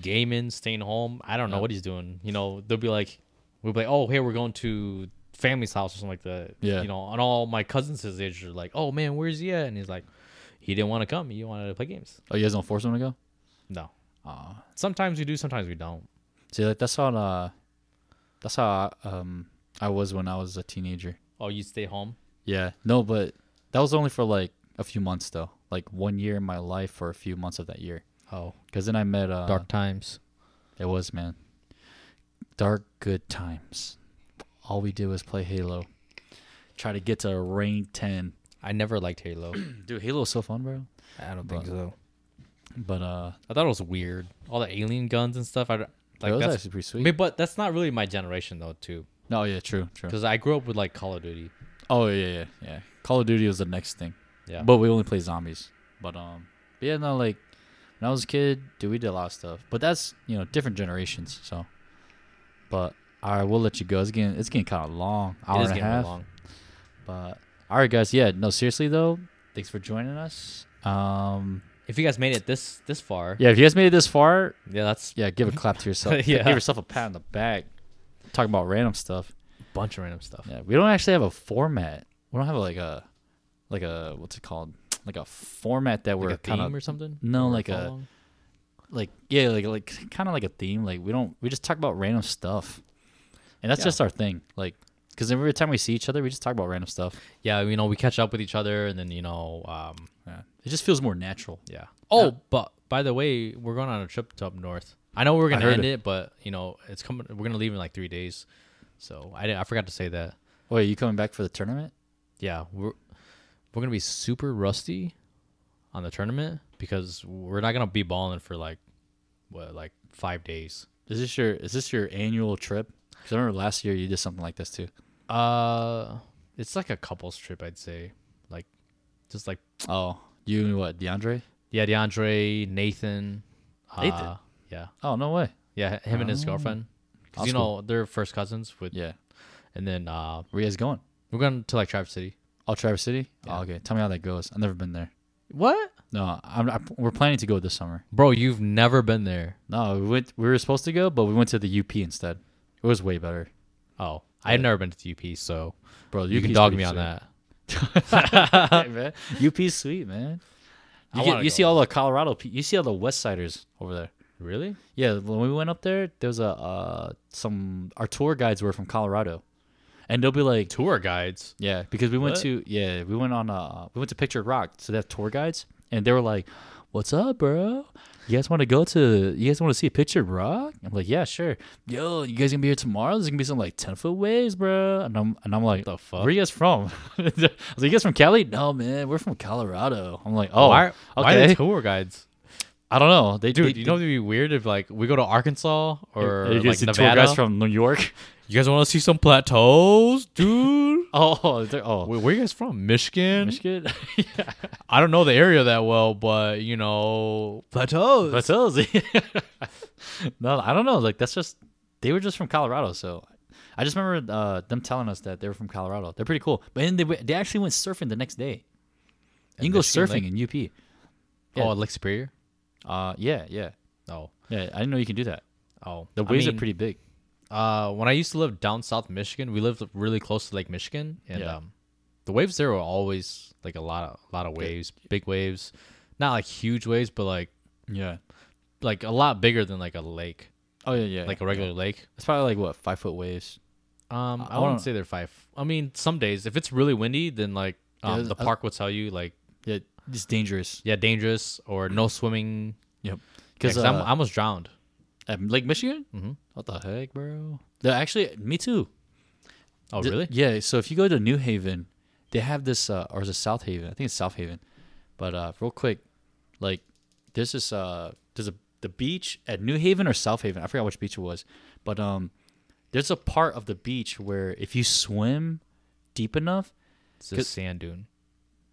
S2: gaming, staying home. I don't know what he's doing. You know, they'll be like, we'll be like, oh, hey, we're going to family's house or something like that.
S1: Yeah.
S2: You know, and all my cousins his age are like, oh man, where's he at? And he's like, he didn't want to come. He wanted to play games.
S1: Oh, you guys don't force him to go?
S2: No.
S1: Aw.
S2: Sometimes we do, sometimes we don't.
S1: See, like that's how uh, that's how um I was when I was a teenager.
S2: Oh, you stay home.
S1: Yeah, no, but that was only for like a few months though, like one year in my life or a few months of that year.
S2: Oh,
S1: Cause then I met uh,
S2: dark times.
S1: It was man, dark good times. All we did was play Halo, try to get to a rank ten.
S2: I never liked Halo.
S1: Dude, Halo's so fun, bro.
S2: I don't think so.
S1: But uh,
S2: I thought it was weird. All the alien guns and stuff. I don't- like
S1: it was
S2: that's.
S1: actually pretty
S2: I
S1: sweet.
S2: mean, but that's not really my generation though, too,
S1: no, yeah, true, true.
S2: because I grew up with like Call of Duty.
S1: Oh yeah, yeah, yeah. Call of Duty was the next thing.
S2: Yeah.
S1: But we only play zombies. But um, but yeah, no, like when I was a kid, dude, we did a lot of stuff. But that's you know different generations. So, but all right, we'll let you go. It's getting it's getting kind of long, hour
S2: it is
S1: and a
S2: getting
S1: half.
S2: long.
S1: But all right, guys, yeah, no, seriously though, thanks for joining us. Um,
S2: If you guys made it this this far,
S1: yeah, if you guys made it this far,
S2: yeah that's
S1: yeah, give a clap to yourself.
S2: Yeah.
S1: give yourself a pat on the back. Talking about random stuff.
S2: bunch of random stuff.
S1: Yeah, we don't actually have a format. We don't have like a like a what's it called? Like a format that we're
S2: Like a
S1: kind
S2: theme
S1: of
S2: or something?
S1: no,
S2: Or
S1: like a-
S2: follow-along?
S1: like yeah, like like kind of like a theme. Like we don't we just talk about random stuff, and that's
S2: Yeah.
S1: just our thing. Like because every time we see each other, we just talk about random stuff.
S2: Yeah, you know, we catch up with each other and then, you know, um,
S1: Yeah. It just feels more natural.
S2: yeah. Oh, but by the way, we're going on a trip to up north. I know we're going to
S1: heard
S2: end
S1: it.
S2: it. but, you know, it's coming. We're going to leave in like three days. So I, didn't- I forgot to say that.
S1: Wait, you coming back for the tournament?
S2: Yeah, we're, we're going to be super rusty on the tournament because we're not going to be balling for like, what, like five days.
S1: Is this your is this your annual trip? Because I remember last year you did something like this too.
S2: Uh, It's like a couple's trip, I'd say. Like, just like
S1: Oh, you and what DeAndre?
S2: Yeah, DeAndre, Nathan.
S1: Nathan?
S2: uh, yeah,
S1: Oh no way.
S2: yeah, him and his girlfriend. 'Cause,
S1: That's
S2: you know they're first cousins with,
S1: Yeah,
S2: and then uh,
S1: where you guys going?
S2: we're going to like Traverse City.
S1: Oh, Traverse City. Oh, okay, tell me how that goes. I've never been there.
S2: What,
S1: No, I'm, I, we're planning to go this summer.
S2: bro? You've never been there?
S1: No, we went. We were supposed to go, but we went to the UP instead. It was way better,
S2: Oh, I've never been to the UP, so
S1: bro.
S2: you can dog me on that.
S1: that, man. UP's sweet, man.
S2: I
S1: You,
S2: wanna
S1: get, you
S2: go.
S1: see all the Colorado. pe- You see all the West Siders over there.
S2: Really?
S1: Yeah, when we went up there, there was a uh, some our tour guides were from Colorado, and they'll be like,
S2: Tour guides?
S1: Yeah, because we went
S2: What?
S1: to yeah we went on uh we went to Pictured Rock, so they have tour guides, and they were like, "What's up, bro? You guys want to go to? You guys want to see Pictured Rock?" I'm like, "Yeah, sure." Yo, you guys gonna be here tomorrow? There's gonna be some like ten foot waves, bro. And I'm and I'm like,
S2: The fuck?
S1: Where you guys from? I was like, "You guys from Cali? No, man, we're from Colorado." I'm like, "Oh,
S2: why, why are
S1: okay."
S2: they tour guides?
S1: I don't know. They
S2: Dude,
S1: they,
S2: you know it'd be weird if like we go to Arkansas or
S1: Are you guys
S2: like
S1: the
S2: Nevada.
S1: tour guys from New York?
S2: you guys want to see some plateaus, dude?
S1: Oh, they're- oh,
S2: Wait, where you guys from? Michigan?
S1: Michigan.
S2: I don't know the area that well, but you know plateaus.
S1: But those, no, I don't know. Like that's just they were just from Colorado, so I just remember uh, them telling us that they were from Colorado. They're pretty cool. But then they w- they actually went surfing the next day. You can go
S2: Michigan
S1: surfing in Yeah.
S2: Oh, Lake Superior.
S1: UP. Uh, yeah, yeah,
S2: Oh,
S1: yeah. I didn't know you can do that.
S2: oh.
S1: The
S2: I
S1: waves
S2: mean,
S1: are pretty big.
S2: Uh, when I used to live down south Michigan, we lived really close to Lake Michigan, and
S1: Yeah.
S2: um, the waves there were always like a lot of lot of waves, big waves, not like huge waves, but like
S1: Yeah.
S2: like a lot bigger than like a lake,
S1: Oh yeah, yeah.
S2: like a regular lake.
S1: it's probably like what five foot waves.
S2: Um,
S1: Uh, I
S2: I, wouldn't
S1: wanna-
S2: say they're five. I mean, some days if it's really windy, then like um,
S1: Yeah,
S2: the
S1: I-
S2: park will tell you like
S1: Yeah, it's dangerous.
S2: yeah, dangerous or no swimming.
S1: Yep.
S2: Because
S1: Because
S2: I'm I almost drowned.
S1: uh, at Lake Michigan.
S2: Mhm.
S1: What the heck, bro? They're actually, me too.
S2: Oh,
S1: Th-
S2: really?
S1: Yeah. So if you go to New Haven, they have this, uh, or is it South Haven? I think it's South Haven. But uh, real quick, like there's this, uh, there's a the beach at New Haven or South Haven. I forgot which beach it was, but um, there's a part of the beach where if you swim deep enough,
S2: It's a
S1: 'Cause-
S2: sand dune.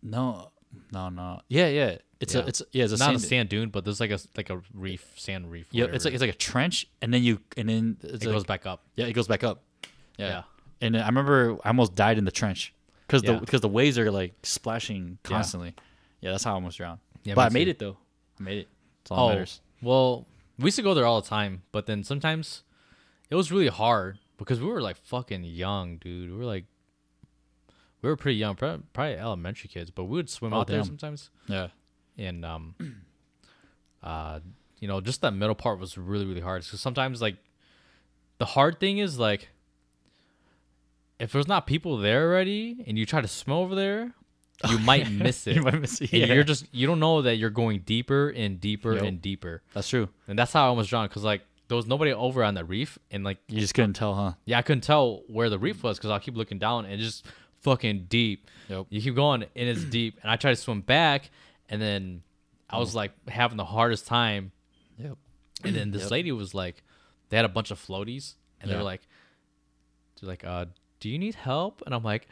S1: no, no, no, yeah, yeah, it's
S2: Yeah.
S1: a, it's yeah, it's a
S2: Not
S1: sand.
S2: a sand dune, but there's like a like a reef, sand reef.
S1: yeah, it's like
S2: whatever.
S1: it's like a trench, and then you, and then it's
S2: it
S1: like,
S2: goes back up.
S1: Yeah, it goes back up. Yeah.
S2: Yeah.
S1: And I remember I almost died in the trench because
S2: Yeah.
S1: the because the waves are like splashing constantly. Yeah, that's how I almost drowned.
S2: Yeah,
S1: but
S2: me
S1: I made
S2: too.
S1: it though. I made it. That's all that matters.
S2: Oh, well, we used to go there all the time, but then sometimes it was really hard because we were like fucking young, dude. We were like, we were pretty young, prob- probably elementary kids, but we would swim
S1: Oh,
S2: out there
S1: damn.
S2: sometimes.
S1: Yeah.
S2: and um uh you know just that middle part was really really hard because sometimes like the hard thing is like if there's not people there already and you try to swim over there you might miss it
S1: You might miss it,
S2: and
S1: yeah.
S2: you're just you don't know that you're going deeper and deeper
S1: Yep.
S2: and deeper
S1: That's true.
S2: and that's how i was drawn because like there was nobody over on the reef and like
S1: You just couldn't tell, huh?
S2: yeah, I couldn't tell where the reef was because I keep looking down and it's just fucking deep.
S1: Yep.
S2: You keep going and it's deep, and I try to swim back, and then I was like having the hardest time.
S1: Yep.
S2: And then this lady was like, they had a bunch of floaties, and they
S1: Yeah.
S2: were like, they're like, uh, do you need help? And I'm like,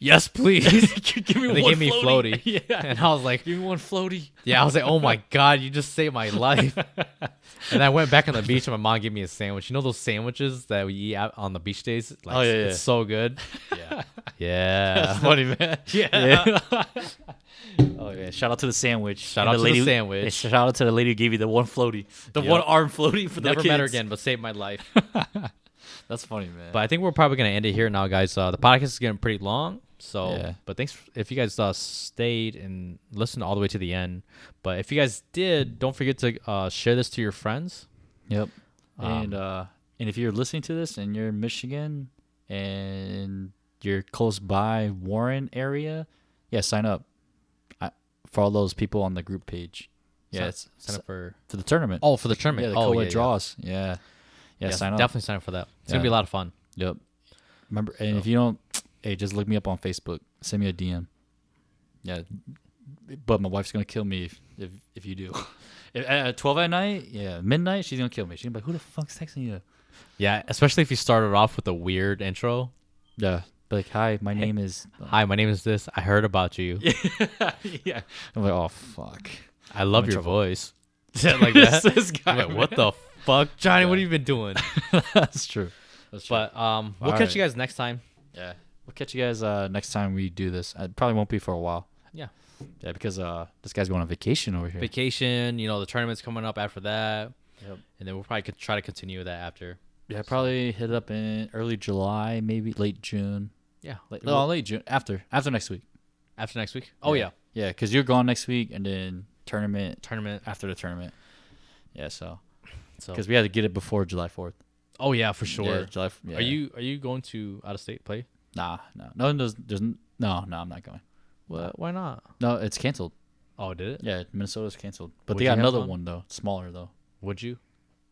S2: yes, please.
S1: Give me
S2: And they
S1: one
S2: gave me floaty.
S1: floaty. Yeah.
S2: And I was like,
S1: Give me one floaty.
S2: yeah, I was like, oh my god, you just saved my life. and I went back on the beach, and my mom gave me a sandwich. You know those sandwiches that we eat out on the beach days? Like,
S1: Oh, yeah,
S2: it's
S1: yeah.
S2: so good. Yeah, yeah.
S1: Funny man.
S2: Yeah.
S1: Oh yeah. Shout out to the sandwich.
S2: Shout
S1: And
S2: out to the
S1: lady-
S2: sandwich.
S1: yeah, Shout out to the lady who gave you the one floaty, the
S2: Yep.
S1: one arm floaty for the
S2: Never met her
S1: kids.
S2: again, but saved my life.
S1: That's funny, man.
S2: But I think we're probably gonna end it here now, guys. Uh, the podcast is getting pretty long, so
S1: Yeah.
S2: but thanks f- if you guys uh, stayed and listened all the way to the end. But if you guys did, don't forget to uh, share this to your friends.
S1: Yep.
S2: Um,
S1: and uh, and if you're listening to this and you're in Michigan and you're close by Warren area, yeah, sign up. I, for all those people on the group page. Yeah,
S2: Sign-
S1: it's
S2: sign up for
S1: for the tournament.
S2: oh for the tournament.
S1: yeah, the
S2: oh
S1: co-ed
S2: yeah, yeah.
S1: draws. Yeah. Yeah,
S2: Yes,
S1: sign up.
S2: definitely sign up for that. It's gonna
S1: Yeah.
S2: be a lot of fun.
S1: Yep. Remember, and if you don't, hey, just look me up on Facebook. Send me a DM. Yeah, but my wife's gonna kill me if if, if you do. If, at twelve at night, yeah, midnight, she's gonna kill me. She's gonna be like, "Who the fuck's texting you?"
S2: Yeah, especially if you started off with a weird intro.
S1: Yeah, be like, "Hi, my name is."
S2: Hi, my name is this. I heard about you.
S1: yeah, I'm like, "Oh fuck."
S2: I love
S1: in
S2: your
S1: trouble.
S2: voice. like that.
S1: this
S2: I'm
S1: guy.
S2: like, what the fuck, Johnny? What have you been doing?
S1: That's true. That's true.
S2: But um, we'll
S1: All
S2: catch
S1: right.
S2: you guys next time.
S1: yeah, we'll catch you guys uh, next time we do this. It probably won't be for a while.
S2: Yeah,
S1: Yeah, because uh, this guy's going on vacation over here.
S2: vacation. You know, the tournament's coming up after that,
S1: Yep.
S2: and then we'll probably could try to continue that after.
S1: Yeah, probably hit up in early July, maybe late June.
S2: Yeah,
S1: Late, no, late June after after next week.
S2: after next week. Oh yeah,
S1: yeah, because you're gone next week, and then tournament
S2: tournament.
S1: after the tournament. Yeah, so
S2: So
S1: because we had to get it before July fourth.
S2: oh yeah, for sure.
S1: Yeah, July. f- yeah.
S2: Are you are you going to out of state play?
S1: Nah, no, no, there's, there's n- no, no, I'm not going.
S2: What? Why not?
S1: No, it's canceled.
S2: Oh, did it?
S1: Yeah, Minnesota's canceled. But
S2: Would
S1: they
S2: you
S1: got
S2: have
S1: another
S2: gone?
S1: one though, smaller though.
S2: Would you?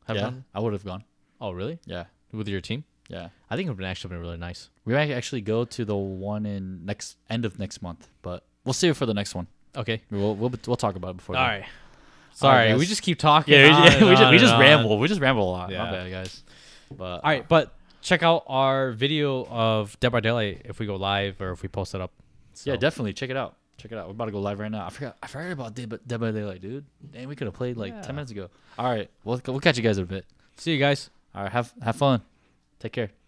S2: Have
S1: yeah,
S2: fun?
S1: I would have gone.
S2: Oh really?
S1: Yeah,
S2: With your team?
S1: yeah.
S2: I think it would been actually been really nice.
S1: We might actually go to the one in next end of next month, but we'll save it for the next one.
S2: Okay.
S1: We'll we'll, we'll talk about it before.
S2: All
S1: then.
S2: right. Sorry, we
S1: guys.
S2: just keep talking.
S1: Yeah,
S2: on
S1: we,
S2: and
S1: ju- we just,
S2: on
S1: we
S2: and
S1: just
S2: on.
S1: ramble. We just ramble a lot.
S2: Yeah.
S1: My bad, guys. But
S2: All right, but check out our video of Dead by Daylight if we go live or if we post it up.
S1: yeah,
S2: So-
S1: definitely check it out. Check it out. We're about to go live right now. I forgot. I forgot about Dead by, Dead by Daylight, dude. Damn, we could have played like
S2: Yeah.
S1: ten minutes ago. All right, we'll we'll catch you guys in a bit.
S2: See you guys.
S1: All right, have have fun. Take care.